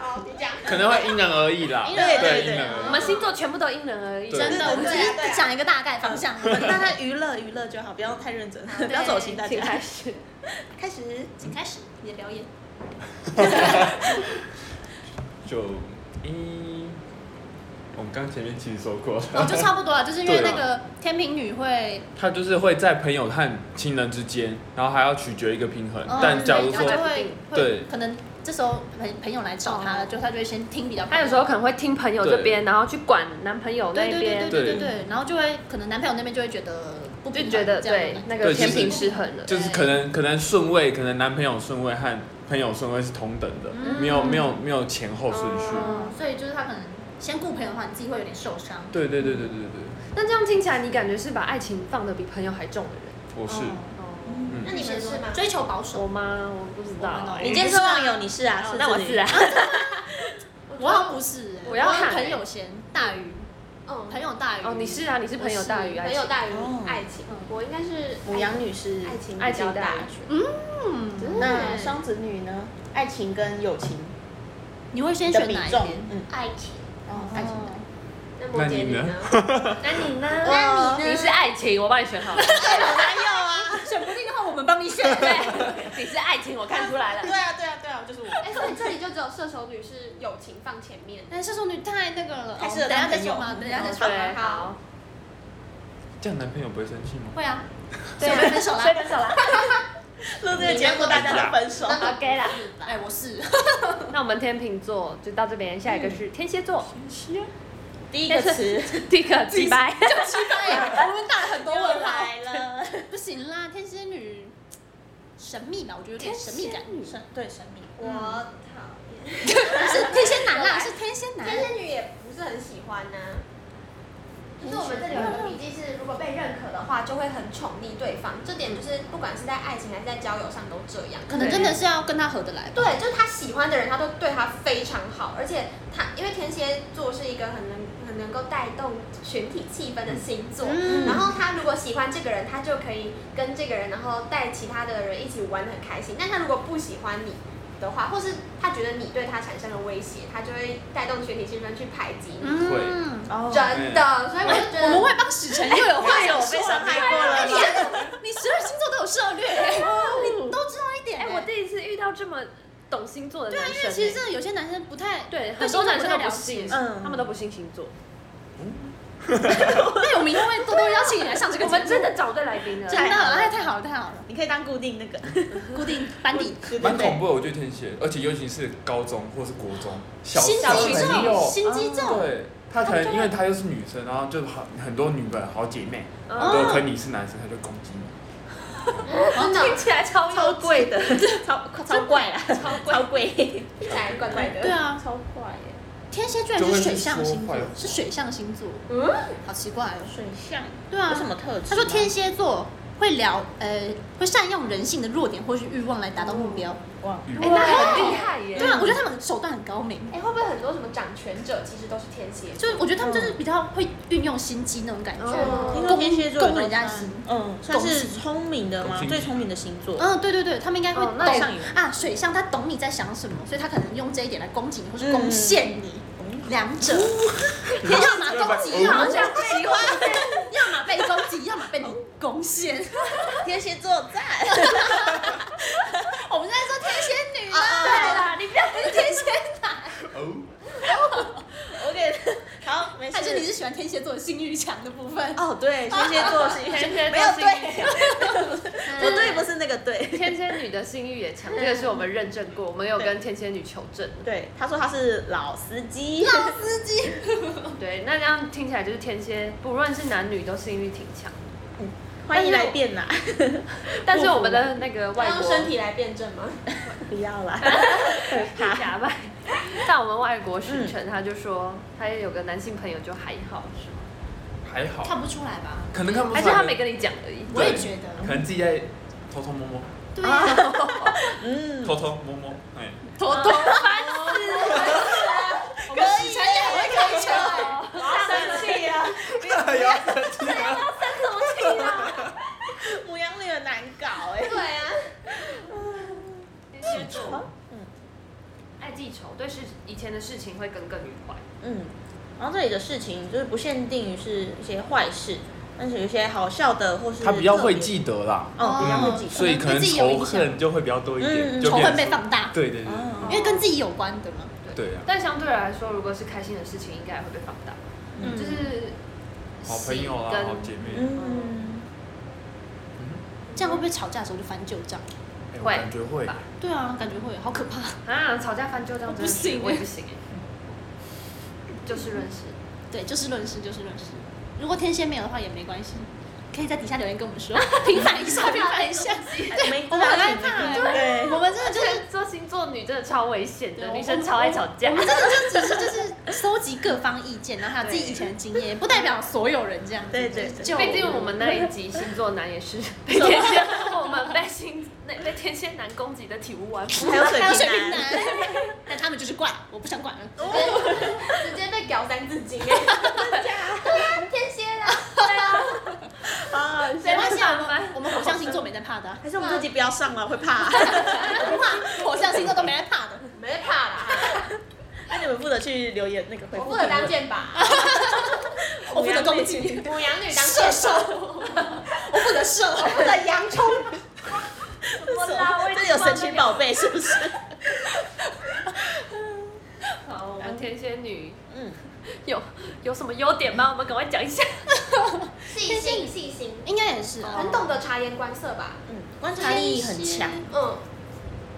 Speaker 3: 好，你讲，
Speaker 6: 可能会因人而异啦，
Speaker 1: 因人而异
Speaker 6: 对
Speaker 1: 对
Speaker 6: 因人
Speaker 5: 我
Speaker 6: 而
Speaker 5: 们星座全部都因人而异，
Speaker 6: 对
Speaker 2: 真的，我们只
Speaker 3: 对啊对啊
Speaker 2: 是讲一个大概方 向，
Speaker 1: 那他娱乐娱乐就好，不要太认真，不要走心，大
Speaker 5: 请
Speaker 1: 家。
Speaker 5: 开始。
Speaker 2: 开始，请开始你的表 演，
Speaker 6: 异，就一，我们刚前面其实说过了，
Speaker 2: 哦，就差不多了，就是因为
Speaker 6: 对
Speaker 2: 那
Speaker 6: 啊
Speaker 2: 个天秤女会，
Speaker 6: 他就是会在朋友和亲人之间，然后还要取决一个平衡。
Speaker 2: 嗯
Speaker 6: 但假
Speaker 2: 对
Speaker 6: 如
Speaker 2: 她就
Speaker 6: 说，
Speaker 2: 会会
Speaker 6: 对
Speaker 2: 可能这时候朋朋友来找她了，
Speaker 5: 哦
Speaker 2: 就她就会先听比较，
Speaker 5: 他有时候可能会听朋友这边，然后去管男朋友
Speaker 2: 对
Speaker 5: 那
Speaker 2: 对对对
Speaker 5: 边，
Speaker 2: 对对
Speaker 6: 对
Speaker 2: 对，然后就会可能男朋友那边就会觉得不平
Speaker 5: 就
Speaker 2: 衡
Speaker 5: 觉得
Speaker 2: 这样的
Speaker 5: 对
Speaker 2: 感觉
Speaker 5: 那个
Speaker 6: 对就
Speaker 5: 天
Speaker 6: 是
Speaker 5: 平失衡了。
Speaker 6: 就是可能可能顺位，可能男朋友顺位和朋友顺位是同等的，没有没有没有前后顺序。
Speaker 5: 嗯哦
Speaker 2: 所以就是他可能先顾朋友的话，你自己会有点受伤。
Speaker 6: 对对对对对对，
Speaker 5: 那这样听起来，你感觉是把爱情放得比朋友还重的人？
Speaker 6: 我是
Speaker 5: 哦，
Speaker 1: 嗯
Speaker 3: 那你们是吗？
Speaker 2: 追求保守
Speaker 5: 我，吗？我不知道
Speaker 2: 我。
Speaker 1: 你今天是网友，你是啊？
Speaker 5: 哦
Speaker 1: 是
Speaker 5: 那我是啊，
Speaker 2: 我好像不是欸，
Speaker 5: 我要
Speaker 2: 好像
Speaker 5: 看欸
Speaker 2: 朋友先大于
Speaker 3: 嗯，
Speaker 2: 朋友大于
Speaker 5: 哦，你是啊，你是朋友大于爱
Speaker 3: 朋
Speaker 5: 情
Speaker 3: 友，大于
Speaker 1: 哦
Speaker 3: 爱情，我应该是
Speaker 1: 母羊女是
Speaker 3: 爱情
Speaker 5: 爱
Speaker 3: 比较
Speaker 5: 情
Speaker 3: 大
Speaker 5: 大于。
Speaker 2: 嗯，
Speaker 1: 那双子女呢？爱情跟友情
Speaker 2: 你会先
Speaker 1: 的
Speaker 2: 选
Speaker 1: 比
Speaker 2: 哪一
Speaker 1: 重
Speaker 2: 边？，
Speaker 1: 嗯，
Speaker 4: 爱情。
Speaker 1: 哦，爱情的。
Speaker 3: 那摩羯女呢？
Speaker 5: 那 你
Speaker 1: 那你
Speaker 5: 呢？
Speaker 1: 呢
Speaker 5: 啊你是爱情，我帮你选好了。
Speaker 1: 哪有啊？
Speaker 2: 选不定的话，我们帮你选。
Speaker 5: 对，你是爱情，我看出来 了
Speaker 1: 对。啊，对啊，对啊，就是我。
Speaker 3: 哎，所以这里就只有射手女是友情放前面。
Speaker 2: 但哎射手女太那个了，
Speaker 1: 太
Speaker 2: 哦
Speaker 1: 适合
Speaker 2: 等一下
Speaker 1: 当
Speaker 2: 再
Speaker 1: 朋友
Speaker 2: 说嘛，等一下再说。
Speaker 5: 对，
Speaker 3: 好，
Speaker 6: 这样男朋友不会生气吗？
Speaker 2: 会啊，
Speaker 5: 对
Speaker 2: 准备分手啦
Speaker 5: 所以分手啦。
Speaker 1: 录这个节目，大家都分手。
Speaker 5: OK 啦，
Speaker 2: 哎，我是
Speaker 5: 那我们天秤座就到这边，下一个是天蝎座。
Speaker 1: 第一个词，
Speaker 5: 第一个击败，
Speaker 2: 对，我们打了很多问号。
Speaker 1: 来了，
Speaker 2: 不行啦，天蝎女神秘吧，我觉得有点神秘感。神
Speaker 1: 对神秘，
Speaker 3: 我讨厌
Speaker 2: 不是天蝎男啦，是天蝎男。
Speaker 3: 天蝎女也不是很喜欢呐、啊就是我们这里有一个笔记是，如果被认可的话，就会很宠溺对方。这点就是不管是在爱情还是在交友上都这样。
Speaker 2: 可能真的是要跟他合得来吧。
Speaker 3: 对，就是他喜欢的人，他都对他非常好，而且他因为天蝎座是一个很能很能够带动群体气氛的星座，
Speaker 2: 嗯
Speaker 3: 然后他如果喜欢这个人，他就可以跟这个人，然后带其他的人一起玩得很开心。但他如果不喜欢你的话，或是他觉得你对他产生了威胁，他就会带动群体气氛去排挤你。
Speaker 2: 嗯，
Speaker 1: 哦
Speaker 3: 真的，所以我就觉
Speaker 2: 哎我
Speaker 3: 得
Speaker 2: 们。外帮史晨又有话
Speaker 1: 哎
Speaker 2: 想
Speaker 1: 我
Speaker 2: 说
Speaker 1: 被伤害 过了
Speaker 2: 你 你十二星座都有涉略， 你都知道一点。
Speaker 5: 哎，我第一次遇到这么懂星座的
Speaker 2: 对啊，
Speaker 5: 男
Speaker 2: 因为
Speaker 5: 生
Speaker 2: 其实
Speaker 5: 欸，
Speaker 2: 真的有些男生不太
Speaker 5: 对，
Speaker 2: 对
Speaker 5: 很
Speaker 2: 星座
Speaker 5: 多男生
Speaker 2: 太
Speaker 5: 都
Speaker 2: 了
Speaker 5: 不
Speaker 2: 解
Speaker 5: 信，。
Speaker 1: 嗯
Speaker 5: 他们都不信星座。
Speaker 2: 那我们以后会多多邀请你来上这个
Speaker 5: 我
Speaker 2: 节目。
Speaker 5: 们真的找对来宾了，
Speaker 2: 真的，哎，太好了，太好了，
Speaker 1: 你可以当固定那个，
Speaker 2: 固定班底。
Speaker 1: 对
Speaker 7: 蛮恐
Speaker 1: 怖。
Speaker 7: 怖的，我觉得天蝎，而且尤其是高中或是国中，小
Speaker 2: 心
Speaker 7: 小
Speaker 2: 机
Speaker 7: 朋友嗯
Speaker 2: 重，，心机重，
Speaker 7: 对，她可能因为她又是女生，然后就很很多女本好姐妹，
Speaker 5: 嗯
Speaker 6: 哦
Speaker 7: 如果可能你是男生，她就攻击你。
Speaker 3: 真 的
Speaker 5: 听起来超
Speaker 1: 超
Speaker 5: 幼稚
Speaker 1: 贵的， 超超怪啦，超贵，超贵。
Speaker 3: 听起来怪怪的。
Speaker 2: 对啊，
Speaker 4: 超快耶！
Speaker 2: 天蝎居然是水象星
Speaker 7: 就会说
Speaker 2: 座
Speaker 7: 坏话，
Speaker 2: 是水象星座，
Speaker 3: 嗯，
Speaker 2: 好奇怪哦。
Speaker 1: 水象
Speaker 2: 对啊
Speaker 1: 有什么特质吗？
Speaker 2: 他说天蝎座会聊，呃，会善用人性的弱点或是欲望来达到目标。
Speaker 1: 哇，
Speaker 7: 嗯
Speaker 5: 哎，那很厉害
Speaker 1: 嗯
Speaker 5: 耶！
Speaker 2: 对啊，我觉得他们手段很高明，
Speaker 3: 哎、会不会很多什么掌权者其实都是天蝎？
Speaker 2: 就是我觉得他们就是比较会运用心机那种感觉，
Speaker 5: 嗯
Speaker 1: 哦听
Speaker 2: 攻
Speaker 1: 说天蝎座有
Speaker 2: 攻人家
Speaker 1: 多
Speaker 2: 的心。
Speaker 1: 嗯，算是聪明的吗
Speaker 7: 懂？心
Speaker 1: 最聪明的星座。
Speaker 2: 嗯，对对对，他们应该会
Speaker 5: 哦
Speaker 2: 懂
Speaker 5: 那
Speaker 1: 也上瘾
Speaker 2: 啊，水象他懂你在想什么，所以他可能用这一点来攻击你或
Speaker 1: 嗯
Speaker 2: 是攻陷你，两 者，要么攻击，要么
Speaker 5: 啊好像喜欢，
Speaker 2: 要么被攻击，要么被你攻 陷。
Speaker 1: 天蝎座在，
Speaker 2: 我们在说天蝎女
Speaker 5: 对
Speaker 2: 啊，
Speaker 5: 啦，你不要
Speaker 2: 对天蝎男，
Speaker 7: 哦，
Speaker 1: 我给 好没事。
Speaker 2: 还是你是喜欢天蝎座的性欲强的部分？
Speaker 1: 哦，对，天蝎座是因为
Speaker 5: 天蝎座
Speaker 1: 没有
Speaker 5: 是
Speaker 1: 对，不对，不是那个对。
Speaker 5: 天蝎女的性欲也强，这个是我们认证过，我们有跟天蝎女求证。
Speaker 1: 对，他说他是老司机，
Speaker 5: 对，那这样听起来就是天蝎，不论是男女都性欲挺强。
Speaker 1: 欢迎来变啦。
Speaker 5: 但是我们的那个
Speaker 3: 要
Speaker 5: 外
Speaker 3: 用
Speaker 5: 国
Speaker 3: 身体来辩证吗？
Speaker 1: 不要啦，
Speaker 5: 假扮， 但我们外国许晨他就说，他也有个男性朋友就还好，是吗？
Speaker 7: 还好，
Speaker 2: 看不出来吧？
Speaker 7: 可能看不出
Speaker 5: 还
Speaker 7: 来，
Speaker 5: 是他没跟你讲而已。
Speaker 2: 我也
Speaker 7: 对
Speaker 2: 觉得，
Speaker 7: 可能自己在偷偷摸摸，
Speaker 2: 对啊，
Speaker 1: 嗯，
Speaker 7: 偷偷摸摸，哎，
Speaker 2: 偷偷烦死了。可以，也很会开车。
Speaker 1: 我要生气啊！ 母羊女很难搞哎。
Speaker 3: 对啊，
Speaker 5: 天蝎座
Speaker 1: 嗯
Speaker 5: 爱记仇，对事以前的事情会耿耿于怀。
Speaker 1: 嗯，然后这里的事情就是不限定于是一些坏事，但是有一些好笑的或是
Speaker 7: 他比较
Speaker 1: 特别
Speaker 7: 会，记得啦，嗯
Speaker 1: 哦，比较会记
Speaker 7: 所以可能仇恨就会比较多一
Speaker 1: 嗯
Speaker 7: 点，就
Speaker 2: 仇
Speaker 7: 变
Speaker 2: 恨
Speaker 7: 成
Speaker 2: 被放大，
Speaker 7: 对对对，
Speaker 1: 哦
Speaker 2: 因为跟自己有关的嘛。
Speaker 7: 对啊
Speaker 5: 但相对来说，如果是开心的事情，应该也会被放大，
Speaker 1: 嗯
Speaker 5: 就是
Speaker 7: 好朋友啊，
Speaker 5: 跟
Speaker 7: 好姐妹，嗯
Speaker 1: 嗯，
Speaker 2: 这样会不会吵架的时候就翻旧账？
Speaker 7: 哎我
Speaker 5: 会
Speaker 7: 感觉会
Speaker 5: 吧
Speaker 2: 对啊，感觉会好可怕。
Speaker 5: 啊，吵架翻旧账真
Speaker 2: 我不
Speaker 5: 的是
Speaker 2: 行
Speaker 5: 我也不行哎，就事论事。
Speaker 2: 对，就事论事，就事论事。如果天蝎没有的话也没关系，可以在底下留言跟我们 说，平反一下，平反一下。
Speaker 1: 哎没
Speaker 2: 我们很害怕
Speaker 1: 对，
Speaker 2: 我们真的就是
Speaker 5: 对，做星座女真的超危险
Speaker 2: 对
Speaker 5: 的，
Speaker 2: 我
Speaker 5: 女生超爱吵架。
Speaker 2: 真的就只是就是收集各方意见，然后还有自己以前的经验，不代表所有人这样子。
Speaker 1: 对对对
Speaker 2: 就
Speaker 5: 毕竟我们那一集星座男也是 被天蝎，我们被星那被天蝎男攻击的体无完肤。
Speaker 1: 还有
Speaker 2: 还有水
Speaker 1: 水
Speaker 2: 瓶
Speaker 1: 瓶
Speaker 2: 男
Speaker 1: 男，
Speaker 2: 但他们就是怪，我不想管了。
Speaker 3: 直接被屌三字经哎！对啊，天蝎啦，对啊，
Speaker 1: 啊，
Speaker 5: 没关系啊
Speaker 2: 我们我们火象星座没在怕的啊，
Speaker 1: 还是我们这集不要上了，会怕。
Speaker 2: 不怕，火象星座都没在怕的。
Speaker 3: 没怕啦，
Speaker 1: 那你们负责去留言那个回
Speaker 3: 我
Speaker 1: 复。
Speaker 3: 负责当箭靶，
Speaker 2: 我负责攻击，
Speaker 3: 母羊女当
Speaker 2: 射
Speaker 3: 箭
Speaker 2: 手，
Speaker 3: 手，
Speaker 2: 我负责射，
Speaker 3: 我负责 洋葱，
Speaker 1: 我这有神奇宝贝是不是？
Speaker 5: 好，我们啊天蝎女
Speaker 1: 嗯，
Speaker 5: 有有什么优点吗？我们赶快讲一下。
Speaker 3: 细心细心，
Speaker 2: 应该也是啊
Speaker 3: 很懂得察言观色吧？
Speaker 1: 嗯，观察力很强。
Speaker 3: 嗯，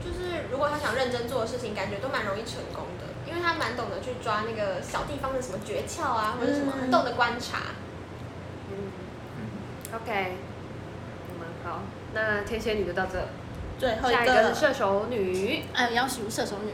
Speaker 3: 就是如果他想认真做的事情，感觉都蛮容易成功的，因为他蛮懂得去抓那个小地方的什么诀窍啊，或者什么，很懂得观察。
Speaker 5: 嗯，OK，蛮好。那天蝎女就到这，
Speaker 1: 最后一
Speaker 5: 下一
Speaker 1: 个
Speaker 5: 个射手女，
Speaker 2: 哎，我要喜射手女，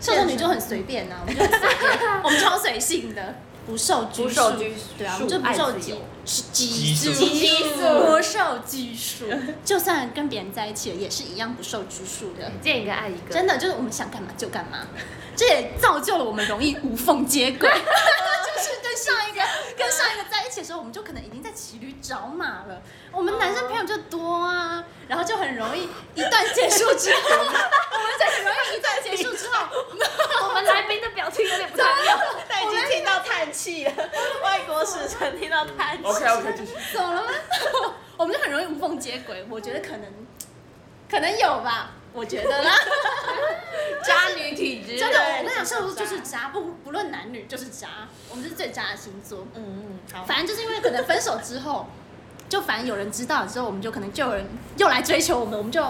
Speaker 2: 射手女就很随便呐、啊，我们就很随 便，我们超随性的，不受拘束，
Speaker 5: 不受拘束
Speaker 2: 对啊，我们就不
Speaker 5: 爱
Speaker 2: 受
Speaker 5: 自
Speaker 2: 拘
Speaker 5: 由
Speaker 2: 是拘束，
Speaker 7: 拘
Speaker 2: 束，不受拘束， 就算跟别人在一起了，也是一样不受拘束的。
Speaker 5: 见一个爱一个，
Speaker 2: 真的就是我们想干嘛就干嘛， 这也造就了我们容易无缝接轨。 就是跟上一个跟上一个在一起的时候，我们就可能已经在骑驴找马了。我们男生朋友就多啊，然后就很容易一段结束之后，我
Speaker 5: 哦
Speaker 2: 们就很容易一段结束之后，
Speaker 5: 我们来宾的表情有点不太妙。
Speaker 1: 他已经听到叹气了，外国使臣听到叹气。
Speaker 7: OK OK，继续。
Speaker 2: 走了吗？我们就很容易无缝接轨。我觉得可能可能有吧，我觉得啦。
Speaker 5: 渣女体质，
Speaker 2: 真的，我跟你讲，射手座就是渣，不不论男女就是渣，我们是最渣的星座。
Speaker 1: 嗯嗯，好，
Speaker 2: 反正就是因为可能分手之后，就反正有人知道了之后，我们就可能就有人又来追求我们，我们就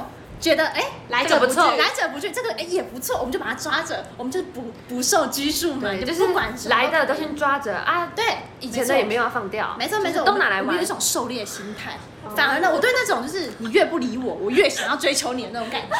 Speaker 2: 觉得哎、
Speaker 5: 来
Speaker 2: 这
Speaker 5: 者
Speaker 2: 个
Speaker 5: 不
Speaker 2: 拒
Speaker 5: 错，
Speaker 2: 来者不拒，这个哎、也不错，我们就把它抓着，我们就是不不受拘束嘛，
Speaker 5: 对，
Speaker 2: 也
Speaker 5: 就是
Speaker 2: 不管什么
Speaker 5: 来的都先抓着啊，
Speaker 2: 对，以
Speaker 5: 以前的也没
Speaker 2: 有。
Speaker 5: 有要放掉，
Speaker 2: 没错没错，
Speaker 5: 都拿来
Speaker 2: 我们
Speaker 5: 玩哦
Speaker 2: 有一。种狩猎心态。反而呢，我对那种就是你越不理我，我越想要追求你的那种感觉，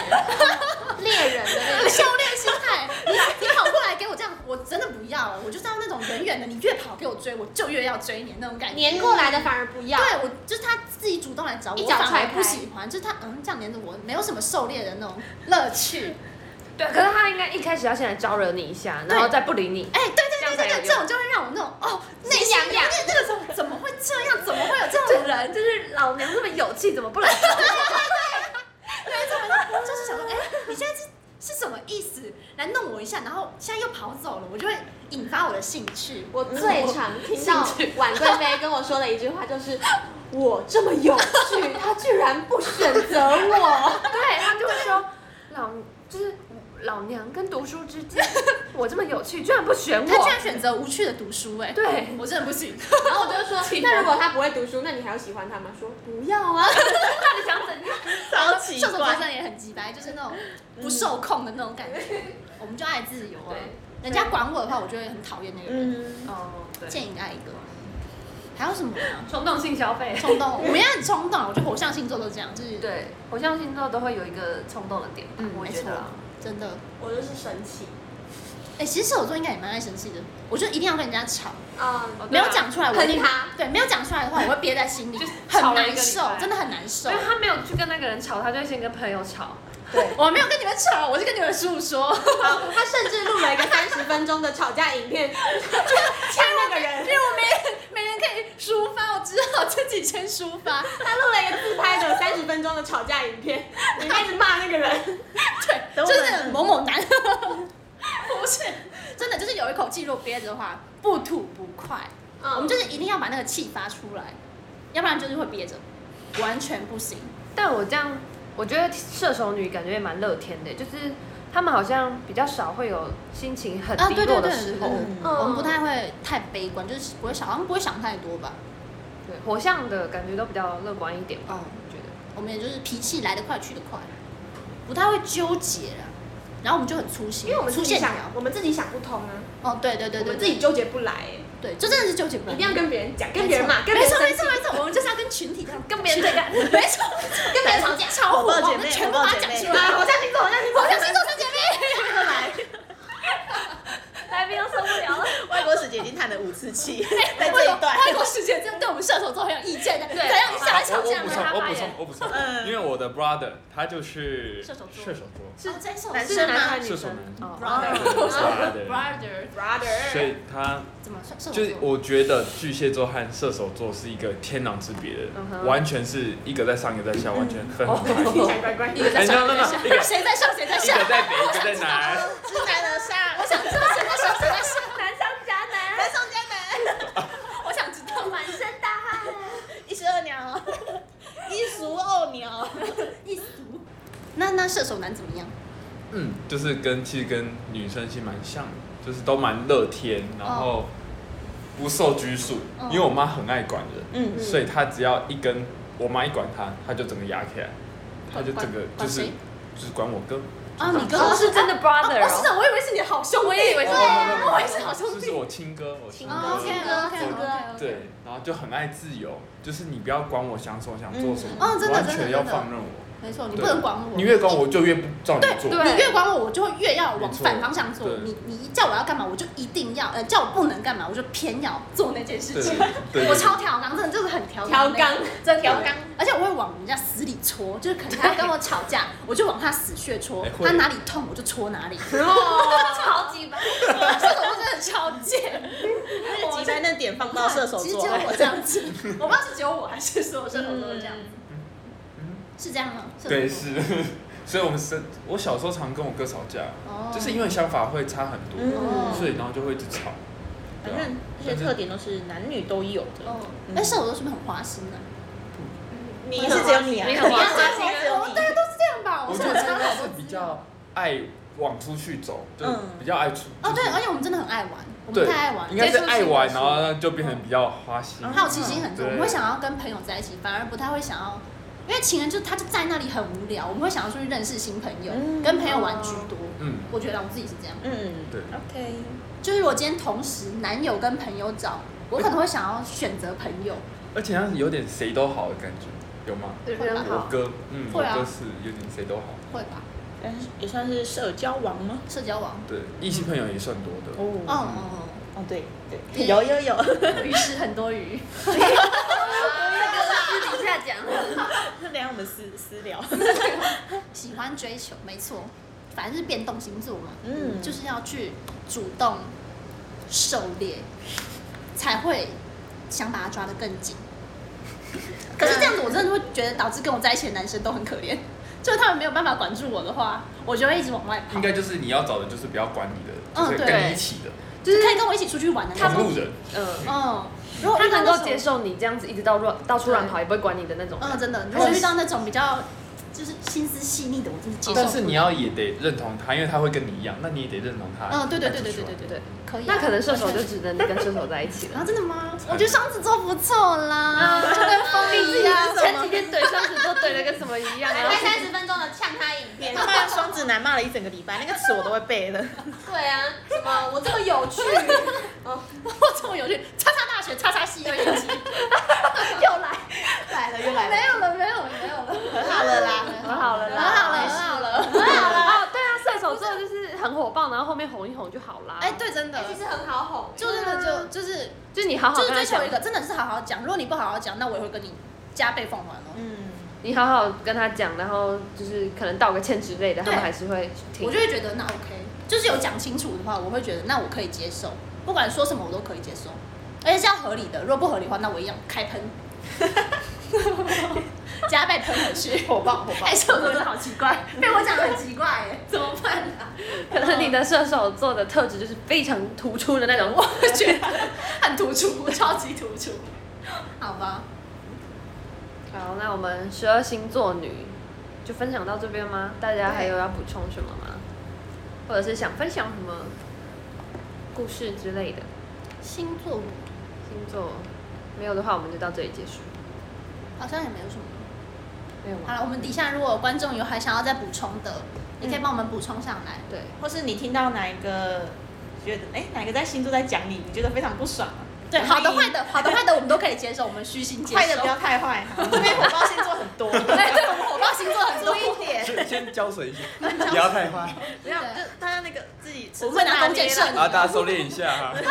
Speaker 3: 猎人的 那
Speaker 2: 狩猎心态。你你跑过来给我这样，我真的不要了，我就是要那种远远的，你越跑给我追，我就越要追你的那种感觉。
Speaker 3: 个黏过来的反而不要。
Speaker 2: 对我就是他自己主动来找我，
Speaker 3: 一
Speaker 2: 我
Speaker 3: 脚
Speaker 2: 反
Speaker 3: 踹
Speaker 2: 而
Speaker 3: 开
Speaker 2: 不喜欢，就是他嗯这样黏着我，没有什么狩猎的那种乐趣。
Speaker 5: 对，可是他应该一开始要先来招惹你一下，然后再不理你。
Speaker 2: 哎、对对对对
Speaker 5: 这样才有
Speaker 2: 对，
Speaker 5: 用
Speaker 2: 这种就会让我那种哦内心
Speaker 3: 痒痒，
Speaker 2: 那个时候怎么会这样？怎么会有这种 人？
Speaker 5: 呃就是老娘这么有气，怎么不来？
Speaker 2: 就是想说，哎、你现在是是什么意思？来弄我一下，然后现在又跑走了，我就会引发我的兴趣。
Speaker 3: 我最常听到晚贵妃跟我说的一句话就是：“我这么有趣，他居然不选择我。
Speaker 5: 对，他就会说老就是老娘跟读书之间，我这么有趣，居然不选
Speaker 2: 他居
Speaker 5: 我。
Speaker 2: 然选择无趣的读书、哎，
Speaker 5: 对，
Speaker 2: 我真的不行。”
Speaker 3: 然后我就说：“那如果他不会读书，那你还要喜欢他吗？”说：“不要啊。
Speaker 5: 到底想怎样？
Speaker 1: 超奇
Speaker 2: 射手座真
Speaker 1: 怪。
Speaker 2: 的也很鸡掰，就是那种不受控的那种感觉。我们就爱自由啊
Speaker 5: 嗯对，
Speaker 2: 人家管我的话，我就会很讨厌那个人。
Speaker 1: 嗯，
Speaker 5: 哦，对，
Speaker 2: 见一个爱一个，还有什么啊？
Speaker 5: 冲动性消费。
Speaker 2: 冲动，我们也很冲动啊。我觉得火象星座都这样，就是
Speaker 5: 对，火象星座都会有一个冲动的点吧，
Speaker 2: 嗯
Speaker 5: 我
Speaker 2: 没
Speaker 5: 觉得
Speaker 2: 错
Speaker 5: 啊。
Speaker 2: 真的。”
Speaker 3: 我就是生气。
Speaker 2: 哎，其实射手座应该也蛮爱生气的，我就一定要跟人家吵。
Speaker 5: 哦啊
Speaker 3: 嗯，
Speaker 2: 没有讲出来，我
Speaker 3: 喷
Speaker 2: 一定
Speaker 3: 他。
Speaker 2: 对，没有讲出来的话，我会憋在心里
Speaker 5: 就，
Speaker 2: 很
Speaker 5: 吵了一
Speaker 2: 难
Speaker 5: 个礼
Speaker 2: 受，
Speaker 5: 拜
Speaker 2: 真的很难受
Speaker 5: 因。为他没有去跟那个人吵，他就会先跟朋友吵。
Speaker 2: 我没有跟你们吵，我是跟你们叔说，
Speaker 3: 他甚至录了一个三十分钟的吵架影 片，呛那个人
Speaker 2: 因，为我没人没人可以抒发，我只好自己先抒 发。
Speaker 3: 他录了一个自拍的三十分钟的吵架影片，你开始骂那个人。
Speaker 2: 对，
Speaker 1: 等
Speaker 2: 就
Speaker 1: 我
Speaker 2: 是
Speaker 1: 们
Speaker 2: 那种某某 男，不是真的，就是有一口气如果憋着的话，不吐不快。
Speaker 3: 嗯，
Speaker 2: 我们就是一定要把那个气发出来，要不然就是会憋着，完全不行。
Speaker 5: 但我这样，我觉得射手女感觉也蛮乐天的，就是她们好像比较少会有心情很
Speaker 2: 啊，
Speaker 5: 低
Speaker 2: 对对
Speaker 5: 落
Speaker 2: 对
Speaker 5: 的时，候。
Speaker 2: 嗯
Speaker 3: 嗯
Speaker 2: 我们不太会太悲观，就是不会想，好像不会想太多吧。
Speaker 5: 对，火象的感觉都比较乐观一点吧，
Speaker 2: 哦
Speaker 5: 我觉得。
Speaker 2: 我们也就是脾气来得快去得快，不太会纠结啦。然后我们就很粗心，
Speaker 3: 因为我们
Speaker 2: 粗
Speaker 3: 自己
Speaker 2: 线条
Speaker 3: 想。，我们自己想不通啊，
Speaker 2: 哦，对对对
Speaker 3: 我
Speaker 2: 对，
Speaker 3: 们自己纠结不来，哎
Speaker 2: 对，就真的是纠结不来，
Speaker 3: 一定要跟别人讲，
Speaker 2: 没错
Speaker 3: 跟别人骂，跟别
Speaker 2: 没
Speaker 3: 人
Speaker 2: 错
Speaker 3: 生
Speaker 2: 没
Speaker 3: 气
Speaker 2: 错。没错，我们就是要跟群体这样，
Speaker 5: 跟别人对干，
Speaker 2: 没错，跟别人吵架， 超火
Speaker 1: 火爆
Speaker 2: 爆，我
Speaker 1: 姐妹
Speaker 2: 们全部把它
Speaker 1: 火爆
Speaker 2: 讲
Speaker 1: 姐妹
Speaker 2: 出来。
Speaker 3: 啊，我 相信，我 相信，
Speaker 2: 我想星座三姐妹，
Speaker 5: 来宾又受不了了。
Speaker 1: 外国使节已经叹了五次气，在这一段。
Speaker 2: 哎外 国世界这样对我们射手座很有意见的，怎样？你想来
Speaker 7: 我
Speaker 2: 吵
Speaker 7: 我
Speaker 2: 架
Speaker 7: 补
Speaker 2: 吗
Speaker 7: 充？
Speaker 5: 他，
Speaker 7: 我
Speaker 5: 发
Speaker 7: 补充
Speaker 5: 言，
Speaker 7: 我补充
Speaker 1: 嗯，
Speaker 7: 因为我的 brother 他就是
Speaker 2: 射手座
Speaker 7: 射手座，
Speaker 2: 是真手
Speaker 1: 男
Speaker 5: 是
Speaker 1: 生
Speaker 5: 男
Speaker 1: 吗
Speaker 5: 还？是女
Speaker 7: 射手
Speaker 5: 生？
Speaker 7: 男
Speaker 5: 哦，
Speaker 7: 对 brother，
Speaker 2: brother，
Speaker 3: brother，
Speaker 7: 所以他
Speaker 2: 怎么射射手
Speaker 7: 就是
Speaker 2: 座？
Speaker 7: 我觉得巨蟹座和射手座是一个天壤之别
Speaker 5: 嗯
Speaker 7: 的，
Speaker 5: 哼
Speaker 7: 完全是一个在上，一个在下，完全分很开。
Speaker 3: 听起来怪怪的。
Speaker 7: 哎，那那那一个
Speaker 2: 谁在上谁 在
Speaker 7: 一
Speaker 2: 下？
Speaker 7: 个在北，一个在南。
Speaker 1: 知难而上，
Speaker 2: 我想知道谁在上谁在下。
Speaker 4: 难上加难，
Speaker 2: 男上家门，我想知道
Speaker 4: 满身大汗。
Speaker 1: 一石二鸟，一俗二鸟。
Speaker 2: 一俗。那那射手男怎么样？
Speaker 7: 嗯，就是跟其实跟女生其实蛮像的，就是都蛮乐天，然
Speaker 2: 哦
Speaker 7: 后不受拘束。
Speaker 2: 嗯
Speaker 7: 因为我妈很爱管人，
Speaker 1: 嗯
Speaker 7: 所以她只要一跟我妈一管她，她就整个压起来，她就整个
Speaker 2: 管
Speaker 7: 就
Speaker 2: 管
Speaker 7: 是
Speaker 2: 谁
Speaker 7: 就是管我哥，
Speaker 2: 啊，你跟
Speaker 5: 哦，是真的 brother
Speaker 2: 哦，是
Speaker 5: 哦，
Speaker 2: 的，我以为是你好兄弟，
Speaker 5: 我也以为
Speaker 7: 哦
Speaker 5: 是
Speaker 2: 对啊我以为是好兄
Speaker 7: 就
Speaker 2: 弟
Speaker 7: 是。我亲哥，我亲
Speaker 2: 哦
Speaker 7: 哥，
Speaker 2: ，OK，OK，OK，OK，
Speaker 1: 哥
Speaker 7: 对，然后就很爱自由，就是你不要管我想什么想做什么，
Speaker 2: 嗯哦真的
Speaker 7: 完
Speaker 2: 真的
Speaker 7: 全要
Speaker 2: 真的
Speaker 7: 放任我，
Speaker 2: 没错，你
Speaker 7: 对
Speaker 2: 不能管我，
Speaker 7: 你越管我就越不照你做，
Speaker 5: 对
Speaker 2: 你越管我，我就会越要往
Speaker 7: 没错
Speaker 2: 反方向做
Speaker 7: 对。
Speaker 2: 你你叫我要干嘛，我就一定要；呃，叫我不能干嘛，我就偏要做那件事
Speaker 7: 对
Speaker 2: 情。
Speaker 7: 对，
Speaker 2: 我超调纲，真的就是很调
Speaker 3: 调
Speaker 2: 纲，
Speaker 3: 缸，
Speaker 2: 真调纲。而且我会往人家死里戳，就是可能他跟我吵架，我就往他死穴戳
Speaker 7: 哎，会
Speaker 2: 他哪里痛我就戳哪 里。
Speaker 4: 超级棒，
Speaker 2: 射手座真的超贱，
Speaker 1: 日籍在那点放到射手
Speaker 2: 其实
Speaker 1: 座
Speaker 2: 只有，我这 样子，我不知道是只有我还是所有射手座都这
Speaker 3: 嗯
Speaker 2: 样子，是这样吗？射手
Speaker 7: 嗯
Speaker 2: 座
Speaker 7: 对。是， 所以我们是，我小时候常跟我哥吵架，
Speaker 2: 哦
Speaker 7: 就是因为想法会差很多，
Speaker 1: 嗯，
Speaker 7: 所以然后就会一直吵，对
Speaker 1: 反
Speaker 7: 啊
Speaker 1: 正这些特点都是男女都有的。嗯
Speaker 2: 哦，那射手座是不是很花心呢？
Speaker 1: 你是只有你啊，
Speaker 5: 你很花
Speaker 1: 你是只有你
Speaker 2: 大家都是这样吧？
Speaker 7: 我觉
Speaker 2: 们是有
Speaker 7: 得
Speaker 2: 参
Speaker 7: 他
Speaker 2: 考
Speaker 7: 是比较爱往出去走，就
Speaker 1: 嗯
Speaker 7: 比较爱出。
Speaker 2: 哦，
Speaker 7: 就
Speaker 2: 对，哦
Speaker 7: 是
Speaker 2: 而且我们真的很爱玩，我们
Speaker 7: 对
Speaker 2: 太爱玩
Speaker 7: 应
Speaker 2: 了，
Speaker 7: 该是
Speaker 5: 接触
Speaker 7: 爱
Speaker 5: 性
Speaker 7: 玩，
Speaker 5: 很
Speaker 7: 然后就变成比较花心。啊
Speaker 1: 嗯
Speaker 2: 好奇心很重，我
Speaker 7: 对
Speaker 2: 们会想要跟朋友在一起，反而不太会想要，因为情人就他就在那里很无聊，我们会想要出去认识新朋友，
Speaker 1: 嗯
Speaker 2: 跟朋友玩居多。
Speaker 7: 嗯，
Speaker 2: 我觉得我自己是这样，
Speaker 1: 嗯，
Speaker 7: 对
Speaker 1: ，OK，
Speaker 2: 就是如果今天同时男友跟朋友找，我可能会想要选择朋友，
Speaker 7: 而且他有点谁都好的感觉，有吗？
Speaker 5: 人
Speaker 7: 我
Speaker 5: 好，
Speaker 7: 哥，嗯，我
Speaker 2: 会啊
Speaker 7: 哥是有点谁都好，
Speaker 2: 会吧？
Speaker 1: 但是也算是社交王吗？
Speaker 2: 社交网，
Speaker 7: 对，异性朋友也算多的。
Speaker 2: 哦
Speaker 1: 哦
Speaker 2: 哦
Speaker 1: 哦，对对，有有有，
Speaker 2: 哦， 鱼是很多鱼，
Speaker 5: 私底下讲，
Speaker 1: 等一下我们私私 聊。
Speaker 2: 喜欢追求，没错，反正是变动星座嘛，
Speaker 1: 嗯
Speaker 2: 就是要去主动狩猎，才会想把它抓得更 紧。可是这样子，我真的会觉得导致跟我在一起的男生都很可怜， 就是他们没有办法管住我的话，我就会一直往外跑。
Speaker 7: 应该就是你要找的，就是不要管你的，
Speaker 2: 嗯
Speaker 7: 就是跟
Speaker 5: 对
Speaker 7: 你一起的
Speaker 2: 就是可以跟我一起出去玩的那
Speaker 7: 同
Speaker 2: 种。
Speaker 7: 路人。
Speaker 5: 嗯，
Speaker 2: 嗯，如果
Speaker 5: 他
Speaker 2: 遇到
Speaker 5: 能
Speaker 2: 那
Speaker 5: 够
Speaker 2: 种
Speaker 5: 接，受你这样子一直到乱到处乱跑，也不会管你的那种人。
Speaker 2: 嗯，真的，如果遇到那种比较就是心思细腻的，我真的接受不了。
Speaker 7: 但是你要也得认同他，因为他会跟你一样，那你也得认同他。
Speaker 2: 嗯，对对对
Speaker 7: 带
Speaker 2: 对
Speaker 7: 出去玩
Speaker 2: 对对对对，可以啊。
Speaker 5: 那可能射手
Speaker 2: 完全
Speaker 5: 就只能跟射手在一起
Speaker 2: 啊，
Speaker 5: 了。
Speaker 2: 真的吗？我觉得双子座不错 啦，就跟风一 样。
Speaker 5: 前几天怼双子座怼的跟什么一样
Speaker 3: 还
Speaker 5: 啊
Speaker 3: 拍？三十分钟的呛他影片，
Speaker 1: 哎他骂双子男骂了一整个礼拜，那个词我都会背了。
Speaker 3: 对啊，什么我这么有趣，
Speaker 2: 我这么有趣，叉叉大学，叉叉系又有机，又来，
Speaker 1: 来了又来
Speaker 2: 没，有了，没有了，没有了，
Speaker 1: 很好了啦。
Speaker 5: 很好了
Speaker 2: 很
Speaker 5: 啦，
Speaker 2: 好了，很好了。
Speaker 5: 哦，对啊，射手座就是很火爆，然后后面哄一哄就好啦。
Speaker 2: 哎，，对，真的
Speaker 3: 其，实很好哄。
Speaker 2: 就真的就就是
Speaker 5: 就是你好好
Speaker 2: 就
Speaker 5: 跟
Speaker 2: 是
Speaker 5: 他
Speaker 2: 追求
Speaker 5: 讲
Speaker 2: 一，个，真的是好好讲。如果你不好好讲，那我也会跟你加倍奉还哦。
Speaker 1: 嗯，
Speaker 5: 你好好跟他讲，然后就是可能道个歉之类的，他
Speaker 2: 对
Speaker 5: 们还是会听
Speaker 2: 我。就会觉得那 OK，就是有讲清楚的话，我会觉得那我可以接受，不管说什么我都可以接受，而且是要合理的。如果不合理的话，那我一样开喷， 加倍喷回去，火爆火爆！哎，射手真的好奇怪，被我讲得很奇怪耶，怎么办啊？
Speaker 5: 可能你的射手座的特质就是非常突出的那种，哇，
Speaker 2: 我觉得很突出，超级突出，好吧？
Speaker 5: 好，那我们十二星座女就分享到这边吗？大家还有要补充什么吗？或者是想分享什么故事之类的？
Speaker 2: 星座
Speaker 5: 星座没有的话，我们就到这里结束。
Speaker 2: 好像也没有什么。
Speaker 5: 没有
Speaker 4: 啊
Speaker 2: 好
Speaker 5: 吗？
Speaker 2: 了，我们底下如果有观众有还想要再补充的，你可以帮我们补充上来。
Speaker 5: 对，
Speaker 1: 或是你听到哪一个觉得哎、哪个在星座在讲你，你觉得非常不爽、啊，
Speaker 2: 对，好的坏
Speaker 1: 的，
Speaker 2: 的，好的坏的我们都可以接受，我们虚心接受。
Speaker 1: 坏的不要太 坏，我们这边火爆星座很多，
Speaker 2: 对对，我们火爆星座很多。
Speaker 1: 注意点，
Speaker 7: 先先浇水一下， 不要太坏，
Speaker 1: 不要就大家那个自己尺
Speaker 2: 我
Speaker 1: 寸
Speaker 2: 们会拿
Speaker 1: 拿
Speaker 2: 弓
Speaker 1: 捏
Speaker 2: 箭射你，
Speaker 1: 啦，
Speaker 3: 啊
Speaker 7: 然后大家收敛一下啊 哈。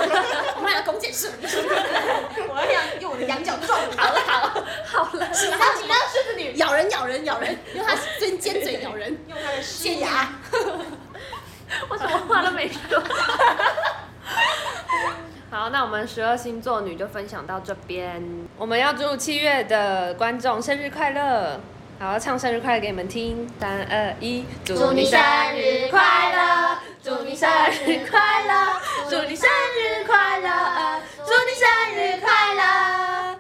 Speaker 2: 我们拿弓箭射你。
Speaker 3: 我要想用我的羊角撞你，
Speaker 2: 好了好了好了，
Speaker 3: 然后你那个狮子女
Speaker 2: 咬人咬人咬人，用它尖尖 嘴咬人，
Speaker 3: 用它的狮
Speaker 2: 尖
Speaker 3: 牙，
Speaker 2: 牙。
Speaker 5: 我什么话都没说。 好，那我们十二星座女就分享到这边。我们要祝七月的观众生日快乐！好，唱生日快乐给你们听，三二一，祝
Speaker 4: 你生日快乐，祝你生日快乐，祝你生日快乐，祝你生日快乐。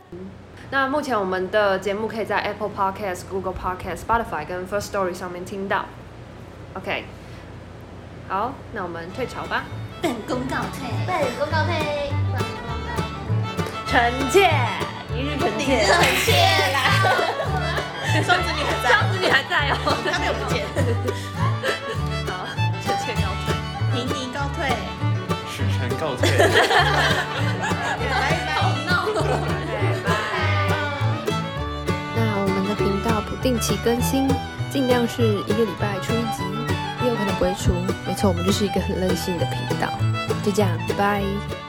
Speaker 5: 那目前我们的节目可以在 Apple Podcast、Google Podcast、Spotify 跟 First Story 上面听到。OK，好，那我们退潮吧。
Speaker 2: 本宫告 退，
Speaker 4: 本公告退，本公告
Speaker 5: 臣妾，一日臣妾，
Speaker 1: 双子女很在，
Speaker 5: 双子女还在哦。
Speaker 1: 他没有不见。
Speaker 6: 告退。
Speaker 5: 那我们的频道不定期更新，尽量是一个礼拜出一集，也有可能不会出。没错，我们就是一个很任性的频道。就这样，拜拜。